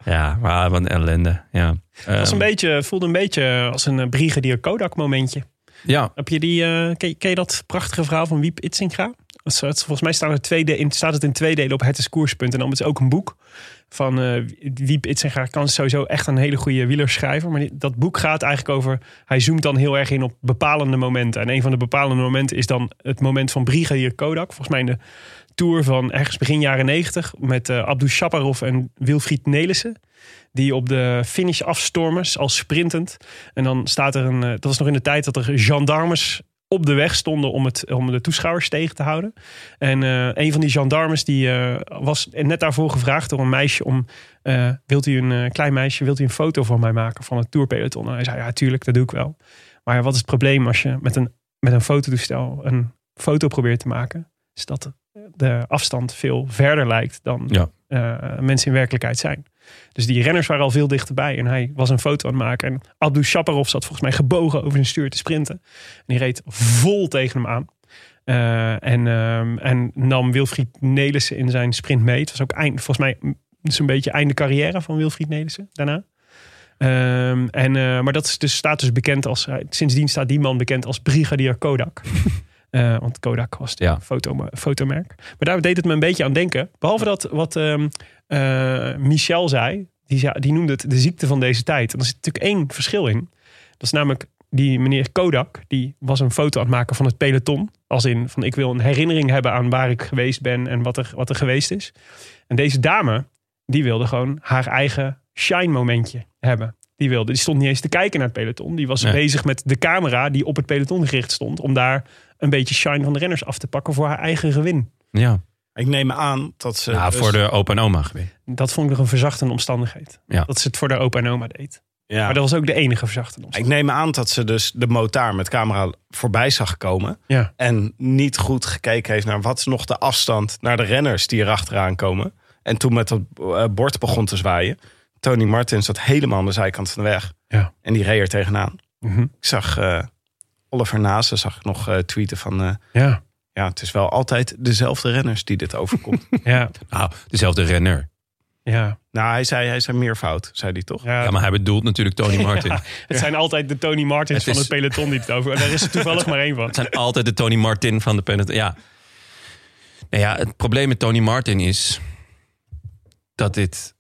[SPEAKER 1] Ja, maar wat een ellende. Ja.
[SPEAKER 2] Dat is een
[SPEAKER 1] Ehm,
[SPEAKER 2] beetje, voelde een beetje als een eh, Brigadier Kodak momentje.
[SPEAKER 1] ja.
[SPEAKER 2] Heb je die, eh, ken, je- ken je dat prachtige verhaal van Wiep Itzinga? Dat is- dat is- Volgens mij staat, er twee de, in, staat het in twee delen op hetdiscours.nl. Het is ook een boek van eh, Wiep Itzinga. Kan sowieso echt een hele goede wielerschrijver. Maar die- dat boek gaat eigenlijk over... Hij zoomt dan heel erg in op bepalende momenten. En een van de bepalende momenten is dan het moment van Brigadier Kodak. Volgens mij in de tour van ergens begin jaren negentig. Met eh Abdou Shaparov en Wilfried Nelissen. Die op de finish afstormen als sprintend. En dan staat er een. eh, Dat was nog in de tijd dat er gendarmes op de weg stonden om, het, om de toeschouwers tegen te houden. En eh, een van die gendarmes die eh, was net daarvoor gevraagd door een meisje om... eh, wilt u een eh, klein meisje, wilt u een foto van mij maken van het tourpeloton? En hij zei, ja tuurlijk, dat doe ik wel. Maar ja, wat is het probleem als je met een, met een fototoestel een foto probeert te maken? Is dat de afstand veel verder lijkt dan
[SPEAKER 1] Ja.
[SPEAKER 2] eh, mensen in werkelijkheid zijn. Dus die renners waren al veel dichterbij. En hij was een foto aan het maken. En Abdou Shaparov zat volgens mij gebogen over zijn stuur te sprinten. En die reed vol tegen hem aan. Eh, en, ehm, en nam Wilfried Nelissen in zijn sprint mee. Het was ook eind, volgens mij mm, zo'n beetje einde carrière van Wilfried Nelissen daarna. Ehm, en, eh, maar dat is dus, staat dus bekend als... hij- sindsdien staat die man bekend als brigadier Kodak. Eh, want Kodak was de
[SPEAKER 1] Ja.
[SPEAKER 2] foto, fotomerk. Maar daar deed het me een beetje aan denken. Behalve dat wat ehm, eh, Michel zei. Die, zei- die noemde het de ziekte van deze tijd. En er zit natuurlijk één verschil in. Dat is namelijk die meneer Kodak, die was een foto aan het maken van het peloton. Als in van ik wil een herinnering hebben aan waar ik geweest ben en wat er, wat er geweest is. En deze dame, die wilde gewoon haar eigen shine momentje hebben. Die, wilde, die stond niet eens te kijken naar het peloton. Die was
[SPEAKER 1] Nee.
[SPEAKER 2] bezig met de camera die op het peloton gericht stond. Om daar een beetje shine van de renners af te pakken voor haar eigen gewin.
[SPEAKER 1] ja.
[SPEAKER 5] Ik neem aan dat ze...
[SPEAKER 1] ja,
[SPEAKER 5] dus-
[SPEAKER 1] voor de opa en oma geweest.
[SPEAKER 2] Dat vond ik nog een verzachtende omstandigheid.
[SPEAKER 1] Ja.
[SPEAKER 2] Dat ze het voor haar opa en oma deed.
[SPEAKER 5] Ja.
[SPEAKER 2] Maar dat was ook de enige verzachtende
[SPEAKER 5] Ik
[SPEAKER 2] omstandigheid.
[SPEAKER 5] neem aan dat ze dus de motaar met camera voorbij zag komen.
[SPEAKER 2] Ja.
[SPEAKER 5] En niet goed gekeken heeft naar wat is nog de afstand naar de renners die erachteraan komen. En toen met dat eh, bord begon te zwaaien. Tony Martin zat helemaal aan de zijkant van de weg.
[SPEAKER 2] Ja.
[SPEAKER 5] En die reed er tegenaan.
[SPEAKER 2] Mhm.
[SPEAKER 5] Ik zag eh, Oliver Nase zag ik nog eh, tweeten van... eh,
[SPEAKER 2] Ja.
[SPEAKER 5] ja, het is wel altijd dezelfde renners die dit overkomt.
[SPEAKER 2] Ja.
[SPEAKER 1] Nou, dezelfde renner.
[SPEAKER 2] Ja.
[SPEAKER 5] nou, hij zei, hij zei meervoud, zei hij toch?
[SPEAKER 2] Ja,
[SPEAKER 1] Ja, maar hij bedoelt natuurlijk Tony Martin.
[SPEAKER 2] Het zijn altijd de Tony
[SPEAKER 1] Het
[SPEAKER 2] Martins van
[SPEAKER 1] is-
[SPEAKER 2] het peloton die het over. Daar is er toevallig maar één van.
[SPEAKER 1] Het zijn altijd de Tony Martin van de peloton. Ja. Nou ja, het probleem met Tony Martin is dat dit.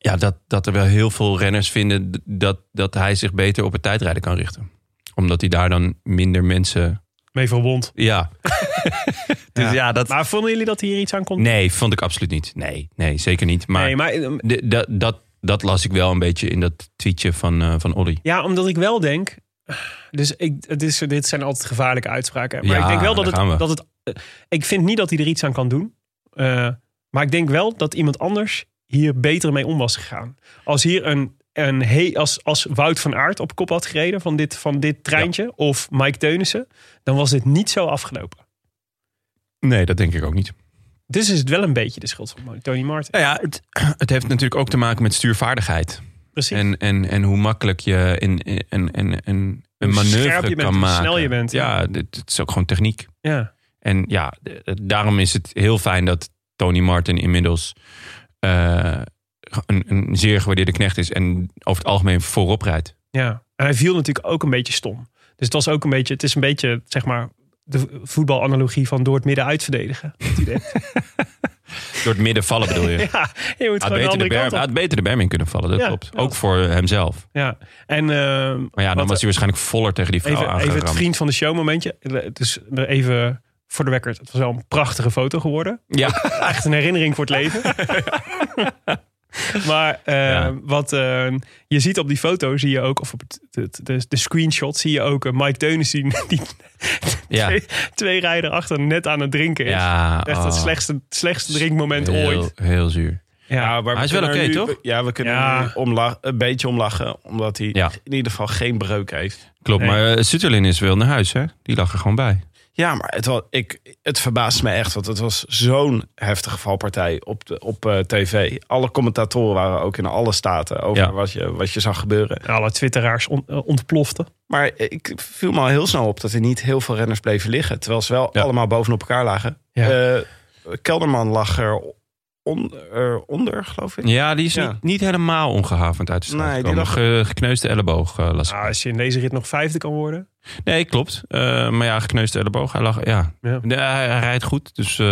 [SPEAKER 1] Ja, dat, dat er wel heel veel renners vinden d- dat, dat hij zich beter op het tijdrijden kan richten. Omdat hij daar dan minder mensen.
[SPEAKER 2] Mee verwond.
[SPEAKER 1] Ja. dus ja, dat.
[SPEAKER 2] Maar vonden jullie dat hij hier iets aan kon?
[SPEAKER 1] Nee, vond ik absoluut niet. Nee, nee zeker niet. Maar,
[SPEAKER 2] Nee, maar ehm,
[SPEAKER 1] d- dat, dat, dat las ik wel een beetje in dat tweetje van, eh van Olly.
[SPEAKER 2] ja, omdat ik wel denk. Dus ik, het is, dit zijn altijd gevaarlijke uitspraken. Maar
[SPEAKER 1] Ja,
[SPEAKER 2] ik denk wel dat
[SPEAKER 1] daar gaan we.
[SPEAKER 2] het, dat het. eh, Ik vind niet dat hij er iets aan kan doen. Eh, maar ik denk wel dat iemand anders hier beter mee om was gegaan. Als hier een. een he, als, als Wout van Aert op kop had gereden van dit, van dit treintje. Of Mike Teunissen. Dan was dit niet zo afgelopen.
[SPEAKER 1] Nee, dat denk ik ook niet.
[SPEAKER 2] Dus is het wel een beetje de schuld van Tony Martin.
[SPEAKER 1] Nou ja, het, het heeft natuurlijk ook te maken met stuurvaardigheid.
[SPEAKER 2] Precies.
[SPEAKER 1] En, en, en hoe makkelijk je in, in, in, in- in een
[SPEAKER 2] scherp
[SPEAKER 1] manoeuvre
[SPEAKER 2] je bent,
[SPEAKER 1] kan
[SPEAKER 2] hoe
[SPEAKER 1] maken.
[SPEAKER 2] snel je bent, ja.
[SPEAKER 1] Ja, dit- het is ook gewoon techniek.
[SPEAKER 2] ja.
[SPEAKER 1] En ja, de- de- daarom is het heel fijn dat Tony Martin inmiddels eh, een, een zeer gewaardeerde knecht is. En over het algemeen voorop rijdt.
[SPEAKER 2] Ja, en hij viel natuurlijk ook een beetje stom. Dus het was ook een beetje, het is een beetje, zeg maar, de voetbalanalogie van door het midden uit verdedigen. Dat idee.
[SPEAKER 1] Door het midden vallen bedoel je.
[SPEAKER 2] ja, je moet
[SPEAKER 1] Had
[SPEAKER 2] gewoon de
[SPEAKER 1] beter de,
[SPEAKER 2] andere
[SPEAKER 1] berm,
[SPEAKER 2] kant op.
[SPEAKER 1] had beter de berm in kunnen vallen, dat
[SPEAKER 2] Ja,
[SPEAKER 1] klopt.
[SPEAKER 2] ja.
[SPEAKER 1] Ook voor hemzelf.
[SPEAKER 2] Ja, en ehm,
[SPEAKER 1] Maar ja, dan
[SPEAKER 2] Wat,
[SPEAKER 1] was hij waarschijnlijk voller tegen die vrouw
[SPEAKER 2] even, even het
[SPEAKER 1] aangeramd.
[SPEAKER 2] vriend van de show momentje. Dus even voor de record, het was wel een prachtige foto geworden.
[SPEAKER 1] ja,
[SPEAKER 2] Echt een herinnering voor het leven. Maar eh,
[SPEAKER 1] Ja.
[SPEAKER 2] wat eh, je ziet op die foto, zie je ook, of op het- het- de, de screenshot, zie je ook eh, Mike Teunis die, die
[SPEAKER 1] ja.
[SPEAKER 2] twee, twee rijen erachter net aan het drinken is.
[SPEAKER 1] ja
[SPEAKER 2] Echt het
[SPEAKER 1] oh,
[SPEAKER 2] slechtste, slechtste drinkmoment
[SPEAKER 1] heel,
[SPEAKER 2] ooit.
[SPEAKER 1] Heel zuur.
[SPEAKER 2] Ja,
[SPEAKER 5] maar
[SPEAKER 1] Hij is wel
[SPEAKER 5] kunnen
[SPEAKER 1] oké,
[SPEAKER 5] er nu-
[SPEAKER 1] toch?
[SPEAKER 5] Ja, we kunnen
[SPEAKER 2] Ja.
[SPEAKER 5] er nu omla- een beetje omlachen. Omdat hij
[SPEAKER 1] Ja.
[SPEAKER 5] in ieder geval geen breuk heeft.
[SPEAKER 1] Klopt,
[SPEAKER 2] Nee.
[SPEAKER 1] maar eh, Sutterlin is wel naar huis, hè? Die lag er gewoon bij.
[SPEAKER 5] Ja, maar het, wa- ik, het verbaast me echt, want het was zo'n heftige valpartij op, de, op eh, tv. Alle commentatoren waren ook in alle staten over
[SPEAKER 1] Ja.
[SPEAKER 5] wat, je, wat je zag gebeuren.
[SPEAKER 2] Alle twitteraars on- eh, ontploften.
[SPEAKER 5] Maar ik viel me al heel snel op dat er niet heel veel renners bleven liggen. Terwijl ze wel
[SPEAKER 1] Ja.
[SPEAKER 5] allemaal bovenop elkaar lagen.
[SPEAKER 2] Ja.
[SPEAKER 5] Eh, Kelderman lag er on- eronder, geloof ik.
[SPEAKER 1] Ja, die is
[SPEAKER 5] Ja.
[SPEAKER 1] Niet, niet helemaal ongehavend uit de stad
[SPEAKER 5] Nee, die
[SPEAKER 1] gekomen.
[SPEAKER 5] lag- Ah.
[SPEAKER 1] Ge- gekneusde elleboog eh, las ik.
[SPEAKER 2] Nou, als je in deze rit nog vijfde kan worden.
[SPEAKER 1] Nee, klopt. Eh, maar ja, gekneusde elleboog. Hij, lag, ja.
[SPEAKER 2] Ja.
[SPEAKER 1] Nee, hij, hij rijdt goed, dus eh,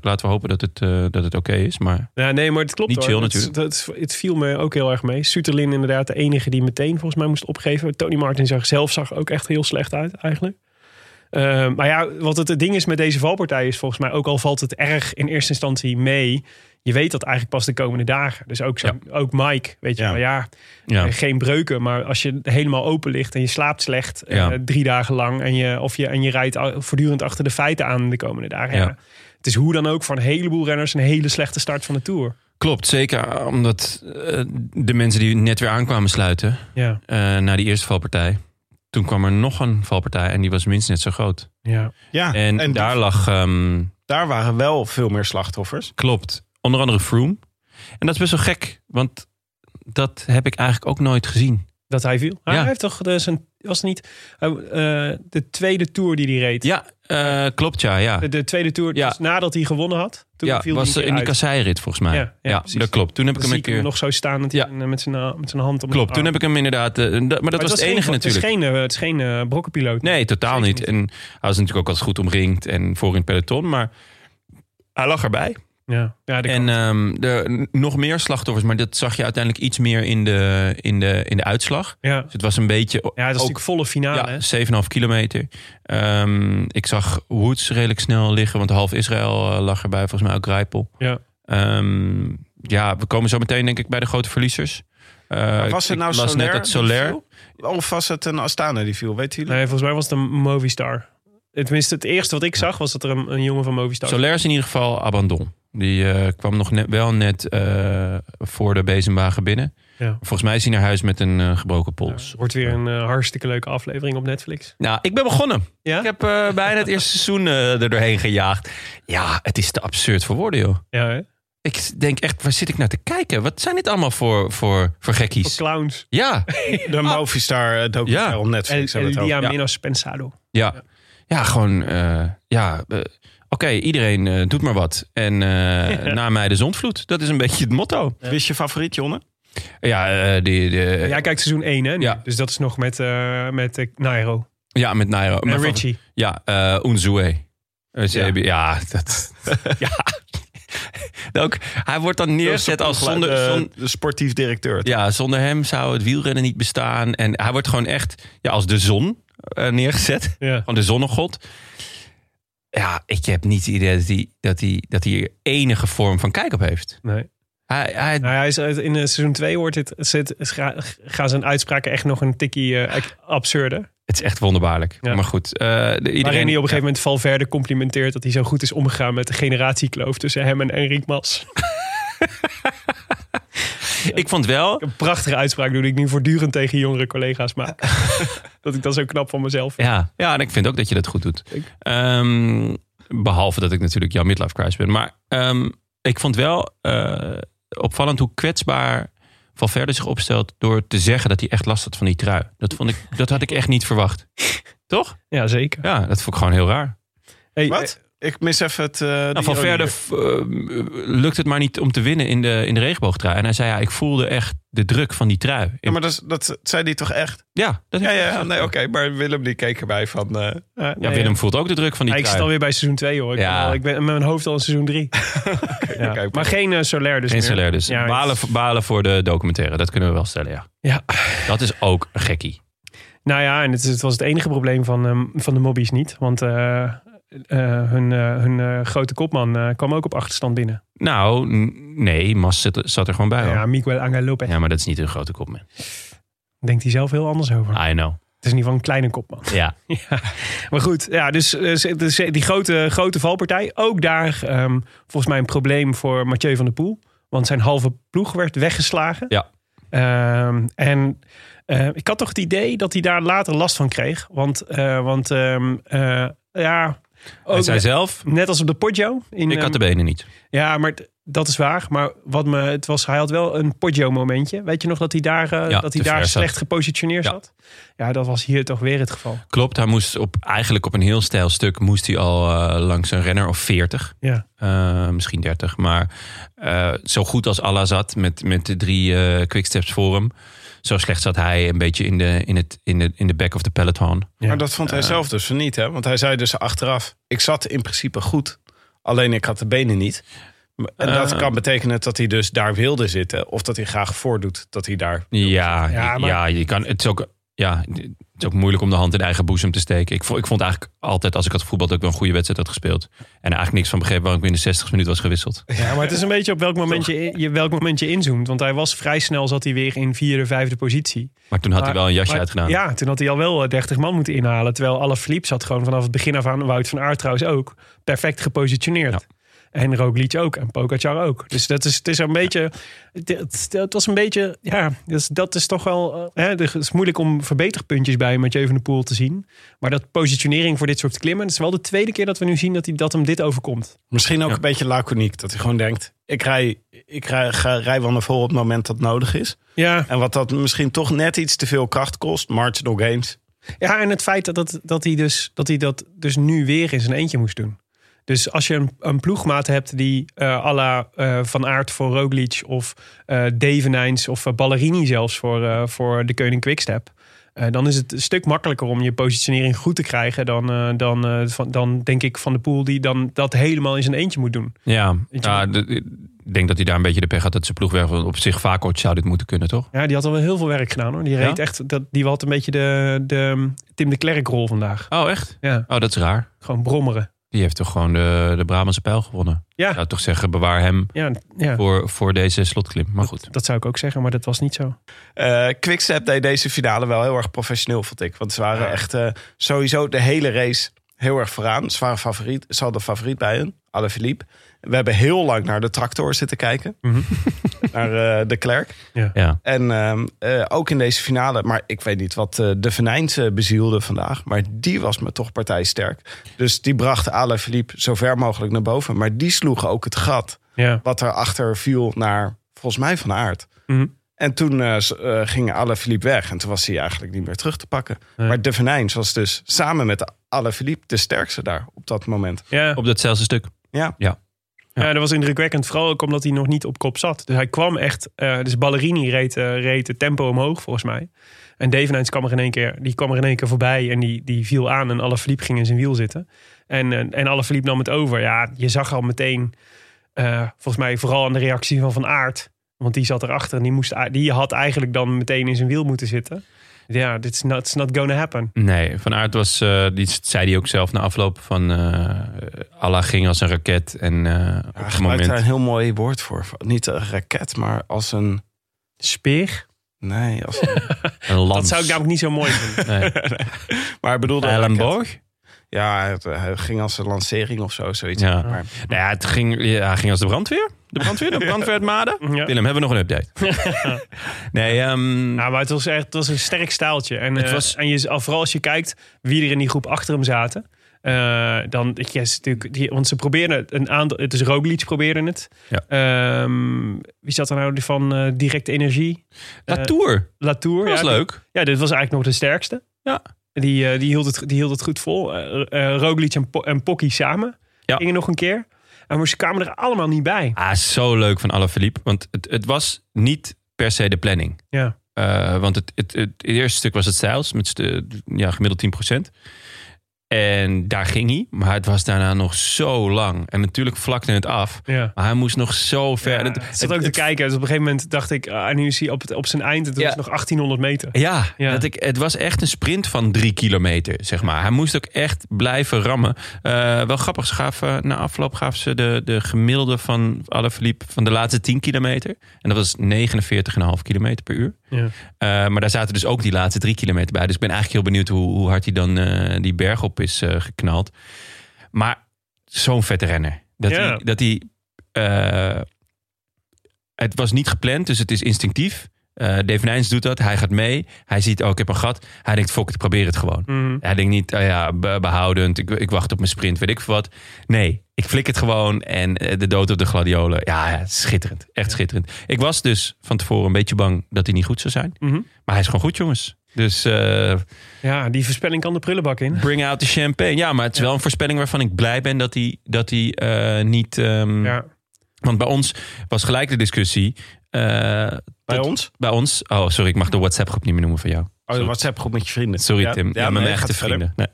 [SPEAKER 1] laten we hopen dat het, eh, dat het oké is. Maar
[SPEAKER 2] Ja, nee, maar het klopt
[SPEAKER 1] Niet
[SPEAKER 2] hoor.
[SPEAKER 1] chill
[SPEAKER 2] Het-
[SPEAKER 1] natuurlijk.
[SPEAKER 2] Het, het, viel me ook heel erg mee. Suterlin inderdaad de enige die meteen volgens mij moest opgeven. Tony Martin zag, zelf zag ook echt heel slecht uit eigenlijk. Eh, maar ja, wat het ding is met deze valpartij is volgens mij... ook al valt het erg in eerste instantie mee... je weet dat eigenlijk pas de komende dagen. Dus ook, zo, ook Mike, weet je
[SPEAKER 5] Ja.
[SPEAKER 2] wel. Ja,
[SPEAKER 1] ja.
[SPEAKER 2] Eh, Geen breuken, maar als je helemaal open ligt en je slaapt slecht eh,
[SPEAKER 1] Ja.
[SPEAKER 2] drie dagen lang en je, of je, en je rijdt a- voortdurend achter de feiten aan de komende dagen. Ja.
[SPEAKER 1] Ja.
[SPEAKER 2] Het is hoe dan ook voor een heleboel renners een hele slechte start van de Tour.
[SPEAKER 1] klopt. Zeker omdat eh, de mensen die net weer aankwamen sluiten
[SPEAKER 2] Ja,
[SPEAKER 1] eh, na die eerste valpartij. Toen kwam er nog een valpartij en die was minstens net zo groot.
[SPEAKER 2] ja.
[SPEAKER 5] Ja,
[SPEAKER 1] En, daar lag, ehm,
[SPEAKER 5] daar waren wel veel meer slachtoffers.
[SPEAKER 1] klopt, onder andere Froome. En dat is best wel gek, want dat heb ik eigenlijk ook nooit gezien.
[SPEAKER 2] dat hij viel. Maar
[SPEAKER 1] Ja.
[SPEAKER 2] Hij heeft toch eh, zijn, was het niet eh, eh, de tweede Tour die hij reed.
[SPEAKER 1] Ja, eh, klopt ja. ja.
[SPEAKER 2] De, de tweede Tour,
[SPEAKER 1] Ja.
[SPEAKER 2] dus nadat hij gewonnen had, toen
[SPEAKER 1] ja,
[SPEAKER 2] viel
[SPEAKER 1] was
[SPEAKER 2] hij
[SPEAKER 1] er in die
[SPEAKER 2] kassette.
[SPEAKER 1] kasseirit volgens mij.
[SPEAKER 2] Ja,
[SPEAKER 1] Ja,
[SPEAKER 2] ja, precies.
[SPEAKER 1] dat klopt. Toen heb ik
[SPEAKER 2] Dan
[SPEAKER 1] hem een
[SPEAKER 2] zie ik hem
[SPEAKER 1] keer.
[SPEAKER 2] nog zo staan met,
[SPEAKER 1] Ja.
[SPEAKER 2] met, zijn, eh, met zijn hand op
[SPEAKER 1] Klopt, toen heb ik hem inderdaad. eh, dat- maar dat was het enige natuurlijk.
[SPEAKER 2] Het is geen, eh, het is geen eh, brokkenpiloot.
[SPEAKER 1] Nee, totaal
[SPEAKER 2] Zeker
[SPEAKER 1] niet. En hij was natuurlijk ook altijd goed omringd en voor in het peloton, maar hij lag erbij.
[SPEAKER 2] Ja, ja de
[SPEAKER 1] En ehm, er n- nog meer slachtoffers, maar dat zag je uiteindelijk iets meer in de, in de, in de uitslag.
[SPEAKER 2] ja.
[SPEAKER 1] Dus het was een beetje.
[SPEAKER 2] Ja, dat is
[SPEAKER 1] ook,
[SPEAKER 2] natuurlijk volle finale. hè?
[SPEAKER 1] ja, 7,5 kilometer. Ehm, ik zag Woods redelijk snel liggen, want half Israël eh, lag erbij, volgens mij ook Rijpel.
[SPEAKER 2] Ja.
[SPEAKER 1] Ehm, ja, we komen zo meteen denk ik bij de grote verliezers. Eh,
[SPEAKER 5] was het
[SPEAKER 1] ik-
[SPEAKER 5] nou
[SPEAKER 1] ik las
[SPEAKER 5] Soler
[SPEAKER 1] net dat
[SPEAKER 5] die
[SPEAKER 1] Soler...
[SPEAKER 5] viel? Of was het een Astana die viel, weet jullie?
[SPEAKER 2] Nee, volgens mij was het een Movistar. Tenminste, het eerste wat ik zag was dat er een, een jongen van Movistar
[SPEAKER 1] Soler is in ieder geval abandon. Die eh, kwam nog net, wel net eh, voor de bezemwagen binnen.
[SPEAKER 2] Ja.
[SPEAKER 1] Volgens mij is hij naar huis met een eh, gebroken pols.
[SPEAKER 2] was. Wordt weer een eh, hartstikke leuke aflevering op Netflix.
[SPEAKER 1] Nou, ik ben begonnen.
[SPEAKER 2] Ja?
[SPEAKER 1] Ik heb eh, bijna het eerste seizoen eh, er doorheen gejaagd. Ja, het is te absurd voor woorden, joh.
[SPEAKER 2] Ja, hè?
[SPEAKER 1] Ik denk echt, waar zit ik naar te kijken? Wat zijn dit allemaal voor, voor, voor
[SPEAKER 2] Voor
[SPEAKER 1] gekkies?
[SPEAKER 2] clowns.
[SPEAKER 1] Ja,
[SPEAKER 5] De Movistar documentaire
[SPEAKER 1] Ja.
[SPEAKER 5] op
[SPEAKER 2] El,
[SPEAKER 5] Netflix
[SPEAKER 2] El
[SPEAKER 5] hebben we het
[SPEAKER 2] Dia
[SPEAKER 5] over.
[SPEAKER 1] Ja.
[SPEAKER 2] Menos Pensado.
[SPEAKER 1] ja. Ja, gewoon, eh, ja. eh, Oké, iedereen eh, doet maar wat. En eh, na mij de zondvloed. Dat is een beetje het motto.
[SPEAKER 5] Wie is je favoriet, Jonne?
[SPEAKER 1] Ja, eh, die, de, ja,
[SPEAKER 2] Jij kijkt seizoen 1, hè? nu.
[SPEAKER 1] Ja.
[SPEAKER 2] Dus dat is nog met, eh, met eh, Nairo
[SPEAKER 1] met Nairo.
[SPEAKER 2] en
[SPEAKER 1] Mijn favor-
[SPEAKER 2] Richie.
[SPEAKER 1] Ja, eh Unzue. Eh, Zebi- ja. dat... ja. Ook, hij wordt dan neergezet als zonder...
[SPEAKER 5] de,
[SPEAKER 1] zon-
[SPEAKER 5] eh,
[SPEAKER 1] eh,
[SPEAKER 5] de sportief directeur.
[SPEAKER 1] ja, zonder hem zou het wielrennen niet bestaan. En hij wordt gewoon echt ja, als de zon eh, neergezet.
[SPEAKER 2] Ja.
[SPEAKER 1] Van de zonnegod. Ja, ik heb niet het idee dat hij, dat hij, dat hij er enige vorm van kijk op heeft.
[SPEAKER 2] Nee.
[SPEAKER 1] Hij, hij,
[SPEAKER 2] Nou, hij is, uit- in eh, seizoen 2 wordt dit, zit, is ga- gaan zijn uitspraken echt nog een tikkie eh, ac- absurder.
[SPEAKER 1] Het is echt wonderbaarlijk.
[SPEAKER 2] Ja.
[SPEAKER 1] Maar goed. eh, de- iedereen,
[SPEAKER 2] Waarin hij op een
[SPEAKER 1] ja.
[SPEAKER 2] gegeven moment Valverde complimenteert dat hij zo goed is omgegaan met de generatiekloof tussen hem en Enric Mas.
[SPEAKER 1] Ik vond wel...
[SPEAKER 2] Een prachtige uitspraak doe die ik nu voortdurend tegen jongere collega's maak. dat ik dat zo knap van mezelf vind.
[SPEAKER 1] Ja, ja, en ik vind ook dat je dat goed doet.
[SPEAKER 2] Dank.
[SPEAKER 1] Ehm, behalve dat ik natuurlijk jouw midlife crisis ben. Maar ehm, ik vond wel eh, opvallend hoe kwetsbaar Valverde zich opstelt... door te zeggen dat hij echt last had van die trui. Dat, vond ik, dat had ik echt niet verwacht. Toch?
[SPEAKER 2] Ja, zeker.
[SPEAKER 1] Ja, dat vond ik gewoon heel raar.
[SPEAKER 2] Hey,
[SPEAKER 5] Wat? Ik mis even het... eh,
[SPEAKER 1] Nou,
[SPEAKER 5] die
[SPEAKER 1] Valverde
[SPEAKER 5] ironie.
[SPEAKER 1] f- eh, lukt het maar niet om te winnen in de, in de regenboogtrui. En hij zei, ja, ik voelde echt de druk van die trui.
[SPEAKER 5] Ja, maar dat, is- dat zei die toch echt?
[SPEAKER 1] Ja, dat
[SPEAKER 5] Ja,
[SPEAKER 1] heeft-
[SPEAKER 5] ja, ja, nee, oké. maar Willem die keek erbij van... eh,
[SPEAKER 2] eh, eh,
[SPEAKER 1] Ja,
[SPEAKER 2] nee,
[SPEAKER 1] Willem voelt ook de druk van die
[SPEAKER 2] ja, Ah, ik zit
[SPEAKER 1] trui.
[SPEAKER 2] alweer bij seizoen 2 hoor. Ik,
[SPEAKER 1] Ja.
[SPEAKER 2] ben al- ik ben in mijn hoofd al in seizoen 3.
[SPEAKER 5] oké,
[SPEAKER 2] Maar geen eh, Soler dus
[SPEAKER 1] Geen
[SPEAKER 2] meer.
[SPEAKER 1] salair dus.
[SPEAKER 2] Ja,
[SPEAKER 1] balen,
[SPEAKER 2] het-
[SPEAKER 1] voor- balen voor de documentaire, dat kunnen we wel stellen, ja.
[SPEAKER 2] Ja.
[SPEAKER 1] Dat is ook een gekkie.
[SPEAKER 2] Nou ja, en het, is- het was het enige probleem van, ehm, van de mobbies niet. Want eh, eh, hun, eh, hun eh, grote kopman eh, kwam ook op achterstand binnen.
[SPEAKER 1] Nou, n- nee, Mas zit- zat er gewoon bij. hoor.
[SPEAKER 2] Ja,
[SPEAKER 1] Ja,
[SPEAKER 2] Miguel Angel Lopez.
[SPEAKER 1] maar dat is niet een grote kopman.
[SPEAKER 2] Denkt hij zelf heel anders over.
[SPEAKER 1] I know.
[SPEAKER 2] Het is in ieder geval een kleine kopman.
[SPEAKER 1] Ja,
[SPEAKER 2] Ja, maar goed, ja, dus, eh, ze- dus die grote, grote valpartij. Ook daar ehm, volgens mij een probleem voor Mathieu van der Poel. Want zijn halve ploeg werd weggeslagen.
[SPEAKER 1] Ja.
[SPEAKER 2] Ehm, en eh, ik had toch het idee dat hij daar later last van kreeg. Want, eh, want ehm, eh, ja,
[SPEAKER 1] Hij
[SPEAKER 2] Ook
[SPEAKER 1] zei
[SPEAKER 2] net-
[SPEAKER 1] zelf,
[SPEAKER 2] Net als op de Poggio. In,
[SPEAKER 1] ik
[SPEAKER 2] ehm,
[SPEAKER 1] had de benen niet.
[SPEAKER 2] Ja, maar t- dat is waar. Maar wat me, het was, hij had wel een Poggio-momentje. Weet je nog dat hij daar, eh,
[SPEAKER 1] Ja,
[SPEAKER 2] dat
[SPEAKER 1] te
[SPEAKER 2] hij daar
[SPEAKER 1] ver zat.
[SPEAKER 2] slecht gepositioneerd
[SPEAKER 1] Ja.
[SPEAKER 2] zat? Ja, dat was hier toch weer het geval.
[SPEAKER 1] Klopt, hij moest op, eigenlijk op een heel stijl stuk moest hij al eh, langs een renner of 40.
[SPEAKER 2] Ja.
[SPEAKER 1] Eh, misschien 30, maar eh, zo goed als Allah zat met, met de drie eh quicksteps voor hem. Zo slecht zat hij een beetje in de, in het, in de, in de back of the peloton.
[SPEAKER 5] Maar dat vond hij zelf dus van niet, hè? Want hij zei dus achteraf: ik zat in principe goed, alleen ik had de benen niet. En dat
[SPEAKER 1] Eh.
[SPEAKER 5] kan betekenen dat hij dus daar wilde zitten, of dat hij graag voordoet dat hij daar.
[SPEAKER 1] Ja,
[SPEAKER 2] Ja,
[SPEAKER 1] ja,
[SPEAKER 2] maar-
[SPEAKER 1] je kan, het, is ook, ja het is ook moeilijk om de hand in eigen boezem te steken. Ik vond, ik vond eigenlijk altijd, als ik had voetbal, dat ik wel een goede wedstrijd had gespeeld. En er eigenlijk niks van begreep waarom ik in de 60 minuut was gewisseld.
[SPEAKER 2] Ja, maar het is een beetje op welk moment je, je, welk moment je inzoomt. Want hij was vrij snel, zat hij weer in vierde, vijfde positie.
[SPEAKER 1] Maar toen had hij
[SPEAKER 2] Maar-
[SPEAKER 1] wel een jasje
[SPEAKER 2] maar-
[SPEAKER 1] uitgedaan.
[SPEAKER 2] Ja, toen had hij al wel eh, 30 man moeten inhalen. Terwijl alle Philippe zat gewoon vanaf het begin af aan. Wout van Aert trouwens ook. Perfect gepositioneerd. En Roglic ook. En Pogacar ook. Dus dat is, het is een beetje... Het, het- het was een beetje... Ja, dus dat is toch wel... eh, Hè, het is moeilijk om verbeterpuntjes bij Mathieu van der Poel te zien. Maar dat positionering voor dit soort klimmen... Het is wel de tweede keer dat we nu zien dat, hij, dat hem dit overkomt.
[SPEAKER 5] Misschien ook een beetje laconiek, dat hij gewoon denkt: ik rij, ik rij, ga, rij wel naar voren op het moment dat nodig is.
[SPEAKER 2] Ja,
[SPEAKER 5] En wat dat misschien toch net iets te veel kracht kost, marginal gains.
[SPEAKER 2] Ja, en het feit dat, dat, dat, hij, dus, dat hij dat dus nu weer in zijn eentje moest doen. Dus als je een, een ploegmaat hebt die eh à la eh, Van Aert voor Roglic... of eh Devenijns of eh, Ballerini zelfs voor, eh, voor de Koning Quickstep... eh, dan is het een stuk makkelijker om je positionering goed te krijgen... dan, eh, dan, eh, van, dan denk ik van de pool die dan dat helemaal in zijn eentje moet doen.
[SPEAKER 1] Ja,
[SPEAKER 2] Weet je
[SPEAKER 1] ja, d- ik denk dat hij daar een beetje de pech had dat zijn ploeg weg want op zich vaak ooit zou dit moeten kunnen, toch?
[SPEAKER 2] Ja, die had al wel heel veel werk gedaan hoor. Die reed
[SPEAKER 1] Ja?
[SPEAKER 2] echt, dat, die had een beetje de, de Tim de Klerk rol vandaag.
[SPEAKER 1] Oh, echt?
[SPEAKER 2] Ja,
[SPEAKER 1] Oh, dat is raar.
[SPEAKER 2] gewoon brommeren.
[SPEAKER 1] Die heeft toch gewoon de, de Brabantse pijl gewonnen.
[SPEAKER 2] Ja.
[SPEAKER 1] Ik zou toch zeggen, bewaar hem
[SPEAKER 2] Ja, ja.
[SPEAKER 1] voor, voor deze slotklim. Maar goed.
[SPEAKER 2] Dat zou ik ook zeggen, maar dat was niet zo.
[SPEAKER 5] Eh Quickstep deed deze finale wel heel erg professioneel, vond ik. Want ze waren echt eh, sowieso de hele race heel erg vooraan. Ze waren favoriet, ze hadden favoriet bij hun, Alaphilippe. We hebben heel lang naar de tractor zitten kijken. naar eh, de Klerk.
[SPEAKER 1] Ja.
[SPEAKER 5] En ehm, eh, ook in deze finale, maar ik weet niet wat eh, de Venijns eh, bezielde vandaag. Maar die was me toch partijsterk. Dus die bracht Alaphilippe zo ver mogelijk naar boven. Maar die sloegen ook het gat
[SPEAKER 2] Ja.
[SPEAKER 5] wat erachter viel naar volgens mij van aard.
[SPEAKER 2] Mhm.
[SPEAKER 5] En toen eh, s- eh, ging Alaphilippe weg. En toen was hij eigenlijk niet meer terug te pakken.
[SPEAKER 2] Nee.
[SPEAKER 5] Maar De Venijns was dus samen met Alaphilippe de sterkste daar op dat moment.
[SPEAKER 2] Ja.
[SPEAKER 1] Op datzelfde stuk.
[SPEAKER 5] Ja,
[SPEAKER 2] ja, dat was indrukwekkend. Vooral ook omdat hij nog niet op kop zat. Dus hij kwam echt... eh, dus Ballerini reed, eh, reed het tempo omhoog, volgens mij. En Devenijns kwam er in één keer, die kwam er in één keer voorbij. En die, die viel aan en Alaphilippe ging in zijn wiel zitten. En, eh, en Alaphilippe nam het over. Ja, je zag al meteen... eh, volgens mij vooral aan de reactie van Van Aert. Want die zat erachter en die, moest, die had eigenlijk dan meteen in zijn wiel moeten zitten. Ja, dit is not, it's not gonna happen.
[SPEAKER 1] Nee, Van Aert was, eh, die zei hij ook zelf na afloop van... eh Allah ging als een raket en eh, op het
[SPEAKER 5] gebruikt
[SPEAKER 1] moment...
[SPEAKER 5] daar een heel mooi woord voor. Niet een raket, maar als een...
[SPEAKER 2] Speer?
[SPEAKER 5] Nee, als een...
[SPEAKER 1] Een lans.
[SPEAKER 2] Dat zou ik nou- namelijk niet zo mooi vinden.
[SPEAKER 1] Nee.
[SPEAKER 5] maar hij bedoelde een
[SPEAKER 1] Alan
[SPEAKER 5] raket.
[SPEAKER 1] Borg?
[SPEAKER 5] Ja, het, eh, hij ging als een lancering of zo, zoiets.
[SPEAKER 1] Ja.
[SPEAKER 5] Maar,
[SPEAKER 1] Nou ja, het ging, ja, hij ging als de brandweer. De brandweer, de brandweer uit Maden.
[SPEAKER 2] Ja.
[SPEAKER 1] Willem, hebben we nog een update? nee, ehm,
[SPEAKER 2] Nou, maar het was echt het was een sterk staaltje. En,
[SPEAKER 1] Het
[SPEAKER 2] eh,
[SPEAKER 1] was-
[SPEAKER 2] en je, al vooral als je kijkt wie er in die groep achter hem zaten. eh, dan, yes, natuurlijk, die, want ze probeerden een aantal. Het is Roglic probeerde het. Ehm, wie zat er nou die van eh directe energie?
[SPEAKER 1] Latour.
[SPEAKER 2] Latour.
[SPEAKER 1] Dat was
[SPEAKER 2] eh, ja,
[SPEAKER 1] leuk.
[SPEAKER 2] Ja, dit was eigenlijk nog de sterkste.
[SPEAKER 1] Ja.
[SPEAKER 2] Die, eh, die, hield, het, die hield het goed vol. Eh eh, Roglic en, Po- en Pocky samen
[SPEAKER 1] Ja.
[SPEAKER 2] gingen nog een keer. En maar ze kwamen er allemaal niet bij.
[SPEAKER 1] Ah, zo leuk van Alaphilippe. Want het, het was niet per se de planning.
[SPEAKER 2] Ja.
[SPEAKER 1] Eh, want het, het, het, eerste stuk was het stijls, met de, ja, gemiddeld 10%. En daar ging hij, maar het was daarna nog zo lang. En natuurlijk vlakte het af,
[SPEAKER 2] Ja.
[SPEAKER 1] maar hij moest nog zo ver. En
[SPEAKER 2] Ja,
[SPEAKER 1] het-
[SPEAKER 2] ik zat ook
[SPEAKER 1] het-
[SPEAKER 2] te kijken. Dus op een gegeven moment dacht ik, ah, nu is hij op, het- op zijn eind. Het
[SPEAKER 1] Ja.
[SPEAKER 2] was nog 1800 meter.
[SPEAKER 1] Ja,
[SPEAKER 2] Ja.
[SPEAKER 1] Dat ik, het was echt een sprint van drie kilometer, zeg maar. Hij moest ook echt blijven rammen. Eh, wel grappig, ze gaven, na afloop gaven ze de, de gemiddelde van Alaphilippe van de laatste 10 kilometer. En dat was 49,5 kilometer per uur.
[SPEAKER 2] Ja.
[SPEAKER 1] Eh, maar daar zaten dus ook die laatste drie kilometer bij. Dus ik ben eigenlijk heel benieuwd hoe, hoe hard hij dan eh, die berg op is eh, geknald. Maar zo'n vette renner. Dat
[SPEAKER 2] Ja.
[SPEAKER 1] hij... Dat hij eh, het was niet gepland, dus het is instinctief. Eh Dave Nijns doet dat. Hij gaat mee. Hij ziet, oh, ik heb een gat. Hij denkt, fuck, ik probeer het gewoon. Hij denkt niet, oh ja, be- behoudend. Ik, ik wacht op mijn sprint, weet ik veel wat. Nee, ik flik het gewoon. En eh, de dood op de gladiolen. Ja, ja, schitterend. Echt schitterend. Ik was dus van tevoren een beetje bang dat hij niet goed zou zijn.
[SPEAKER 2] Mhm.
[SPEAKER 1] Maar hij is gewoon goed, jongens. Dus eh,
[SPEAKER 2] Ja, die voorspelling kan de prullenbak in.
[SPEAKER 1] bring out the champagne. Ja, maar het is wel een voorspelling waarvan ik blij ben dat hij, dat hij eh, niet... ehm,
[SPEAKER 2] Ja.
[SPEAKER 1] Want bij ons was gelijk de discussie. eh,
[SPEAKER 5] Bij
[SPEAKER 1] tot-
[SPEAKER 5] ons?
[SPEAKER 1] Bij ons. Oh, sorry, ik mag de WhatsApp-groep niet meer noemen van jou.
[SPEAKER 5] Oh,
[SPEAKER 1] Sorry.
[SPEAKER 5] WhatsApp groep met je vrienden.
[SPEAKER 1] Sorry,
[SPEAKER 5] Ja,
[SPEAKER 1] Tim. Ja, met
[SPEAKER 5] nee,
[SPEAKER 1] mijn echte
[SPEAKER 5] gaat verder.
[SPEAKER 1] vrienden.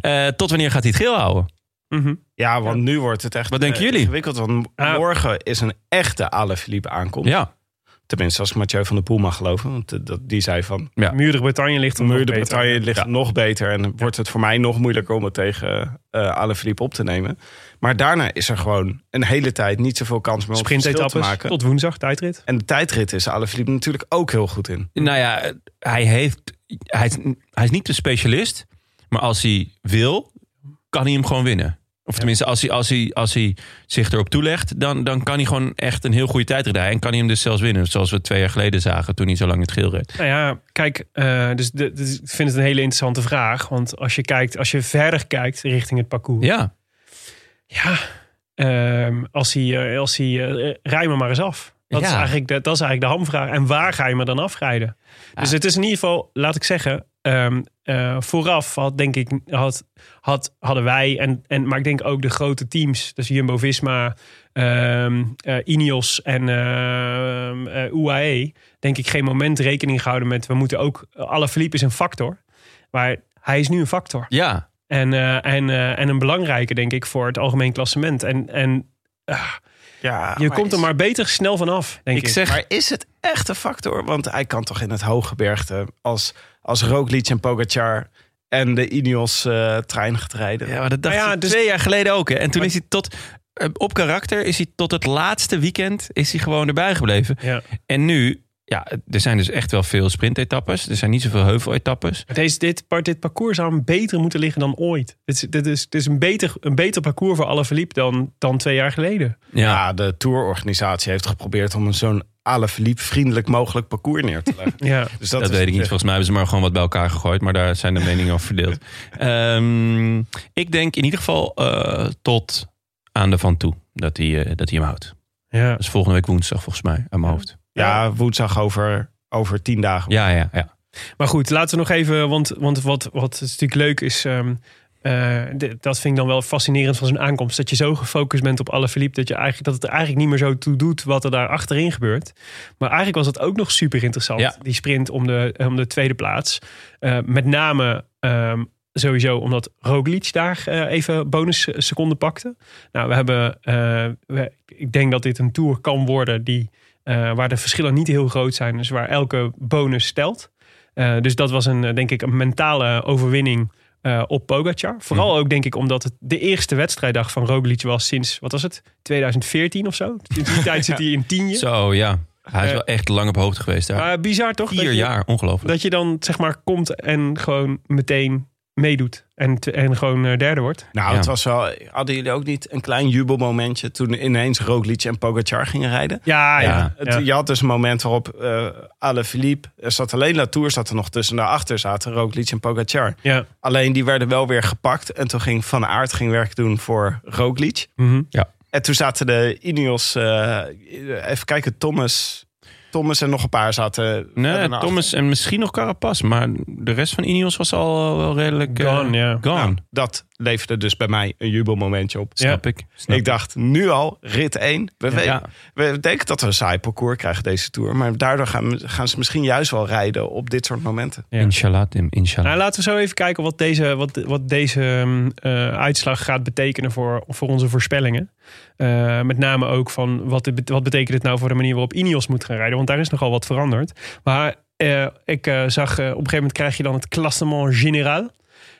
[SPEAKER 1] Nee. Eh, tot wanneer gaat hij het geel houden?
[SPEAKER 2] Mhm.
[SPEAKER 5] Ja, want nu wordt het echt
[SPEAKER 1] Wat denken
[SPEAKER 5] eh,
[SPEAKER 1] jullie?
[SPEAKER 5] ingewikkeld. Want
[SPEAKER 2] Ah.
[SPEAKER 5] morgen is een echte Alaphilippe aankomst.
[SPEAKER 1] Ja.
[SPEAKER 5] Tenminste, als ik Mathieu van der Poel mag geloven. Want eh, dat, die zei van...
[SPEAKER 2] Muur de Bretagne ligt er
[SPEAKER 5] Muur
[SPEAKER 2] nog
[SPEAKER 5] de
[SPEAKER 2] beter.
[SPEAKER 5] Bretagne ligt nog beter. En dan wordt het voor mij nog moeilijker om het tegen eh Alaphilippe op te nemen. Maar daarna is er gewoon een hele tijd niet zoveel kans meer om het verschil te
[SPEAKER 2] Sprintetappes
[SPEAKER 5] maken.
[SPEAKER 2] tot woensdag, tijdrit.
[SPEAKER 5] En de tijdrit is Alaphilippe natuurlijk ook heel goed in.
[SPEAKER 1] Nou ja, eh, hij, heeft, hij, is, hij is niet de specialist. Maar als hij wil, kan hij hem gewoon winnen. Of tenminste, als hij, als hij, als hij zich erop toelegt, dan, dan kan hij gewoon echt een heel goede tijd rijden. En kan hij hem dus zelfs winnen. Zoals we twee jaar geleden zagen toen hij zo lang in het geel reed.
[SPEAKER 2] Nou ja, kijk, eh, dus, de- dus ik vind het een hele interessante vraag. Want als je kijkt, als je verder kijkt richting het parcours.
[SPEAKER 1] Ja,
[SPEAKER 2] Ja, ehm, als hij, eh, als hij eh, rij me maar eens af. Dat, is
[SPEAKER 1] Ja.
[SPEAKER 2] eigenlijk de, dat is eigenlijk de hamvraag. En waar ga je me dan afrijden? Dus het is in ieder geval, laat ik zeggen, ehm, eh, vooraf had denk ik, had, had, hadden wij, en, en, maar ik denk ook de grote teams, dus Jumbo Visma, ehm eh, Ineos en ehm eh, UAE, denk ik geen moment rekening gehouden met, we moeten ook, Alaphilippe is een factor. Maar hij is nu een factor.
[SPEAKER 1] ja.
[SPEAKER 2] En, eh, en, eh, en een belangrijke, denk ik, voor het algemeen klassement. En, en
[SPEAKER 5] Ja,
[SPEAKER 2] je komt er Ah, maar beter snel vanaf, denk ik.
[SPEAKER 1] Ik zeg,
[SPEAKER 5] Maar is het echt een factor? Want hij kan toch in het hooggebergte als, als Roglic en Pogacar en de eh, Ineos-trein gaat rijden.
[SPEAKER 1] Ja, maar dat dacht
[SPEAKER 2] Nou ja,
[SPEAKER 1] ik
[SPEAKER 2] dus-
[SPEAKER 1] twee jaar geleden ook. Hè. En toen is hij tot... eh, Op karakter is hij tot het laatste weekend is hij gewoon erbij gebleven.
[SPEAKER 2] Ja.
[SPEAKER 1] En nu, ja, er zijn dus echt wel veel sprintetappes. Er zijn niet zoveel heuveletappes.
[SPEAKER 2] Deze, dit, par- dit parcours zou hem beter moeten liggen dan ooit. Dit is, dit is, dit is een, beter, een beter parcours voor Alaphilippe dan, dan twee jaar geleden.
[SPEAKER 1] Ja,
[SPEAKER 5] Ja, Ah, de tourorganisatie heeft geprobeerd om een zo'n Alaphilippe vriendelijk mogelijk parcours neer te leggen.
[SPEAKER 2] Ja.
[SPEAKER 5] Dus
[SPEAKER 1] dat,
[SPEAKER 5] is
[SPEAKER 1] weet ik niet.
[SPEAKER 5] echt-
[SPEAKER 1] Volgens mij hebben ze maar gewoon wat bij elkaar gegooid. Maar daar zijn de meningen over verdeeld. Ehm, ik denk in ieder geval eh, tot aan de van toe dat hij, eh, dat hij hem houdt.
[SPEAKER 2] Ja.
[SPEAKER 1] Dat is volgende week woensdag volgens mij, aan mijn hoofd.
[SPEAKER 5] Ja, woensdag over, over tien dagen.
[SPEAKER 1] Ja, ja, ja.
[SPEAKER 2] Maar goed, laten we nog even, want, want wat, wat is natuurlijk leuk is... ehm, eh, de- dat vind ik dan wel fascinerend van zo'n aankomst. Dat je zo gefocust bent op Alaphilippe... Dat, je eigenlijk, dat het er eigenlijk niet meer zo toe doet wat er daar achterin gebeurt. Maar eigenlijk was dat ook nog super interessant.
[SPEAKER 1] Ja.
[SPEAKER 2] Die sprint om de, om de tweede plaats. Eh, met name ehm, sowieso omdat Roglic daar eh, even bonus seconden pakte. Nou, we hebben... eh, we- ik denk dat dit een tour kan worden die, eh, waar de verschillen niet heel groot zijn. Dus waar elke bonus stelt. Eh, dus dat was een, eh, denk ik, een mentale overwinning eh, op Pogacar. Vooral ook, denk ik, omdat het de eerste wedstrijddag van Roglic was sinds, wat was het, 2014 of zo? Sinds die tijd zit hij in tien jaar.
[SPEAKER 1] Zo, ja. Hij is
[SPEAKER 2] Eh,
[SPEAKER 1] wel echt lang op hoogte geweest daar.
[SPEAKER 2] Maar bizar toch? dat
[SPEAKER 1] Vier
[SPEAKER 2] je-
[SPEAKER 1] jaar, ongelooflijk.
[SPEAKER 2] Dat je dan, zeg maar, komt en gewoon meteen meedoet. En, te- en gewoon eh, derde wordt.
[SPEAKER 5] Nou,
[SPEAKER 1] Ja.
[SPEAKER 5] het was wel... Hadden jullie ook niet een klein jubelmomentje toen ineens Roglic en Pogacar gingen rijden?
[SPEAKER 2] Ja, ja.
[SPEAKER 1] Ja.
[SPEAKER 5] Het- Je had dus een moment waarop eh Alaphilippe... Er zat alleen Latour zat er nog tussen. Daarachter zaten Roglic en Pogacar.
[SPEAKER 2] ja.
[SPEAKER 5] Alleen die werden wel weer gepakt. En toen ging Van Aert ging werk doen voor Roglic.
[SPEAKER 2] Mhm.
[SPEAKER 5] En toen zaten de Ineos... eh, even kijken, Thomas... Thomas en nog een paar zaten... eh,
[SPEAKER 1] Nee,
[SPEAKER 5] verder naar
[SPEAKER 1] Thomas en misschien nog Carapaz. Maar de rest van Ineos was al wel redelijk... eh,
[SPEAKER 2] Gone, ja.
[SPEAKER 1] Gone,
[SPEAKER 5] Nou, dat leverde dus bij mij een jubelmomentje op.
[SPEAKER 1] snap ik. Snap
[SPEAKER 5] ik dacht, nu al, rit 1. We, we-
[SPEAKER 1] Ja.
[SPEAKER 5] we denken dat we een saai parcours krijgen deze Tour. Maar daardoor gaan, we- gaan ze misschien juist wel rijden op dit soort momenten.
[SPEAKER 2] Ja.
[SPEAKER 1] Inshallah, Tim, inshallah.
[SPEAKER 2] Nou, laten we zo even kijken wat deze, wat, wat deze ehm, eh, uitslag gaat betekenen voor, voor onze voorspellingen. Eh, met name ook van wat, dit bet- wat betekent het nou voor de manier waarop Ineos moet gaan rijden. Want daar is nogal wat veranderd. Maar eh, ik eh, zag, eh, op een gegeven moment krijg je dan het classement général.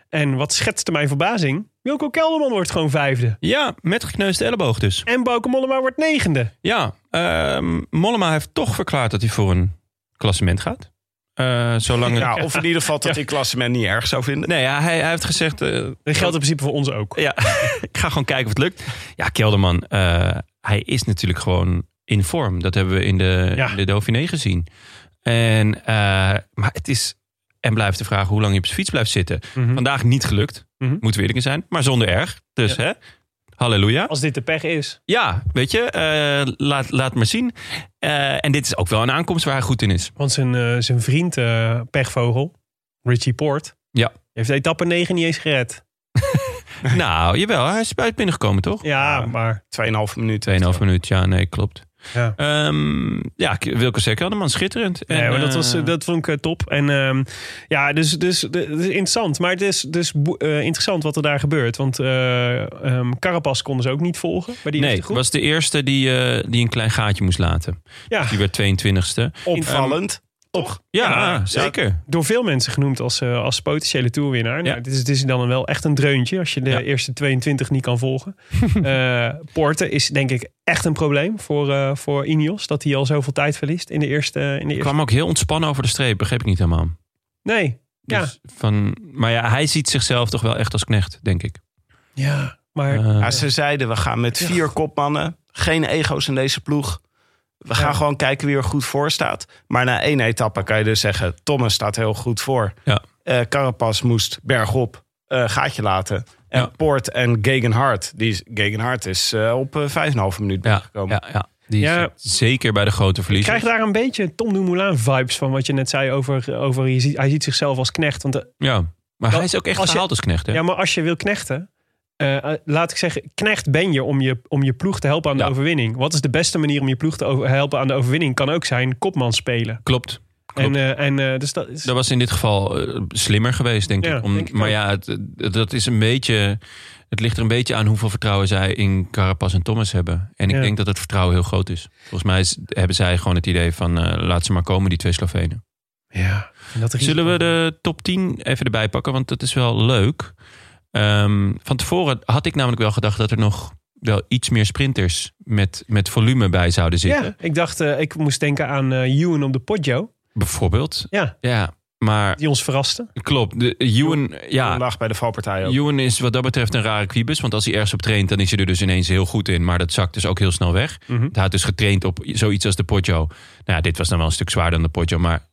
[SPEAKER 2] En wat schetste mijn verbazing? Wilco Kelderman wordt gewoon vijfde.
[SPEAKER 1] Ja, met gekneusde elleboog dus.
[SPEAKER 2] En Bauke Mollema wordt negende.
[SPEAKER 1] Ja, ehm, Mollema heeft toch verklaard dat hij voor een klassement gaat. Eh, zolang het...
[SPEAKER 5] Nou, of in ieder geval dat die klassement niet erg zou vinden.
[SPEAKER 1] Nee, ja, hij, hij heeft gezegd... eh,
[SPEAKER 2] Dat geldt in principe voor ons ook.
[SPEAKER 1] ja, ik ga gewoon kijken of het lukt. Ja, Kelderman, eh, hij is natuurlijk gewoon in vorm. Dat hebben we in de,
[SPEAKER 2] Ja.
[SPEAKER 1] in de Dauphiné gezien. En, eh, maar het is en blijft de vraag hoe lang je op zijn fiets blijft zitten.
[SPEAKER 2] Eh,
[SPEAKER 1] Vandaag niet gelukt,
[SPEAKER 2] Mhm.
[SPEAKER 1] moeten we eerlijk in zijn. Maar zonder erg. Dus hè, halleluja.
[SPEAKER 2] Als dit de pech is.
[SPEAKER 1] Ja, weet je, eh, laat, laat maar zien. Eh, en dit is ook wel een aankomst waar hij goed in is.
[SPEAKER 2] Want zijn, eh, zijn vriend, eh, pechvogel, Richie Poort,
[SPEAKER 1] Ja.
[SPEAKER 2] heeft de etappe 9 niet eens gered.
[SPEAKER 1] Nou, jawel, hij is buiten binnengekomen, toch?
[SPEAKER 2] Ja, maar
[SPEAKER 5] 2,5 minuten.
[SPEAKER 1] 2,5 minuut, ja, nee, klopt.
[SPEAKER 2] Ja.
[SPEAKER 1] Ehm, ja, Wilco Sekkerman, schitterend.
[SPEAKER 2] nee, hoor,
[SPEAKER 1] En,
[SPEAKER 2] dat, was,
[SPEAKER 1] eh,
[SPEAKER 2] dat vond ik eh, top. En ehm, ja, dus, dus, dus interessant. Maar het is dus bo- eh, interessant wat er daar gebeurt. Want eh ehm Carapaz konden ze ook niet volgen. Maar die
[SPEAKER 1] nee,
[SPEAKER 2] eerste groep.
[SPEAKER 1] was de eerste die, eh, die een klein gaatje moest laten.
[SPEAKER 2] ja,
[SPEAKER 1] Die werd 22e.
[SPEAKER 5] Opvallend.
[SPEAKER 2] op,
[SPEAKER 1] Ja,
[SPEAKER 2] Ja,
[SPEAKER 1] zeker.
[SPEAKER 2] door veel mensen genoemd als, eh, als potentiële toerwinnaar.
[SPEAKER 1] Ja.
[SPEAKER 2] Nou, dit, is, dit is dan wel echt een dreuntje als je de
[SPEAKER 1] Ja.
[SPEAKER 2] eerste 22 niet kan volgen. Eh Poorten is denk ik echt een probleem voor, eh, voor Ineos. Dat hij al zoveel tijd verliest in de eerste... In de eerste...
[SPEAKER 1] Kwam ook heel ontspannen over de streep, begreep ik niet helemaal.
[SPEAKER 2] Nee,
[SPEAKER 1] Dus van, maar ja, hij ziet zichzelf toch wel echt als knecht, denk ik.
[SPEAKER 2] ja, maar...
[SPEAKER 1] Eh,
[SPEAKER 5] Maar ze zeiden, we gaan met vier kopmannen. Geen ego's in deze ploeg. We gaan gewoon kijken wie er goed voor staat. Maar na één etappe kan je dus zeggen... Thomas staat heel goed voor.
[SPEAKER 1] Ja.
[SPEAKER 5] Eh, Carapaz moest bergop eh, gaatje laten. En
[SPEAKER 1] Ja.
[SPEAKER 5] Poort en Gegenhard. Die is, Gegenhard is eh, op eh, 5,5 minuut
[SPEAKER 1] ja,
[SPEAKER 5] binnengekomen.
[SPEAKER 1] ja, ja, die
[SPEAKER 2] Ja.
[SPEAKER 1] zit zeker bij de grote
[SPEAKER 2] Ik
[SPEAKER 1] verliezers.
[SPEAKER 2] krijg daar een beetje Tom Dumoulin vibes van wat je net zei over, over je ziet, hij ziet zichzelf als knecht. Want eh,
[SPEAKER 1] Ja, maar
[SPEAKER 2] Wel,
[SPEAKER 1] hij is ook echt
[SPEAKER 2] als je-
[SPEAKER 1] gehaald als knecht. Hè?
[SPEAKER 2] ja, maar als je wil knechten, eh, eh, laat ik zeggen, knecht ben je om je, om je ploeg te helpen aan de
[SPEAKER 1] Ja.
[SPEAKER 2] overwinning. Wat is de beste manier om je ploeg te over- helpen aan de overwinning? Kan ook zijn kopman spelen.
[SPEAKER 1] Klopt.
[SPEAKER 2] En,
[SPEAKER 1] Klopt.
[SPEAKER 2] eh, en eh, dus dat is.
[SPEAKER 1] Dat was in dit geval eh, slimmer geweest, denk
[SPEAKER 2] Ja,
[SPEAKER 1] ik. Om,
[SPEAKER 2] denk ik
[SPEAKER 1] maar
[SPEAKER 2] ook.
[SPEAKER 1] ja, het, het- dat is een beetje. Het ligt er een beetje aan hoeveel vertrouwen zij in Carapaz en Thomas hebben. En ik
[SPEAKER 2] Ja.
[SPEAKER 1] denk dat het vertrouwen heel groot is. Volgens mij is- hebben zij gewoon het idee van eh, laat ze maar komen, die twee Slovenen.
[SPEAKER 2] ja, en dat risico.
[SPEAKER 1] Zullen we de top 10 even erbij pakken? Want dat is wel leuk. Ehm, van tevoren had ik namelijk wel gedacht dat er nog wel iets meer sprinters met, met volume bij zouden zitten.
[SPEAKER 2] Ja, ik dacht, eh, ik moest denken aan eh Ewan op de Poggio.
[SPEAKER 1] Bijvoorbeeld.
[SPEAKER 2] Ja,
[SPEAKER 1] Ja, maar
[SPEAKER 2] die ons verraste.
[SPEAKER 1] klopt. De, eh, Ewan, ja,
[SPEAKER 5] Toen lag bij de valpartij ook.
[SPEAKER 1] Ewan is wat dat betreft een rare kwiebus. Want als hij ergens op traint, dan is hij er dus ineens heel goed in. Maar dat zakt dus ook heel snel weg.
[SPEAKER 5] Mhm.
[SPEAKER 1] Hij had dus getraind op zoiets als de Poggio. Nou ja, dit was dan wel een stuk zwaarder dan de Poggio. Maar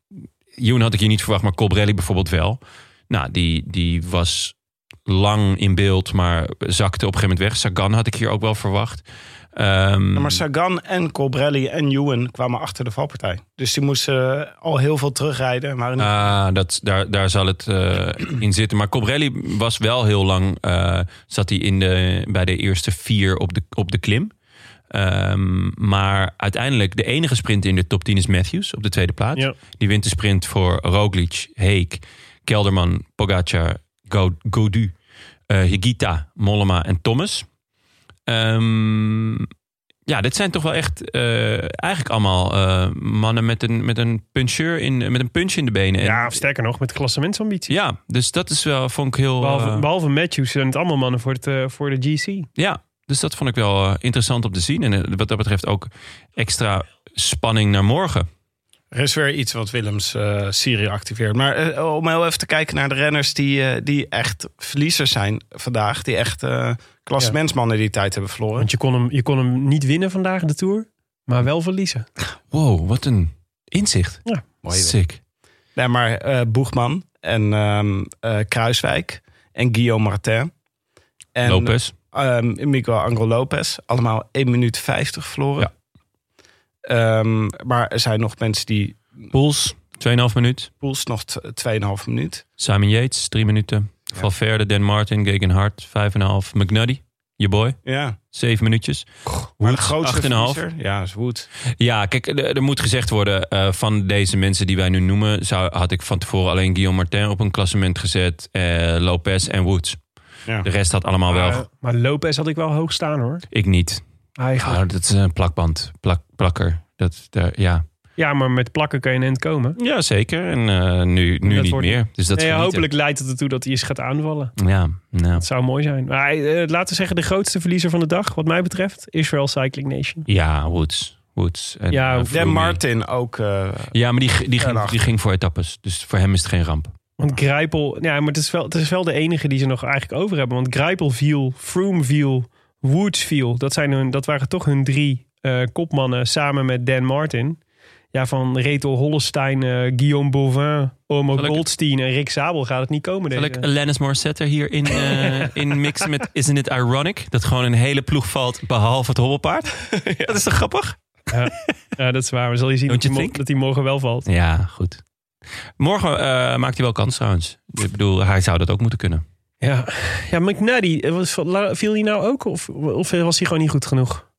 [SPEAKER 1] Ewan had ik hier niet verwacht, maar Colbrelli bijvoorbeeld wel. Nou, die, die was lang in beeld, maar zakte op een gegeven moment weg. Sagan had ik hier ook wel verwacht. Ehm,
[SPEAKER 5] Ja, maar Sagan en Colbrelli en Ewan kwamen achter de valpartij. Dus die moesten eh, al heel veel terugrijden. en Waren niet-
[SPEAKER 1] Ah, dat, daar, daar zal het eh, in zitten. Maar Cobrelli was wel heel lang... eh, zat hij in de, bij de eerste vier op de, op de klim. Ehm, maar uiteindelijk, de enige sprint in de top 10 is Matthews op de tweede plaats.
[SPEAKER 2] Ja.
[SPEAKER 1] Die wint de sprint voor Roglic, Heek, Kelderman, Pogacar, Go- Godu, eh, Higita, Mollema en Thomas. Ehm, ja, dit zijn toch wel echt eh, eigenlijk allemaal eh, mannen met een, met, een puncheur in, met een punch in de benen. En-
[SPEAKER 2] Ja, sterker nog, met klassementsambitie.
[SPEAKER 1] ja, dus dat is wel, vond ik heel...
[SPEAKER 2] Behalve,
[SPEAKER 1] eh,
[SPEAKER 2] behalve Matthews zijn het allemaal mannen voor, het, eh, voor de GC.
[SPEAKER 1] Ja, dus dat vond ik wel eh, interessant om te zien. En eh, wat dat betreft ook extra spanning naar morgen.
[SPEAKER 5] Er is weer iets wat Willems eh Syrië activeert. Maar eh, om heel even te kijken naar de renners die, eh, die echt verliezers zijn vandaag. Die echt eh klassementsmannen die tijd hebben verloren.
[SPEAKER 2] Want je kon, hem, je kon hem niet winnen vandaag de Tour, maar wel verliezen.
[SPEAKER 1] Wow, wat een inzicht.
[SPEAKER 2] Ja.
[SPEAKER 1] Sick.
[SPEAKER 5] Nee, maar eh, Boegman en ehm, eh, Kruiswijk en Guillaume Martin. En
[SPEAKER 1] Lopez.
[SPEAKER 5] ehm, Miguel Angel Lopez. Allemaal 1 minuut 50 verloren.
[SPEAKER 1] Ja.
[SPEAKER 5] Ehm, maar er zijn nog mensen die...
[SPEAKER 1] Poels, 2,5 minuut.
[SPEAKER 5] Poels nog t- 2,5 minuut.
[SPEAKER 1] Simon Yates, 3 minuten. Valverde, Dan Martin, Gegenhardt, 5,5. McNuddy, je boy,
[SPEAKER 5] Ja,
[SPEAKER 1] 7 minuutjes.
[SPEAKER 5] maar de
[SPEAKER 1] Woods,
[SPEAKER 5] grootste
[SPEAKER 1] 8,5.
[SPEAKER 5] verliezer, Ja, is Woods.
[SPEAKER 1] Ja, kijk, er er moet gezegd worden eh, van deze mensen die wij nu noemen, zou, had ik van tevoren alleen Guillaume Martin op een klassement gezet, eh, Lopez en Woods.
[SPEAKER 5] Ja.
[SPEAKER 1] De rest had allemaal
[SPEAKER 2] Maar, eh,
[SPEAKER 1] wel.
[SPEAKER 2] maar Lopez had ik wel hoog staan hoor.
[SPEAKER 1] Ik niet.
[SPEAKER 2] Eigenlijk.
[SPEAKER 1] Ah, dat is een plakband, plak, plakker. Dat, daar, ja.
[SPEAKER 2] Ja, maar met plakken kan je in het komen.
[SPEAKER 1] ja, zeker. En eh, nu, nu
[SPEAKER 2] Dat
[SPEAKER 1] niet
[SPEAKER 2] wordt-
[SPEAKER 1] meer. Dus dat is
[SPEAKER 2] Nee,
[SPEAKER 1] genieten.
[SPEAKER 2] hopelijk leidt het ertoe dat hij eens gaat aanvallen.
[SPEAKER 1] Ja, nou.
[SPEAKER 2] Dat zou mooi zijn. Maar, eh, laten we zeggen, de grootste verliezer van de dag, wat mij betreft, Israel Cycling Nation.
[SPEAKER 1] ja Woods. Woods en,
[SPEAKER 2] Ja,
[SPEAKER 1] eh,
[SPEAKER 2] Dan
[SPEAKER 1] Froome.
[SPEAKER 5] Dan Martin ook. eh,
[SPEAKER 1] Ja, maar die, die, ging,
[SPEAKER 5] Verlaag.
[SPEAKER 1] die ging voor etappes. Dus voor hem is het geen ramp.
[SPEAKER 2] Want Grijpel, ja, maar het is, wel, het is wel de enige die ze nog eigenlijk over hebben. Want Grijpel viel, Froome viel, Woods viel. Dat, zijn hun, dat waren toch hun drie eh, kopmannen samen met Dan Martin. Ja, van Reto Hollestein, eh, Guillaume Bovin, Omo
[SPEAKER 1] Zal ik-
[SPEAKER 2] Goldstein en Rick Zabel gaat het niet komen
[SPEAKER 1] Zal
[SPEAKER 2] deze.
[SPEAKER 1] ik Alanis Morissette hierin eh in mixen met Isn't It Ironic? Dat gewoon een hele ploeg valt, behalve het hobbelpaard. Dat is toch grappig?
[SPEAKER 2] Ja, dat is waar. Maar zal je zien
[SPEAKER 1] Don't
[SPEAKER 2] dat,
[SPEAKER 1] you
[SPEAKER 2] hij mo-
[SPEAKER 1] think?
[SPEAKER 2] dat hij morgen wel valt.
[SPEAKER 1] Ja, goed. Morgen eh, maakt hij wel kans trouwens. Ik bedoel, hij zou dat ook moeten kunnen.
[SPEAKER 2] Ja, ja McNuddy, eh, was, la- viel hij nou ook? Of, of was hij gewoon niet goed genoeg?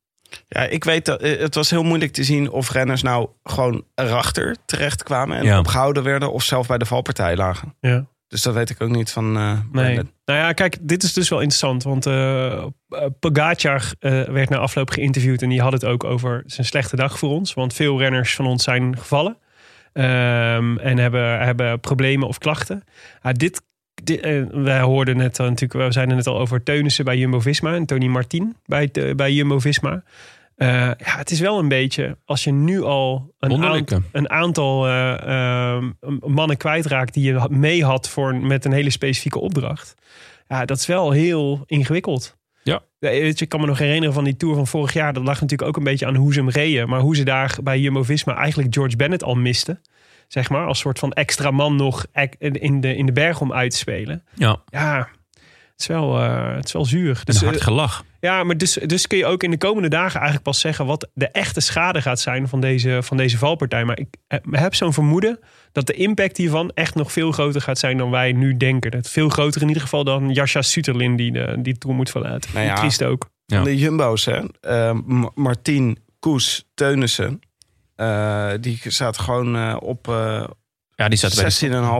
[SPEAKER 5] Ja, ik weet dat eh, het was heel moeilijk te zien of renners nou gewoon erachter terecht kwamen en
[SPEAKER 1] Ja.
[SPEAKER 5] opgehouden werden of zelf bij de valpartij lagen.
[SPEAKER 2] Ja.
[SPEAKER 5] Dus dat weet ik ook niet van eh
[SPEAKER 2] Nee.
[SPEAKER 5] Brandon.
[SPEAKER 2] Nou ja, kijk, dit is dus wel interessant. Want eh eh, Pogacar eh, werd na afloop geïnterviewd. En die had het ook over zijn slechte dag voor ons. Want veel renners van ons zijn gevallen. ehm, en hebben, hebben problemen of klachten. Ah, dit, dit, eh, wij hoorden net al natuurlijk, we zijn er net al over Teunissen bij Jumbo-Visma. En Tony Martin bij, Te- bij Jumbo-Visma. Eh, ja, het is wel een beetje, als je nu al een,
[SPEAKER 1] Wonderlijke.
[SPEAKER 2] aant- een aantal eh, ehm, mannen kwijtraakt die je had- mee had voor, een- met een hele specifieke opdracht. Ja, dat is wel heel ingewikkeld.
[SPEAKER 1] Ja.
[SPEAKER 2] weet je, ik kan me nog herinneren van die tour van vorig jaar. Dat lag natuurlijk ook een beetje aan hoe ze hem reden. Maar hoe ze daar bij Jumbo-Visma eigenlijk George Bennett al misten. Zeg maar, als soort van extra man nog ek- in de, in de berg om uit te spelen.
[SPEAKER 1] Ja,
[SPEAKER 2] Ja, het is wel, eh, het is wel zuur.
[SPEAKER 1] een
[SPEAKER 2] eh,
[SPEAKER 1] hard gelach.
[SPEAKER 2] ja, maar dus, dus kun je ook in de komende dagen eigenlijk pas zeggen wat de echte schade gaat zijn van deze, van deze valpartij. Maar ik eh, heb zo'n vermoeden dat de impact hiervan echt nog veel groter gaat zijn dan wij nu denken. Dat veel groter in ieder geval dan Jascha Suterlin die de, die tour moet verlaten.
[SPEAKER 5] Nou ja.
[SPEAKER 2] Triest ook.
[SPEAKER 1] Ja.
[SPEAKER 5] Van de Jumbo's, hè? Eh, M- Martin, Koes, Teunissen. eh, die zaten gewoon eh, op eh
[SPEAKER 1] Ja, die zat bij de...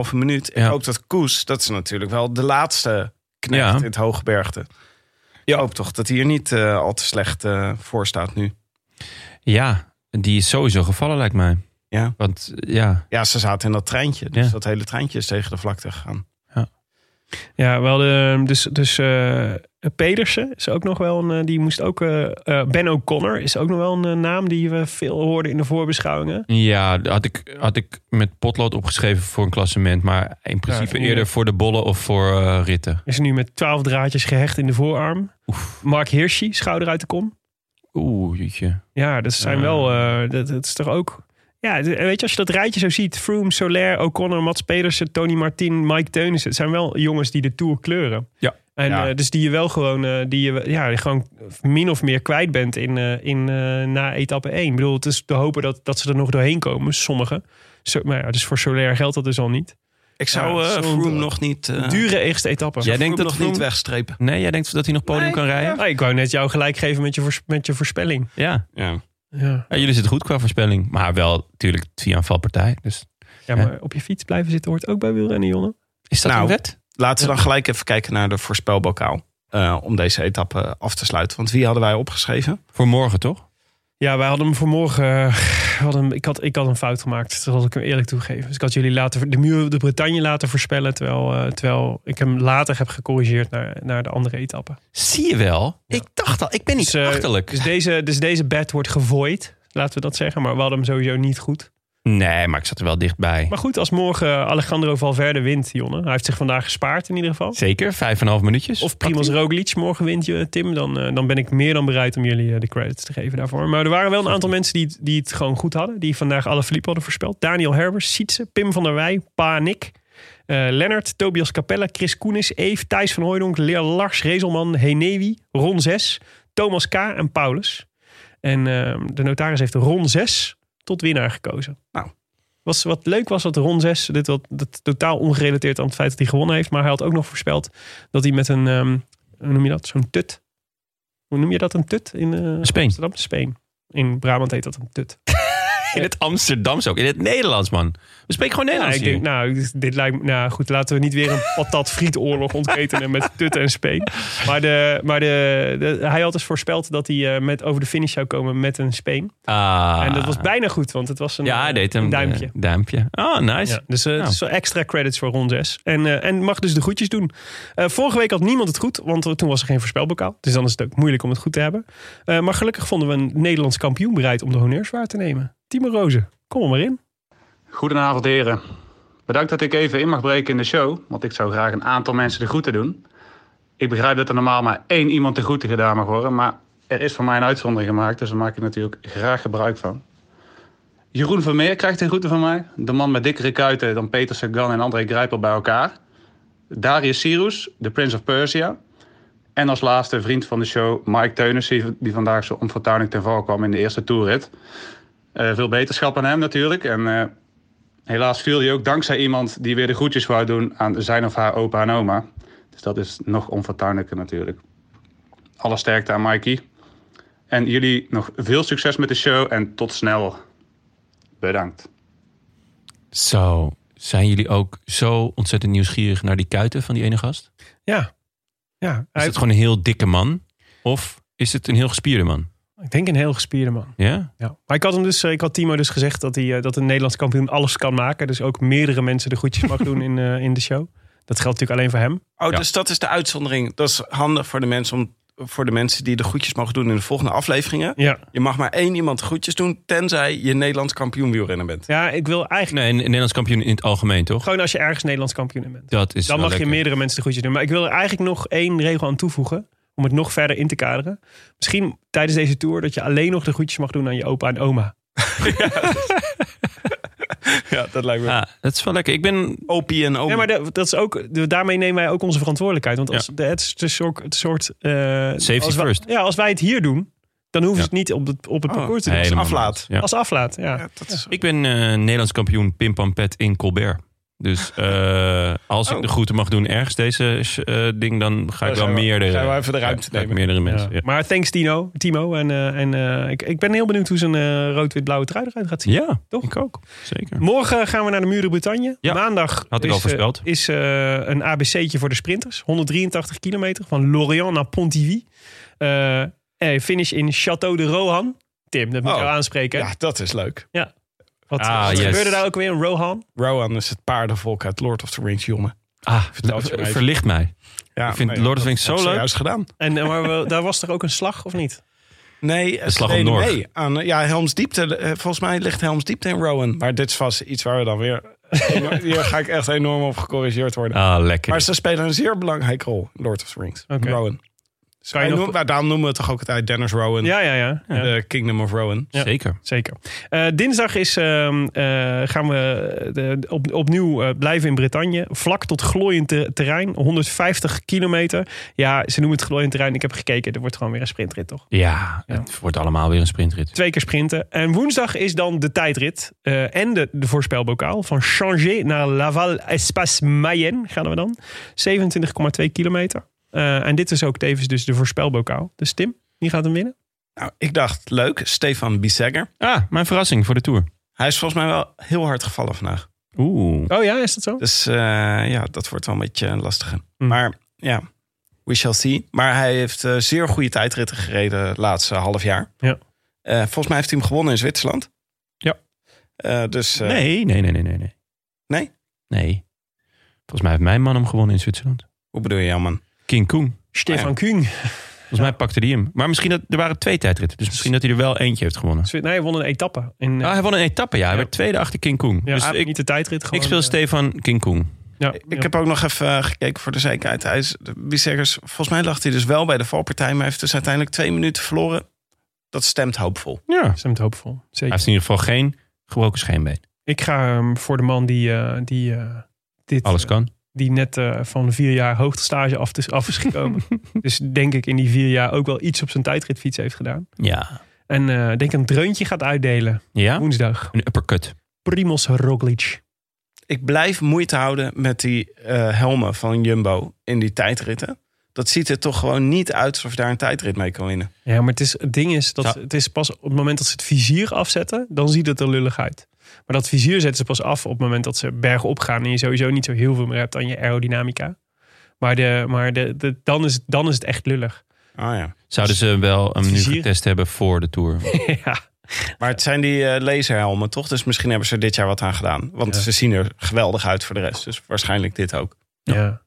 [SPEAKER 5] 16,5 minuut. En
[SPEAKER 1] Ja.
[SPEAKER 5] ook dat Koes, dat is natuurlijk wel de laatste knecht
[SPEAKER 1] Ja.
[SPEAKER 5] in het hoogbergte. Je hoopt toch dat hij er niet eh, al te slecht eh, voor staat nu.
[SPEAKER 1] Ja, die is sowieso gevallen lijkt mij.
[SPEAKER 5] Ja.
[SPEAKER 1] Want eh, ja,
[SPEAKER 5] Ja, ze zaten in dat treintje. Dus
[SPEAKER 1] Ja.
[SPEAKER 5] dat hele treintje is tegen de vlakte gegaan.
[SPEAKER 2] Ja, wel de, dus, dus eh, Pedersen is ook nog wel een, eh, die moest ook, eh, eh, Ben O'Connor is ook nog wel een eh, naam die we veel hoorden in de voorbeschouwingen.
[SPEAKER 1] ja dat had, ik, had ik met potlood opgeschreven voor een klassement. Maar in principe
[SPEAKER 2] Ja,
[SPEAKER 1] eerder voor de bollen of voor eh, ritten.
[SPEAKER 2] Is nu met twaalf draadjes gehecht in de voorarm. Mark Hirschi, schouder uit de kom.
[SPEAKER 1] Oeh, jeetje.
[SPEAKER 2] Ja, dat zijn
[SPEAKER 1] Eh.
[SPEAKER 2] wel.
[SPEAKER 5] Ah.
[SPEAKER 2] eh, dat, dat is toch ook. Ja, d- en weet je, als je dat rijtje zo ziet: Froome, Soler, O'Connor, Mats Pedersen, Tony Martin, Mike Teunissen. Het zijn wel jongens die de tour kleuren.
[SPEAKER 1] Ja.
[SPEAKER 2] En
[SPEAKER 5] Ja.
[SPEAKER 2] eh, dus die je wel gewoon, eh, die je wel- ja, gewoon min of meer kwijt bent in, eh, in, eh, na etappe 1. Ik bedoel, het is te hopen dat, dat ze er nog doorheen komen, sommigen. Zo, maar ja, dus voor Soler geldt dat dus al niet.
[SPEAKER 5] Ik zou
[SPEAKER 2] Ja,
[SPEAKER 5] eh,
[SPEAKER 2] zo'n-
[SPEAKER 5] Froome nog niet... eh,
[SPEAKER 2] Dure eerste etappe.
[SPEAKER 1] Jij denkt
[SPEAKER 5] Froome
[SPEAKER 1] dat
[SPEAKER 5] nog niet
[SPEAKER 1] Froome-
[SPEAKER 5] wegstrepen.
[SPEAKER 1] Nee, jij denkt dat hij nog podium kan rijden?
[SPEAKER 2] Ah, ik wou net jou gelijk geven met je, voors- met je voorspelling.
[SPEAKER 1] Ja.
[SPEAKER 5] Ja.
[SPEAKER 2] Ja.
[SPEAKER 1] Ja, jullie zitten goed qua voorspelling. Maar wel natuurlijk via een valpartij. Dus
[SPEAKER 2] ja, maar op je fiets blijven zitten hoort ook bij wielrennen, jongen.
[SPEAKER 1] is dat
[SPEAKER 5] Nou,
[SPEAKER 1] een wet?
[SPEAKER 5] Laten we dan gelijk even kijken naar de voorspelbokaal. eh, om deze etappe af te sluiten. Want wie hadden wij opgeschreven?
[SPEAKER 1] Voor morgen toch?
[SPEAKER 2] Ja, wij hadden hem vanmorgen. eh, we hadden hem- ik, had, ik had een fout gemaakt, dat had ik hem eerlijk toegeven. Dus ik had jullie laten, de muur de Bretagne laten voorspellen. Terwijl, eh, terwijl ik hem later heb gecorrigeerd naar, naar de andere etappe.
[SPEAKER 1] Zie je wel? Ik dacht al, ik ben niet
[SPEAKER 2] Dus, eh,
[SPEAKER 1] achterlijk.
[SPEAKER 2] Dus deze, dus deze bet wordt gevoid, laten we dat zeggen. Maar we hadden hem sowieso niet goed.
[SPEAKER 1] Nee, maar ik zat er wel dichtbij.
[SPEAKER 2] Maar goed, als morgen Alejandro Valverde wint, Jonne. Hij heeft zich vandaag gespaard in ieder geval.
[SPEAKER 1] Zeker, vijf en een half minuutjes.
[SPEAKER 2] Of Primoz Roglic morgen wint, eh, Tim. Dan, eh, dan ben ik meer dan bereid om jullie eh, de credits te geven daarvoor. Maar er waren wel een aantal mensen die, het- die het gewoon goed hadden. Die vandaag alle Philippe hadden voorspeld. Daniel Herbers, Sietse, Pim van der Wij, Pa Nick. eh, Lennart, Tobias Capella, Chris Koenis, Eve, Thijs van Hooijdonk, Leer Lars, Rezelman, Henewi, Ron 6, Thomas K. en Paulus. En eh, de notaris heeft Ron 6 tot winnaar gekozen.
[SPEAKER 5] Nou.
[SPEAKER 2] Was, wat leuk was dat Ron 6, dit wat dat totaal ongerelateerd aan het feit dat hij gewonnen heeft. Maar hij had ook nog voorspeld dat hij met een, ehm, hoe noem je dat? Zo'n tut. Hoe noem je dat? Een tut in eh,
[SPEAKER 1] Speen.
[SPEAKER 2] Amsterdam? Speen. In Brabant heet dat een tut.
[SPEAKER 1] In het Amsterdamse ook. In het Nederlands, man. We spreken gewoon
[SPEAKER 2] Ja,
[SPEAKER 1] Nederlands
[SPEAKER 2] ik
[SPEAKER 1] hier.
[SPEAKER 2] denk, nou, dit- dit lijkt me- nou goed, laten we niet weer een patatfrietoorlog ontketenen met tut en speen. Maar, de, maar de, de- hij had dus voorspeld dat hij eh, met, over de finish zou komen met een speen.
[SPEAKER 1] Ah.
[SPEAKER 2] En dat was bijna goed, want het was een,
[SPEAKER 1] Ja, hij
[SPEAKER 2] eh,
[SPEAKER 1] deed hem.
[SPEAKER 2] een
[SPEAKER 1] eh,
[SPEAKER 2] duimpje.
[SPEAKER 1] duimpje. Oh, nice.
[SPEAKER 2] Ja, dus eh, het
[SPEAKER 1] Nou.
[SPEAKER 2] is wel extra credits voor Ron 6. En, eh, en mag dus de groetjes doen. Eh, vorige week had niemand het goed, want er- toen was er geen voorspelbokaal. Dus dan is het ook moeilijk om het goed te hebben. Eh, maar gelukkig vonden we een Nederlands kampioen bereid om de honneurs waar te nemen. Timo Rozen, kom er maar in.
[SPEAKER 6] Goedenavond, heren. Bedankt dat ik even in mag breken in de show, want ik zou graag een aantal mensen de groeten doen. Ik begrijp dat er normaal maar één iemand de groeten gedaan mag worden, maar er is voor mij een uitzondering gemaakt, dus daar maak ik natuurlijk graag gebruik van. Jeroen Vermeer krijgt een groete van mij. De man met dikkere kuiten dan Peter Sagan en André Grijpel bij elkaar. Darius Sirus, de Prince of Persia. En als laatste vriend van de show Mike Teunis, die die vandaag zo onfortuinlijk ten val kwam in de eerste toerrit. Eh, veel beterschap aan hem natuurlijk. En eh, helaas viel hij ook dankzij iemand die weer de groetjes wou doen aan zijn of haar opa en oma. Dus dat is nog onfortuinlijker natuurlijk. Alle sterkte aan Mikey. En jullie nog veel succes met de show en tot snel. Bedankt.
[SPEAKER 1] Zo, zijn jullie ook zo ontzettend nieuwsgierig naar die kuiten van die ene gast?
[SPEAKER 2] Ja. ja
[SPEAKER 1] Is
[SPEAKER 2] hij,
[SPEAKER 1] het gewoon een heel dikke man? Of is het een heel gespierde man?
[SPEAKER 2] Ik denk een heel gespierde man.
[SPEAKER 1] Ja?
[SPEAKER 2] Ja. Maar ik had, hem dus, eh, ik had Timo dus gezegd dat, hij, eh, dat een Nederlands kampioen alles kan maken. Dus ook meerdere mensen de goedjes mag doen in, eh, in de show. Dat geldt natuurlijk alleen voor hem.
[SPEAKER 5] Oh,
[SPEAKER 1] Ja.
[SPEAKER 5] dus dat is de uitzondering. Dat is handig voor de mensen, om, voor de mensen die de groetjes mogen doen in de volgende afleveringen.
[SPEAKER 2] Ja.
[SPEAKER 5] Je mag maar één iemand de groetjes doen, tenzij je Nederlands kampioen wielrenner bent.
[SPEAKER 2] Ja, ik wil eigenlijk
[SPEAKER 1] Nee, een Nederlands kampioen in het algemeen, toch?
[SPEAKER 2] gewoon als je ergens Nederlands kampioen in bent.
[SPEAKER 1] Dat is
[SPEAKER 2] Dan
[SPEAKER 1] wel
[SPEAKER 2] mag je
[SPEAKER 1] lekker.
[SPEAKER 2] meerdere mensen de groetjes doen. Maar ik wil er eigenlijk nog één regel aan toevoegen. Om het nog verder in te kaderen. Misschien tijdens deze tour dat je alleen nog de groetjes mag doen aan je opa en oma.
[SPEAKER 5] Ja, dat lijkt me.
[SPEAKER 1] Ja, dat is wel lekker. Ik ben
[SPEAKER 5] Opie en
[SPEAKER 2] Ja,
[SPEAKER 5] opie.
[SPEAKER 2] maar de- dat is ook, de- daarmee nemen wij ook onze verantwoordelijkheid. Want als, de, het is een soort... Het soort eh, als wij-
[SPEAKER 1] first.
[SPEAKER 2] Ja, als wij het hier doen, dan hoeven
[SPEAKER 1] Ja.
[SPEAKER 2] ze het niet op het, op het
[SPEAKER 5] Oh,
[SPEAKER 2] parcours te doen.
[SPEAKER 1] helemaal
[SPEAKER 5] aflaat.
[SPEAKER 1] Ja.
[SPEAKER 2] Als aflaat, ja.
[SPEAKER 5] Ja, dat is...
[SPEAKER 1] Ik ben eh, Nederlands kampioen pimpampet in Colbert. Dus eh, als ik
[SPEAKER 5] Oh.
[SPEAKER 1] de groeten mag doen ergens deze eh, ding, dan ga ik wel
[SPEAKER 5] zijn we-
[SPEAKER 1] meerdere...
[SPEAKER 5] zijn we even de ruimte
[SPEAKER 1] ga ik
[SPEAKER 5] nemen.
[SPEAKER 1] Meerdere mensen,
[SPEAKER 2] Ja.
[SPEAKER 1] ja.
[SPEAKER 2] Maar thanks Tino, Timo. En, eh, en eh, ik, ik ben heel benieuwd hoe zijn eh, rood-wit-blauwe trui eruit gaat zien.
[SPEAKER 1] Ja,
[SPEAKER 2] Toch?
[SPEAKER 1] ik ook. Zeker.
[SPEAKER 2] Morgen gaan we naar de Muren Bretagne.
[SPEAKER 1] Ja,
[SPEAKER 2] Maandag
[SPEAKER 1] had ik
[SPEAKER 2] is,
[SPEAKER 1] al voorspeld.
[SPEAKER 2] eh, is eh, een ABC'tje voor de sprinters. 183 kilometer van Lorient naar Pontivy. Eh, eh, finish in Château de Rohan. Tim, dat moet ik
[SPEAKER 5] Oh,
[SPEAKER 2] jou aanspreken.
[SPEAKER 5] ja, dat is leuk.
[SPEAKER 2] Wat,
[SPEAKER 1] Ah,
[SPEAKER 2] wat
[SPEAKER 1] yes.
[SPEAKER 2] gebeurde daar ook weer in Rohan?
[SPEAKER 5] Rowan is het paardenvolk uit Lord of the Rings, jongen.
[SPEAKER 1] Ah,
[SPEAKER 5] Vertel het je maar even.
[SPEAKER 1] verlicht mij.
[SPEAKER 5] Ja,
[SPEAKER 1] Ik vind Lord of the Rings zo leuk.
[SPEAKER 5] Juist gedaan.
[SPEAKER 2] En eh, maar we- daar was toch ook een slag, of niet?
[SPEAKER 5] Nee, eh,
[SPEAKER 1] Slag om
[SPEAKER 5] nee,
[SPEAKER 1] Norg.
[SPEAKER 5] nee. Aan, eh, ja, Helms Diepte. eh, Volgens mij ligt Helms Diepte in Rowan. Maar dit is vast iets waar we dan weer... Hier ga ik echt enorm op gecorrigeerd worden.
[SPEAKER 1] Ah, lekker.
[SPEAKER 5] Maar ze spelen een zeer belangrijke rol in Lord of the Rings.
[SPEAKER 2] Oké.
[SPEAKER 5] Rowan.
[SPEAKER 2] Kan je
[SPEAKER 5] Hij
[SPEAKER 2] nog-
[SPEAKER 5] noemt- nou, daarom noemen we het toch ook altijd Dennis Rowan.
[SPEAKER 2] Ja, ja, ja. ja.
[SPEAKER 5] The Kingdom of Rowan.
[SPEAKER 2] Ja.
[SPEAKER 1] Zeker.
[SPEAKER 2] Zeker. Eh, dinsdag is, ehm, eh, gaan we de, op, opnieuw eh, blijven in Bretagne. Vlak tot glooiend te- terrein, 150 kilometer. Ja, ze noemen het glooiend terrein. Ik heb gekeken, er wordt gewoon weer een sprintrit, toch?
[SPEAKER 1] Ja, het wordt allemaal weer een sprintrit.
[SPEAKER 2] Twee keer sprinten. En woensdag is dan de tijdrit eh, en de, de voorspelbokaal. Van Changer naar Laval Espace Mayenne gaan we dan. 27,2 kilometer. Eh, en dit is ook tevens dus de voorspelbokaal. Dus Tim, die gaat hem winnen.
[SPEAKER 5] Nou, ik dacht, leuk, Stefan Bissegger.
[SPEAKER 1] Ah, mijn verrassing voor de Tour.
[SPEAKER 5] Hij is volgens mij wel heel hard gevallen vandaag.
[SPEAKER 1] Oeh.
[SPEAKER 2] Oh ja, is dat zo?
[SPEAKER 5] Dus eh, ja, dat wordt wel een beetje eh, lastiger.
[SPEAKER 2] Hmm.
[SPEAKER 5] Maar ja, we shall see. Maar hij heeft eh, zeer goede tijdritten gereden het laatste half jaar.
[SPEAKER 2] Ja.
[SPEAKER 5] Eh, volgens mij heeft hij hem gewonnen in Zwitserland.
[SPEAKER 1] Ja.
[SPEAKER 5] Eh, dus eh,
[SPEAKER 1] Nee, nee, nee, nee, nee. nee.
[SPEAKER 5] Nee?
[SPEAKER 1] Nee. Volgens mij heeft mijn man hem gewonnen in Zwitserland.
[SPEAKER 5] hoe bedoel je, man?
[SPEAKER 1] King Koen.
[SPEAKER 2] Stefan Kuhn.
[SPEAKER 1] Volgens mij pakte die hem. Maar misschien dat er waren twee tijdritten. Dus misschien dat hij er wel eentje heeft gewonnen.
[SPEAKER 2] Nee, hij won een etappe. In, eh,
[SPEAKER 1] Ah, hij won een etappe, ja. Hij
[SPEAKER 2] Ja.
[SPEAKER 1] werd tweede achter King Koen.
[SPEAKER 2] Ja,
[SPEAKER 1] dus
[SPEAKER 2] ah,
[SPEAKER 1] ik,
[SPEAKER 2] niet de tijdrit.
[SPEAKER 1] ik
[SPEAKER 2] gewoon,
[SPEAKER 1] speel
[SPEAKER 2] eh,
[SPEAKER 1] Stefan King Koen.
[SPEAKER 2] Ja,
[SPEAKER 5] Ik
[SPEAKER 2] ja.
[SPEAKER 5] heb ook nog even eh, gekeken voor de zekerheid. Hij is, de Bissegers, volgens mij lag hij dus wel bij de valpartij, maar hij heeft dus uiteindelijk twee minuten verloren. Dat stemt hoopvol.
[SPEAKER 1] Ja.
[SPEAKER 2] stemt hoopvol.
[SPEAKER 1] Hij
[SPEAKER 2] Zeker.
[SPEAKER 1] heeft in ieder geval geen gebroken scheenbeen.
[SPEAKER 2] Ik ga ehm, voor de man die, eh, die eh, dit,
[SPEAKER 1] Alles
[SPEAKER 2] eh,
[SPEAKER 1] kan.
[SPEAKER 2] die net eh, van vier jaar hoogtestage af, is- af is gekomen. dus denk ik in die vier jaar ook wel iets op zijn tijdritfiets heeft gedaan.
[SPEAKER 1] Ja.
[SPEAKER 2] En eh, denk een dreuntje gaat uitdelen
[SPEAKER 1] Ja?
[SPEAKER 2] woensdag.
[SPEAKER 1] Een uppercut.
[SPEAKER 2] Primoz Roglic.
[SPEAKER 5] ik blijf moeite houden met die eh, helmen van Jumbo in die tijdritten. Dat ziet er toch gewoon niet uit alsof je daar een tijdrit mee kan winnen.
[SPEAKER 2] Ja, maar het, is, het ding is dat
[SPEAKER 1] Ja.
[SPEAKER 2] ze- het is pas op het moment dat ze het vizier afzetten, dan ziet het er lullig uit. Maar dat vizier zetten ze pas af op het moment dat ze bergop gaan en je sowieso niet zo heel veel meer hebt aan je aerodynamica. Maar, de, maar de, de, dan, is, het- dan is het echt lullig.
[SPEAKER 5] Ah ja.
[SPEAKER 1] Zouden ze wel hem nu
[SPEAKER 2] Vizier.
[SPEAKER 1] getest hebben voor de Tour?
[SPEAKER 2] ja.
[SPEAKER 5] Maar het zijn die eh, laserhelmen, toch? Dus misschien hebben ze er dit jaar wat aan gedaan. Want
[SPEAKER 2] Ja.
[SPEAKER 5] ze zien er geweldig uit voor de rest. Dus waarschijnlijk dit ook.
[SPEAKER 2] ja.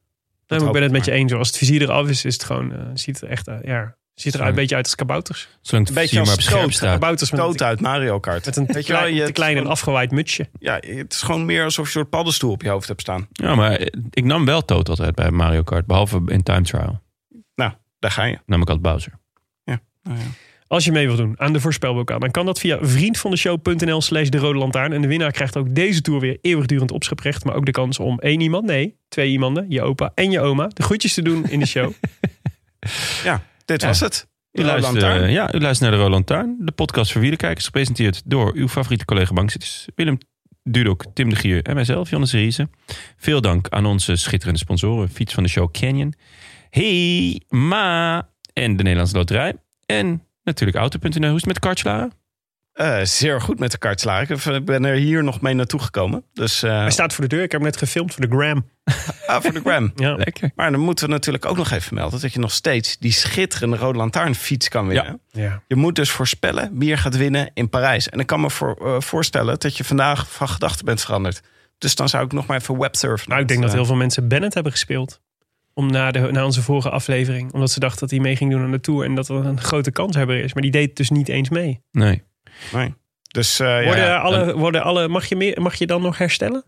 [SPEAKER 2] Nee, maar ik
[SPEAKER 5] hoop
[SPEAKER 2] ben het met
[SPEAKER 5] ik
[SPEAKER 2] je
[SPEAKER 5] maar.
[SPEAKER 2] eens. hoor. Als het vizier eraf is, is het gewoon, eh, ziet het er echt uit. Ja. Ziet er
[SPEAKER 1] Sorry.
[SPEAKER 2] een beetje uit als kabouters.
[SPEAKER 1] Zolang het
[SPEAKER 5] Beetje
[SPEAKER 1] vizier
[SPEAKER 5] als
[SPEAKER 1] maar op scherp
[SPEAKER 5] stoot.
[SPEAKER 1] staat.
[SPEAKER 2] Kabouters met,
[SPEAKER 5] Dood
[SPEAKER 2] een,
[SPEAKER 5] uit Mario Kart.
[SPEAKER 2] met een te,
[SPEAKER 5] Tota. Weet je wel,
[SPEAKER 2] klein-
[SPEAKER 5] je-
[SPEAKER 2] te klein en afgewaaid mutsje.
[SPEAKER 5] Ja, het is gewoon meer alsof je een soort paddenstoel op je hoofd hebt staan.
[SPEAKER 1] Ja, maar eh, ik nam wel Toot altijd bij Mario Kart. Behalve in Time Trial.
[SPEAKER 5] Nou, daar ga je.
[SPEAKER 1] Nam ik altijd Bowser.
[SPEAKER 2] Ah,
[SPEAKER 5] Nou ja.
[SPEAKER 2] Als je mee wilt doen aan de voorspelbokaal, dan kan dat via vriendvandeshow.nl slash de rode lantaarn. En de winnaar krijgt ook deze tour weer eeuwigdurend opscheprecht. Maar ook de kans om één iemand, nee, twee iemanden, je opa en je oma, de groetjes te doen in de show.
[SPEAKER 5] Ja, dit was het.
[SPEAKER 1] U luistert,
[SPEAKER 5] Lantaarn.
[SPEAKER 1] eh, ja, u luistert naar de Roland Tuin, de podcast voor wielerkijkers, gepresenteerd door uw favoriete collega bankzitters Willem Dudok, Tim de Gier en mijzelf, Jonas Riese. Veel dank aan onze schitterende sponsoren, fiets van de show Canyon, Hey Ma en de Nederlandse Loterij. En natuurlijk Auto.nl. Hoe is het met kartslaren?
[SPEAKER 5] Eh, zeer goed met de kaartslagen. Ik v- ben er hier nog mee naartoe gekomen. Dus eh,
[SPEAKER 2] Hij staat voor de deur. Ik heb hem net gefilmd voor de gram.
[SPEAKER 5] ah, voor de gram.
[SPEAKER 2] Ja.
[SPEAKER 1] Lekker.
[SPEAKER 5] Maar dan moeten we natuurlijk ook nog even melden... dat je nog steeds die schitterende Rode Lantaarnfiets kan winnen.
[SPEAKER 2] Ja.
[SPEAKER 5] Je moet dus voorspellen wie er gaat winnen in Parijs. En ik kan me voor, eh, voorstellen dat je vandaag van gedachten bent veranderd. Dus dan zou ik nog maar even websurfen. Eh,
[SPEAKER 2] Nou, ik denk dat heel veel mensen Bennett hebben gespeeld. Om na, de, na onze vorige aflevering. Omdat ze dachten dat hij mee ging doen aan de tour. En dat dat een grote kans hebben is. Maar die deed dus niet eens mee.
[SPEAKER 1] Nee.
[SPEAKER 5] Nee. Dus eh, ja,
[SPEAKER 2] Worden alle, worden alle, mag, je meer, mag je dan nog herstellen?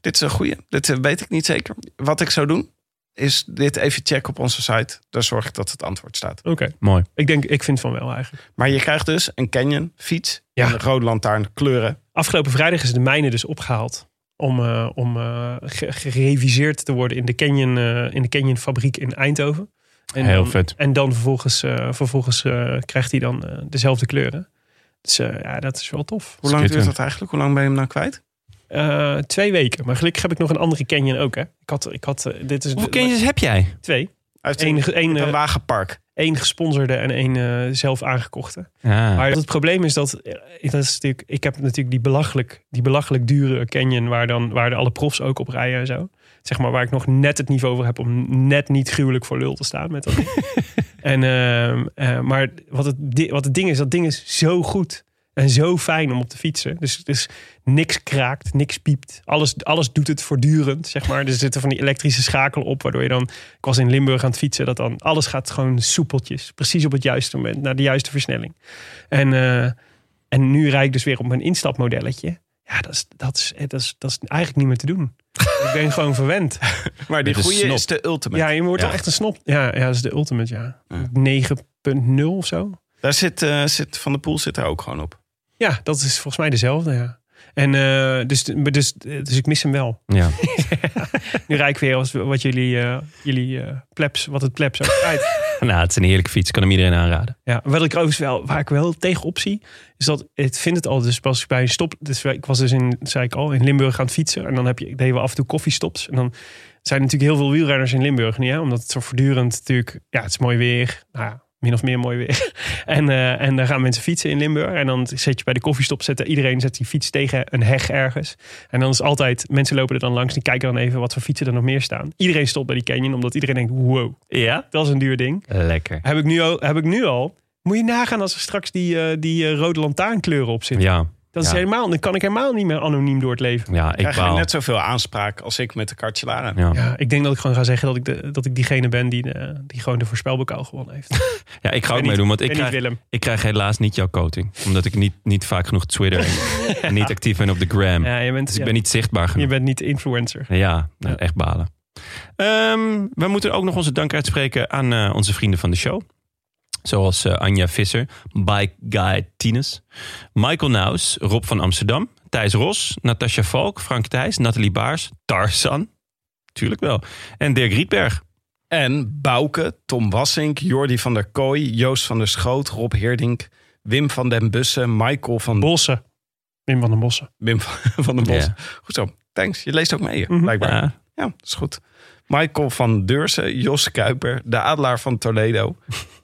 [SPEAKER 5] dit is een goeie. Dit eh, weet ik niet zeker. Wat ik zou doen, is dit even checken op onze site. Daar zorg ik dat het antwoord staat.
[SPEAKER 2] Oké.
[SPEAKER 1] Mooi.
[SPEAKER 2] Ik denk, ik vind van wel eigenlijk.
[SPEAKER 5] Maar je krijgt dus een Canyon fiets.
[SPEAKER 2] Ja.
[SPEAKER 5] Een rode lantaarn kleuren.
[SPEAKER 2] Afgelopen vrijdag is de mijne dus opgehaald. Om, eh, om eh, ge- gereviseerd te worden in de, Canyon, eh, in de Canyon fabriek in Eindhoven. En
[SPEAKER 1] Heel
[SPEAKER 2] dan,
[SPEAKER 1] vet.
[SPEAKER 2] En dan vervolgens, eh, vervolgens eh, krijgt hij dan eh, dezelfde kleuren. Dus eh, ja, dat is wel tof.
[SPEAKER 5] Hoe lang duurt
[SPEAKER 1] Schitterend.
[SPEAKER 5] dat eigenlijk? Hoe lang ben je hem nou kwijt?
[SPEAKER 2] Eh, twee weken. Maar gelukkig heb ik nog een andere Canyon ook. Hè. Ik had, ik had, eh, dit is
[SPEAKER 1] Hoeveel Canyons heb jij?
[SPEAKER 2] twee.
[SPEAKER 5] Hij heeft
[SPEAKER 2] Eén,
[SPEAKER 5] een,
[SPEAKER 2] één,
[SPEAKER 5] een
[SPEAKER 2] eh,
[SPEAKER 5] wagenpark.
[SPEAKER 2] één gesponsorde en één eh, zelf aangekochte.
[SPEAKER 1] Ja.
[SPEAKER 2] Maar het probleem is dat, eh, dat is natuurlijk, ik heb natuurlijk die belachelijk, die belachelijk dure Canyon waar, dan, waar de alle profs ook op rijden en zo. Zeg maar waar ik nog net het niveau voor heb om net niet gruwelijk voor lul te staan met dat. ding. en, ehm, eh, maar wat het, di- wat het ding is, dat ding is zo goed en zo fijn om op te fietsen. Dus, dus niks kraakt, niks piept. Alles, alles doet het voortdurend, zeg maar. Er zitten van die elektrische schakelen op, waardoor je dan... Ik was in Limburg aan het fietsen, dat dan alles gaat gewoon soepeltjes. Precies op het juiste moment, naar de juiste versnelling. En, eh, en nu rijd ik dus weer op mijn instapmodelletje. Ja, dat is, dat is, eh, dat is, dat is eigenlijk niet meer te doen. ik ben gewoon verwend.
[SPEAKER 5] Maar die
[SPEAKER 1] Met een
[SPEAKER 5] goede
[SPEAKER 1] snop.
[SPEAKER 5] is de ultimate.
[SPEAKER 2] Ja, je wordt
[SPEAKER 5] Ja.
[SPEAKER 2] wel echt een snop. Ja, ja, dat is de ultimate, ja. 9.0 of zo.
[SPEAKER 5] Daar zit, eh, zit Van der Poel zit daar ook gewoon op.
[SPEAKER 2] Ja, dat is volgens mij dezelfde, ja. En eh, dus, dus, dus ik mis hem wel.
[SPEAKER 1] ja.
[SPEAKER 2] Nu rijd ik weer als wat jullie, eh jullie eh, plebs, wat het plebs ook rijdt.
[SPEAKER 1] Nou, het is een heerlijke fiets. Kan hem iedereen aanraden.
[SPEAKER 2] Ja, wat ik overigens wel, waar ik wel tegen op zie, is dat ik vind het al dus pas bij een stop. Dus wij- ik was dus in, zei ik al, in Limburg aan het fietsen. En dan heb je, deden we af en toe koffiestops. En dan zijn er natuurlijk heel veel wielrenners in Limburg niet, hè? omdat het zo voortdurend natuurlijk, ja, het is mooi weer. Nou ja, min of meer mooi weer. En, eh, en dan gaan mensen fietsen in Limburg. En dan zet je bij de koffiestop, zet, iedereen zet die fiets tegen een heg ergens. En dan is altijd, mensen lopen er dan langs, die kijken dan even wat voor fietsen er nog meer staan. Iedereen stopt bij die canyon, omdat iedereen denkt, wow,
[SPEAKER 1] Ja?
[SPEAKER 2] dat is een duur ding.
[SPEAKER 1] Lekker.
[SPEAKER 2] Heb ik nu al. Heb ik nu al moet je nagaan als er straks die, eh, die eh, rode lantaarnkleuren op zitten.
[SPEAKER 1] Ja.
[SPEAKER 2] Dat is
[SPEAKER 1] ja.
[SPEAKER 2] helemaal, dan kan ik helemaal niet meer anoniem door het leven.
[SPEAKER 1] Ja, ik
[SPEAKER 5] Krijg je
[SPEAKER 1] baal.
[SPEAKER 5] net zoveel aanspraak als ik met de kartjelaren.
[SPEAKER 1] Ja.
[SPEAKER 2] Ja, ik denk dat ik gewoon ga zeggen dat ik, de, dat ik diegene ben die, eh, die gewoon de voorspelbokaal gewonnen heeft. Ik
[SPEAKER 1] ja, ik ga ook
[SPEAKER 2] ben niet-
[SPEAKER 1] meedoen, want ik
[SPEAKER 2] ben
[SPEAKER 1] krijg,
[SPEAKER 2] niet Willem.
[SPEAKER 1] Ik krijg helaas niet jouw coating. Omdat ik niet, niet vaak genoeg Twitter en- en niet actief ben op de gram.
[SPEAKER 2] Ja, je bent,
[SPEAKER 1] dus ik
[SPEAKER 2] ja,
[SPEAKER 1] ben niet zichtbaar
[SPEAKER 2] je
[SPEAKER 1] genoeg.
[SPEAKER 2] bent niet influencer.
[SPEAKER 1] Ja, nou,
[SPEAKER 2] Ja.
[SPEAKER 1] echt balen. Ehm, we moeten ook nog onze dank uitspreken aan eh, onze vrienden van de show. Zoals eh, Anja Visser, Bike Guy Tines, Michael Naus, Rob van Amsterdam, Thijs Ros, Natasja Valk, Frank Thijs, Nathalie Baars, Tarzan. Tuurlijk wel. En Dirk Rietberg.
[SPEAKER 5] En Bouke, Tom Wassink, Jordi van der Kooi, Joost van der Schoot, Rob Heerdink, Wim van den Bussen, Michael van,
[SPEAKER 2] Bossen. Wim van den Bossen.
[SPEAKER 5] Wim van, van den Bos.
[SPEAKER 1] Ja.
[SPEAKER 5] Goed zo, thanks. Je leest ook mee,
[SPEAKER 2] Mhm.
[SPEAKER 5] blijkbaar. Ja.
[SPEAKER 1] Ja,
[SPEAKER 5] dat is goed. Michael van Deursen, Jos Kuiper, de Adelaar van Toledo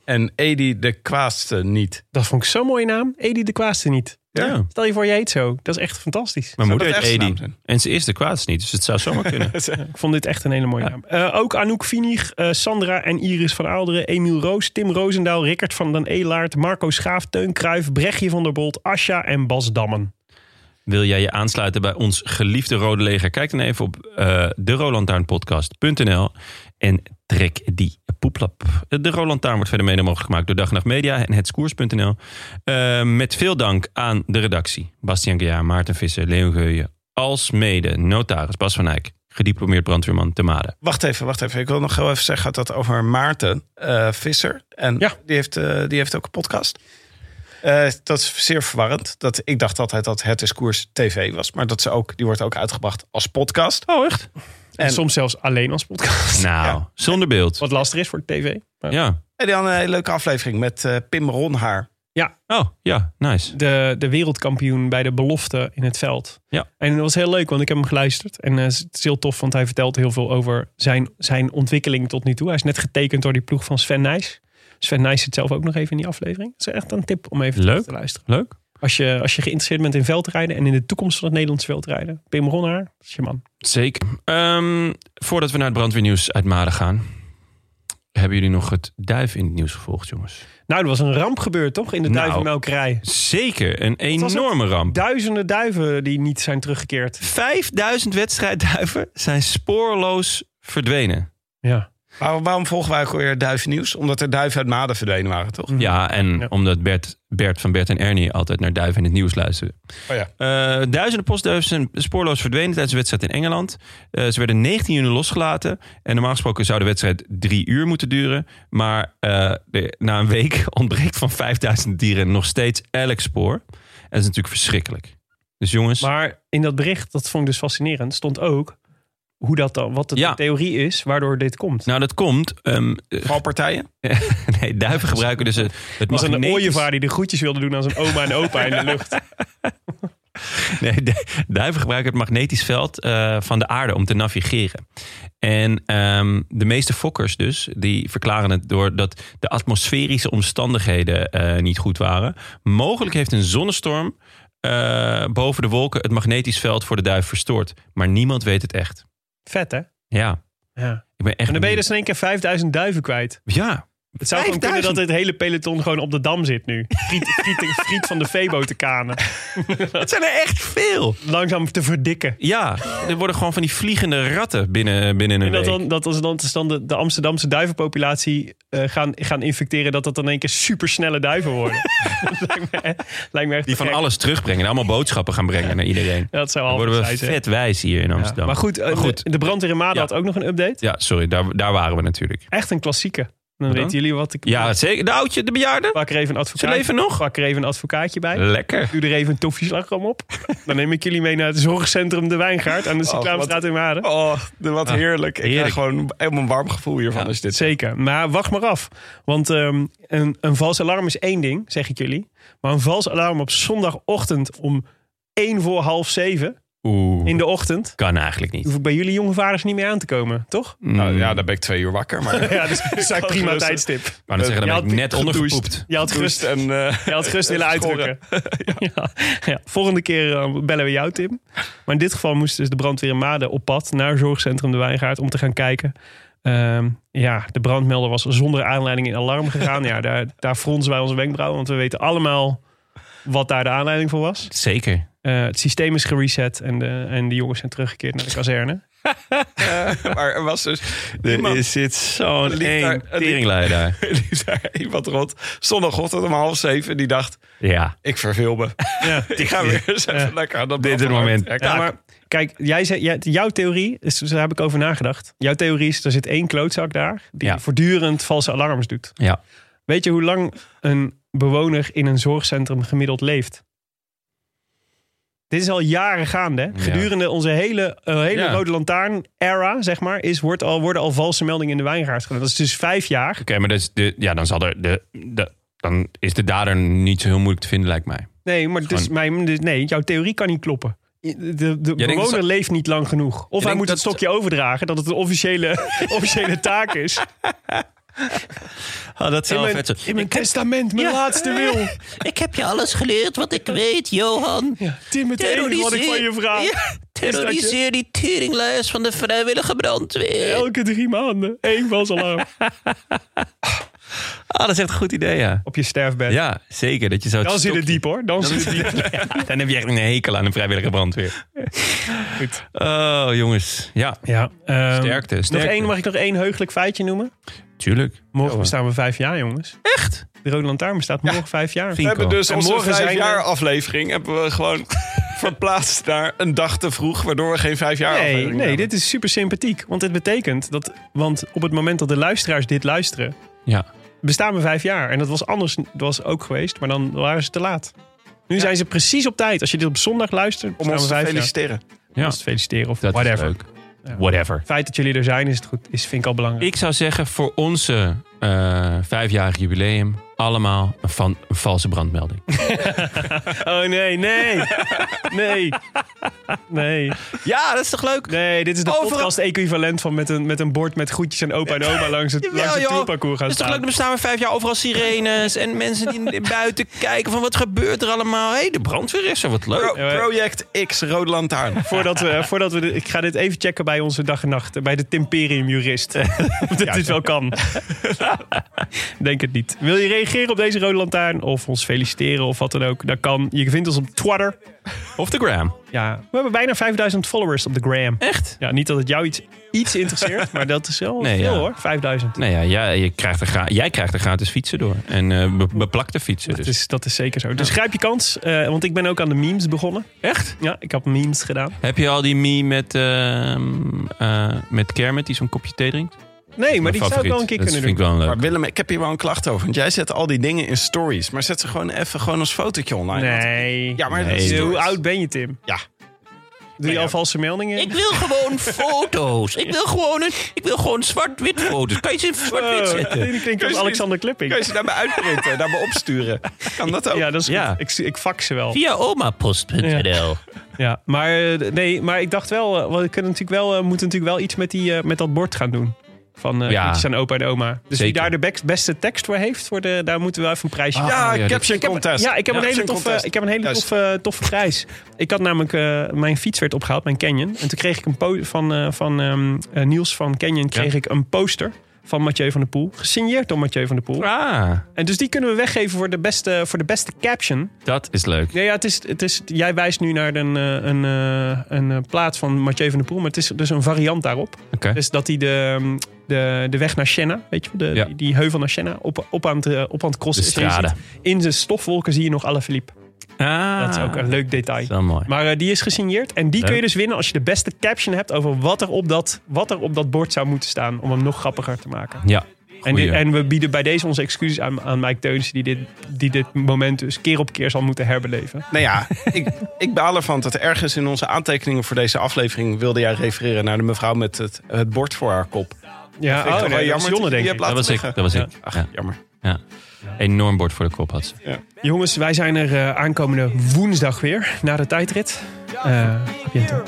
[SPEAKER 5] en Edi de Kwaadste niet.
[SPEAKER 2] Dat vond ik zo'n mooie naam. Edi de Kwaaste niet.
[SPEAKER 1] ja.
[SPEAKER 2] Stel je voor, je heet zo. Dat is echt fantastisch.
[SPEAKER 1] Mijn moeder
[SPEAKER 5] dat
[SPEAKER 1] heet
[SPEAKER 5] echt zijn
[SPEAKER 1] Edi.
[SPEAKER 5] naam zijn?
[SPEAKER 1] En ze is de kwaadste niet, dus het zou zomaar kunnen.
[SPEAKER 2] Ik vond dit echt een hele mooie naam. Eh, ook Anouk Vinig, eh, Sandra en Iris van Aalderen, Emiel Roos, Tim Roosendaal, Rickert van den Elaert, Marco Schaaf, Teun Kruijf, Brechtje van der Bolt, Asja en Bas Dammen.
[SPEAKER 1] Wil jij je aansluiten bij ons geliefde Rode Leger? Kijk dan even op eh de en trek die poeplap. De Roland Tuin wordt verder mede mogelijk gemaakt door Dag en Nacht Media en hetskoers.nl. Eh, met veel dank aan de redactie. Bastian Gejaar, Maarten Visser, Leon Geuyen, als mede notaris Bas van Eyck, gediplomeerd brandweerman te Maden.
[SPEAKER 5] Wacht even, wacht even. Ik wil nog heel even zeggen gaat dat over Maarten eh, Visser. En
[SPEAKER 2] Ja.
[SPEAKER 5] die, heeft, eh, die heeft ook een podcast. Eh, dat is zeer verwarrend. Dat, ik dacht altijd dat Het is Koers TV was. Maar dat ze ook, die wordt ook uitgebracht als podcast.
[SPEAKER 2] Oh, echt? En,
[SPEAKER 5] En-
[SPEAKER 2] soms zelfs alleen als podcast.
[SPEAKER 1] Nou, zonder beeld.
[SPEAKER 2] Wat lastig is voor de tv. Maar
[SPEAKER 1] Ja.
[SPEAKER 5] En die had een hele leuke aflevering met eh, Pim Ronhaar.
[SPEAKER 1] Oh, ja, nice.
[SPEAKER 2] De, de wereldkampioen bij de belofte in het veld.
[SPEAKER 1] Ja.
[SPEAKER 2] En dat was heel leuk, want ik heb hem geluisterd. En eh, het is heel tof, want hij vertelt heel veel over zijn, zijn ontwikkeling tot nu toe. Hij is net getekend door die ploeg van Sven Nijs. Sven Nijs zit zelf ook nog even in die aflevering. Het is echt een tip om even
[SPEAKER 1] Leuk.
[SPEAKER 2] te luisteren.
[SPEAKER 1] Leuk.
[SPEAKER 2] Als je, als je geïnteresseerd bent in veldrijden en in de toekomst van het Nederlands veldrijden. Pim Ronhaar, dat is je man.
[SPEAKER 1] Zeker. Ehm, voordat we naar het brandweernieuws uit Maden gaan. Hebben jullie nog het duif in het nieuws gevolgd, jongens?
[SPEAKER 2] Nou, er was een ramp gebeurd, toch? In de
[SPEAKER 1] Nou.
[SPEAKER 2] duivenmelkerij.
[SPEAKER 1] Zeker. Een
[SPEAKER 2] was het?
[SPEAKER 1] enorme ramp.
[SPEAKER 2] Duizenden duiven die niet zijn teruggekeerd.
[SPEAKER 1] 5000 wedstrijdduiven zijn spoorloos verdwenen.
[SPEAKER 2] Ja.
[SPEAKER 5] Waarom, waarom volgen wij ook weer duivennieuws? Omdat er duiven uit Maden verdwenen waren, toch?
[SPEAKER 2] Mm.
[SPEAKER 1] Ja, en
[SPEAKER 2] Mm-hmm. Ja.
[SPEAKER 1] omdat Bert, Bert van Bert en Ernie altijd naar Duif in het nieuws luisterden.
[SPEAKER 5] Oh ja.
[SPEAKER 1] Eh, duizenden postduiven zijn spoorloos verdwenen tijdens de wedstrijd in Engeland. Eh, ze werden 19 juni losgelaten. En normaal gesproken zou de wedstrijd drie uur moeten duren. Maar eh, de- na een week ontbreekt van 5000 dieren nog steeds elk spoor. En dat is natuurlijk verschrikkelijk. Dus jongens,
[SPEAKER 2] Maar in dat bericht, dat vond ik dus fascinerend, stond ook hoe dat dan, wat de
[SPEAKER 1] Ja.
[SPEAKER 2] theorie is waardoor dit komt.
[SPEAKER 1] nou dat komt. ehm, eh,
[SPEAKER 5] Valpartijen?
[SPEAKER 1] nee, duiven gebruiken dus het, het
[SPEAKER 2] Het was een
[SPEAKER 1] magnetisch-
[SPEAKER 2] ooievaar die de groetjes wilde doen aan zijn oma en opa in de lucht.
[SPEAKER 1] Nee, du- duiven gebruiken het magnetisch veld eh, van de aarde om te navigeren. En ehm, de meeste fokkers dus, die verklaren het doordat de atmosferische omstandigheden eh, niet goed waren. Mogelijk heeft een zonnestorm eh, boven de wolken het magnetisch veld voor de duif verstoord. Maar niemand weet het echt.
[SPEAKER 2] Vet, hè?
[SPEAKER 1] Ja,
[SPEAKER 2] Ja.
[SPEAKER 1] ik ben echt...
[SPEAKER 2] En dan ben je
[SPEAKER 1] benieuwd.
[SPEAKER 2] dus in één keer 5000 duiven kwijt.
[SPEAKER 1] Ja,
[SPEAKER 2] Het zou gewoon kunnen dat
[SPEAKER 1] 5000?
[SPEAKER 2] het hele peloton gewoon op de dam zit nu. Friet, friet, friet van de Febo te kanen.
[SPEAKER 1] het zijn er echt veel.
[SPEAKER 2] Langzaam te verdikken.
[SPEAKER 1] Ja, er worden gewoon van die vliegende ratten binnen, binnen een
[SPEAKER 2] En dat
[SPEAKER 1] week.
[SPEAKER 2] dan, dat als dan, als dan de, de Amsterdamse duivenpopulatie eh, gaan, gaan infecteren, dat dat dan in één keer supersnelle duiven worden. lijkt, me, lijkt me echt
[SPEAKER 1] Die van
[SPEAKER 2] gek.
[SPEAKER 1] alles terugbrengen en allemaal boodschappen gaan brengen naar iedereen.
[SPEAKER 2] Ja, Dat zou
[SPEAKER 1] Dan
[SPEAKER 2] wel
[SPEAKER 1] worden we
[SPEAKER 2] zijn, zeg.
[SPEAKER 1] vet wijs hier in Amsterdam.
[SPEAKER 2] Maar goed, eh,
[SPEAKER 1] goed.
[SPEAKER 2] De, de brandweer in Maden
[SPEAKER 1] Ja.
[SPEAKER 2] had ook nog een update.
[SPEAKER 1] Ja, sorry, daar, daar waren we natuurlijk.
[SPEAKER 2] Echt een klassieke. Dan
[SPEAKER 1] dan?
[SPEAKER 2] weten jullie wat ik...
[SPEAKER 1] Ja, zeker. De oudje, de bejaarde.
[SPEAKER 2] Pak er even een
[SPEAKER 1] Ze
[SPEAKER 2] advocaatje,
[SPEAKER 1] leven nog. Eh.
[SPEAKER 2] pak er even een advocaatje bij.
[SPEAKER 1] Lekker.
[SPEAKER 2] Doe er even een toffie slagroom op. Dan neem ik jullie mee naar het zorgcentrum De Wijngaard aan de Cyclamestraat in Maden.
[SPEAKER 5] Oh,
[SPEAKER 2] Ah,
[SPEAKER 5] wat heerlijk. Ik
[SPEAKER 1] heerlijk.
[SPEAKER 5] krijg gewoon helemaal een warm gevoel hiervan. Dus, als je dit
[SPEAKER 2] Zeker, maar wacht maar af. Want ehm, een, een vals alarm is één ding, zeg ik jullie. Maar een vals alarm op zondagochtend om één voor half zeven
[SPEAKER 1] Oeh,
[SPEAKER 2] in de ochtend...
[SPEAKER 1] kan eigenlijk niet.
[SPEAKER 2] hoef ik bij jullie jonge vaders niet meer aan te komen, toch?
[SPEAKER 5] Nou ja, dan ben ik twee uur wakker. Maar
[SPEAKER 2] Ja, dus dat is een prima
[SPEAKER 5] gerust.
[SPEAKER 2] tijdstip.
[SPEAKER 1] Maar dan zeggen
[SPEAKER 2] Je
[SPEAKER 1] dat
[SPEAKER 2] had
[SPEAKER 1] ik net
[SPEAKER 2] gedoucht.
[SPEAKER 1] ondergepoept.
[SPEAKER 2] Je had gerust
[SPEAKER 5] rust en... eh,
[SPEAKER 2] Je had gerust willen
[SPEAKER 5] Schoren.
[SPEAKER 2] uitdrukken. ja. Ja. Volgende keer eh, bellen we jou, Tim. Maar in dit geval moest dus de brandweer in Maden op pad naar Zorgcentrum De Wijngaard om te gaan kijken. Ehm, ja, de brandmelder was zonder aanleiding in alarm gegaan. ja, daar, daar fronsen wij onze wenkbrauwen, want we weten allemaal wat daar de aanleiding voor was.
[SPEAKER 1] Zeker.
[SPEAKER 2] Eh, het systeem is gereset en de, en de jongens zijn teruggekeerd naar de kazerne.
[SPEAKER 5] maar er was dus
[SPEAKER 1] Er
[SPEAKER 5] iemand,
[SPEAKER 1] is zit zo'n
[SPEAKER 5] Liep daar-
[SPEAKER 1] één teringlijn daar.
[SPEAKER 5] die zei, iemand rond zondagochtend om half zeven. Die dacht,
[SPEAKER 1] Ja.
[SPEAKER 5] ik verveel me.
[SPEAKER 2] Ja.
[SPEAKER 5] Ik ga weer eens even
[SPEAKER 2] Ja.
[SPEAKER 5] lekker aan dat
[SPEAKER 1] Dit is het
[SPEAKER 5] blad
[SPEAKER 1] moment.
[SPEAKER 5] werken.
[SPEAKER 2] Ja, maar kijk, jij zei, jij- jouw theorie, is, daar heb ik over nagedacht. Jouw theorie is, er zit één klootzak daar... die
[SPEAKER 1] Ja.
[SPEAKER 2] voortdurend valse alarms doet.
[SPEAKER 1] Ja.
[SPEAKER 2] Weet je hoe lang een bewoner in een zorgcentrum gemiddeld leeft? Dit is al jaren gaande. hè? Gedurende onze hele, eh, hele
[SPEAKER 1] Ja.
[SPEAKER 2] Rode Lantaarn-era, zeg maar, is, wordt al, worden al valse meldingen in de wijngaard gedaan. Dat is dus vijf jaar.
[SPEAKER 1] Oké, maar dus de, ja, dan, zal er de, de- dan is de dader niet zo heel moeilijk te vinden, lijkt mij.
[SPEAKER 2] Nee, maar dus mijn, dus nee, jouw theorie kan niet kloppen. De, de
[SPEAKER 1] denkt
[SPEAKER 2] bewoner
[SPEAKER 1] dat-
[SPEAKER 2] leeft niet lang genoeg. Of hij
[SPEAKER 1] denkt
[SPEAKER 2] moet het
[SPEAKER 1] dat-
[SPEAKER 2] stokje overdragen, dat het een officiële, officiële taak is.
[SPEAKER 1] Oh, dat
[SPEAKER 2] In mijn, in mijn testament, mijn
[SPEAKER 1] Ja.
[SPEAKER 2] laatste wil.
[SPEAKER 1] Ik heb je alles geleerd wat ik weet, Johan.
[SPEAKER 2] Tim, het enige wat ik van je vraag. terroriseer
[SPEAKER 1] die teringlijst van de vrijwillige brandweer.
[SPEAKER 2] Elke drie maanden, één vals alarm.
[SPEAKER 1] Ah, dat is echt een goed idee, ja.
[SPEAKER 2] Op je sterfbed.
[SPEAKER 1] Ja, zeker. Dat je zo
[SPEAKER 2] Dan zit
[SPEAKER 1] stokje-
[SPEAKER 2] het diep hoor. Dan zit het diep.
[SPEAKER 1] Ja, dan heb je echt een hekel aan een vrijwillige brandweer.
[SPEAKER 2] Goed.
[SPEAKER 1] Oh, jongens. Ja,
[SPEAKER 2] Ja, ehm,
[SPEAKER 1] Sterkte,
[SPEAKER 2] Nog
[SPEAKER 1] sterkte.
[SPEAKER 2] één, mag ik nog één heugelijk feitje noemen?
[SPEAKER 1] tuurlijk.
[SPEAKER 2] Morgen bestaan we vijf jaar, jongens.
[SPEAKER 1] Echt?
[SPEAKER 2] De Rode Lantaarn bestaat morgen vijf jaar.
[SPEAKER 5] We
[SPEAKER 1] Finko.
[SPEAKER 5] hebben dus
[SPEAKER 2] En
[SPEAKER 5] onze
[SPEAKER 2] morgen zijn
[SPEAKER 5] vijf
[SPEAKER 2] we-
[SPEAKER 5] jaar aflevering hebben we gewoon verplaatst naar een dag te vroeg, waardoor we geen vijf jaar
[SPEAKER 2] Nee,
[SPEAKER 5] aflevering
[SPEAKER 2] nee,
[SPEAKER 5] hebben.
[SPEAKER 2] dit is super sympathiek. Want dit betekent dat, want op het moment dat de luisteraars dit luisteren,
[SPEAKER 1] Ja.
[SPEAKER 2] bestaan we vijf jaar. En dat was anders dat was ook geweest, maar dan waren ze te laat. Nu zijn ze precies op tijd. Als je dit op zondag luistert,
[SPEAKER 5] Om
[SPEAKER 2] bestaan
[SPEAKER 5] ons
[SPEAKER 2] we
[SPEAKER 5] te
[SPEAKER 2] vijf jaar.
[SPEAKER 5] feliciteren.
[SPEAKER 2] Om
[SPEAKER 1] Ja.
[SPEAKER 2] ons te feliciteren of
[SPEAKER 1] Dat
[SPEAKER 2] whatever.
[SPEAKER 1] is leuk. Whatever.
[SPEAKER 2] Het feit dat jullie er zijn, is, het goed, is, vind ik al belangrijk.
[SPEAKER 1] Ik zou zeggen, voor onze eh vijfjarig jubileum... allemaal een, van, een valse brandmelding.
[SPEAKER 2] Oh nee, nee. Nee. Nee.
[SPEAKER 1] ja, dat is toch leuk?
[SPEAKER 2] Nee, dit is de
[SPEAKER 1] Overal-
[SPEAKER 2] podcast equivalent van met een, met een bord met groetjes en opa en oma langs het, langs het tourparcours gaan
[SPEAKER 1] is toch
[SPEAKER 2] staan.
[SPEAKER 1] leuk, er bestaan we vijf jaar overal sirenes... en mensen die naar buiten kijken van wat gebeurt er allemaal. Hé, hey, de brandweer is er, wat leuk.
[SPEAKER 5] Pro-
[SPEAKER 2] Ja, maar-
[SPEAKER 5] Project X, Rode Lantaarn.
[SPEAKER 2] Voordat we, voordat we de- ik ga dit even checken bij onze dag en nacht, eh, bij de Timperium jurist. of dit dit wel kan. Denk het niet. Wil je reageren op deze rode lantaarn of ons feliciteren of wat dan ook? Dat kan. Je vindt ons op Twitter.
[SPEAKER 1] Of de gram.
[SPEAKER 2] Ja, we hebben bijna 5000 followers op de gram.
[SPEAKER 1] Echt?
[SPEAKER 2] Ja, niet dat het jou iets, iets interesseert, maar dat is wel
[SPEAKER 1] Nee,
[SPEAKER 2] veel
[SPEAKER 1] ja.
[SPEAKER 2] hoor. 5000.
[SPEAKER 1] Nou ja, ja je krijgt er gra- jij krijgt er gratis fietsen door. En eh, be- beplakte fietsen.
[SPEAKER 2] Dat,
[SPEAKER 1] Dus.
[SPEAKER 2] is, dat is zeker zo. Dus grijp je kans, eh, want ik ben ook aan de memes begonnen.
[SPEAKER 1] Echt?
[SPEAKER 2] Ja, ik heb memes gedaan.
[SPEAKER 1] Heb je al die meme met, ehm, eh, met Kermit die zo'n kopje thee drinkt?
[SPEAKER 2] Nee, maar
[SPEAKER 1] Mijn
[SPEAKER 2] die zou ik
[SPEAKER 1] favoriet.
[SPEAKER 2] wel een keer
[SPEAKER 1] dat
[SPEAKER 2] kunnen doen.
[SPEAKER 1] vind ik wel leuk.
[SPEAKER 5] Maar Willem, ik heb hier wel een klacht over. Want jij zet al die dingen in stories. Maar zet ze gewoon even gewoon als fotootje online.
[SPEAKER 2] Nee.
[SPEAKER 5] Ja, maar dat
[SPEAKER 1] Nee.
[SPEAKER 5] is
[SPEAKER 2] Hoe
[SPEAKER 5] stories.
[SPEAKER 2] oud ben je, Tim?
[SPEAKER 5] Ja.
[SPEAKER 2] Doe je al valse meldingen?
[SPEAKER 1] Ik wil gewoon foto's. Ik wil gewoon, een, ik wil gewoon zwart-wit foto's. Kan je ze in zwart-wit zetten?
[SPEAKER 2] Oh, Die klinkt als Alexander
[SPEAKER 5] Kun je
[SPEAKER 2] Klipping.
[SPEAKER 5] ze naar me uitprinten, naar me opsturen? Kan dat ook?
[SPEAKER 2] Ja, dat is goed.
[SPEAKER 1] Ja.
[SPEAKER 2] Ik, ik fax ze wel.
[SPEAKER 1] Via omapost.nl.
[SPEAKER 2] Ja, maar, eh, nee, maar ik dacht wel, eh, want we kunnen natuurlijk wel, eh, moeten natuurlijk wel iets met, die, eh, met dat bord gaan doen. Van eh
[SPEAKER 1] Ja.
[SPEAKER 2] ja. aan opa en oma. Dus wie
[SPEAKER 1] Zeker.
[SPEAKER 2] daar de bek- beste tekst voor heeft, voor de, daar moeten we wel even een prijsje voor
[SPEAKER 5] Ja,
[SPEAKER 1] Oh, ja, dit-
[SPEAKER 5] caption contest.
[SPEAKER 2] Ja, Ah, ik heb, een hele
[SPEAKER 5] Caption
[SPEAKER 2] toffe,
[SPEAKER 5] contest.
[SPEAKER 2] ik heb een hele
[SPEAKER 5] Juist.
[SPEAKER 2] toffe, eh, toffe prijs. Ik had namelijk, eh, mijn fiets werd opgehaald, mijn Canyon. En toen kreeg ik een po- van, eh, van ehm, eh, Niels van Canyon kreeg ik een poster van Mathieu van der Poel. Gesigneerd door Mathieu van der Poel.
[SPEAKER 1] Ah,
[SPEAKER 2] En dus die kunnen we weggeven voor de beste, voor de beste caption.
[SPEAKER 1] dat is leuk.
[SPEAKER 2] Nee, ja, het is, het is, jij wijst nu naar een, eh, een, eh, een eh, plaat van Mathieu van der Poel. Maar het is dus een variant daarop.
[SPEAKER 1] Oké.
[SPEAKER 2] Dus dat hij de, ehm, de, de weg naar Schenna, weet je, wel, de,
[SPEAKER 1] Ja.
[SPEAKER 2] die, die heuvel naar Schenna, op, op, aan het, eh, op aan het crossen
[SPEAKER 1] De
[SPEAKER 2] is. En je
[SPEAKER 1] straden.
[SPEAKER 2] ziet, In zijn stofwolken zie je nog alle Philippe.
[SPEAKER 1] Ah,
[SPEAKER 2] Dat is ook een leuk detail.
[SPEAKER 1] wel mooi.
[SPEAKER 2] Maar eh, die is gesigneerd. En die kun je
[SPEAKER 1] Leuk.
[SPEAKER 2] dus winnen als je de beste caption hebt over wat er op dat, wat er op dat bord zou moeten staan. Om hem nog grappiger te maken.
[SPEAKER 1] Ja,
[SPEAKER 2] En,
[SPEAKER 1] goeie.
[SPEAKER 2] dit- en we bieden bij deze onze excuses aan, aan Mike Teunissen. Die dit, die dit moment dus keer op keer zal moeten herbeleven.
[SPEAKER 5] Nou ja, ik, ik baal ervan dat ergens in onze aantekeningen voor deze aflevering wilde jij refereren naar de mevrouw met het, het bord voor haar kop.
[SPEAKER 2] Ja,
[SPEAKER 5] Vind ik toch wel
[SPEAKER 2] Oh, dat was
[SPEAKER 5] jammer
[SPEAKER 2] Jonne
[SPEAKER 5] je
[SPEAKER 2] denk
[SPEAKER 5] die
[SPEAKER 2] ik.
[SPEAKER 5] hebt
[SPEAKER 1] dat was ik.
[SPEAKER 5] liggen.
[SPEAKER 1] Dat was ik.
[SPEAKER 5] Ach,
[SPEAKER 1] Ja.
[SPEAKER 5] jammer.
[SPEAKER 1] Ja. Enorm bord voor de kop had ze.
[SPEAKER 2] Jongens, wij zijn er eh, aankomende woensdag weer. Na de tijdrit. Eh, a bientôt.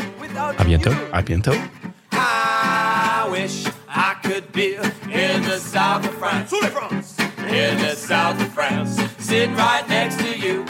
[SPEAKER 1] A bientôt.
[SPEAKER 5] A bientôt.
[SPEAKER 4] I wish I could be in the south of France. In the south of France, sitting right next to you.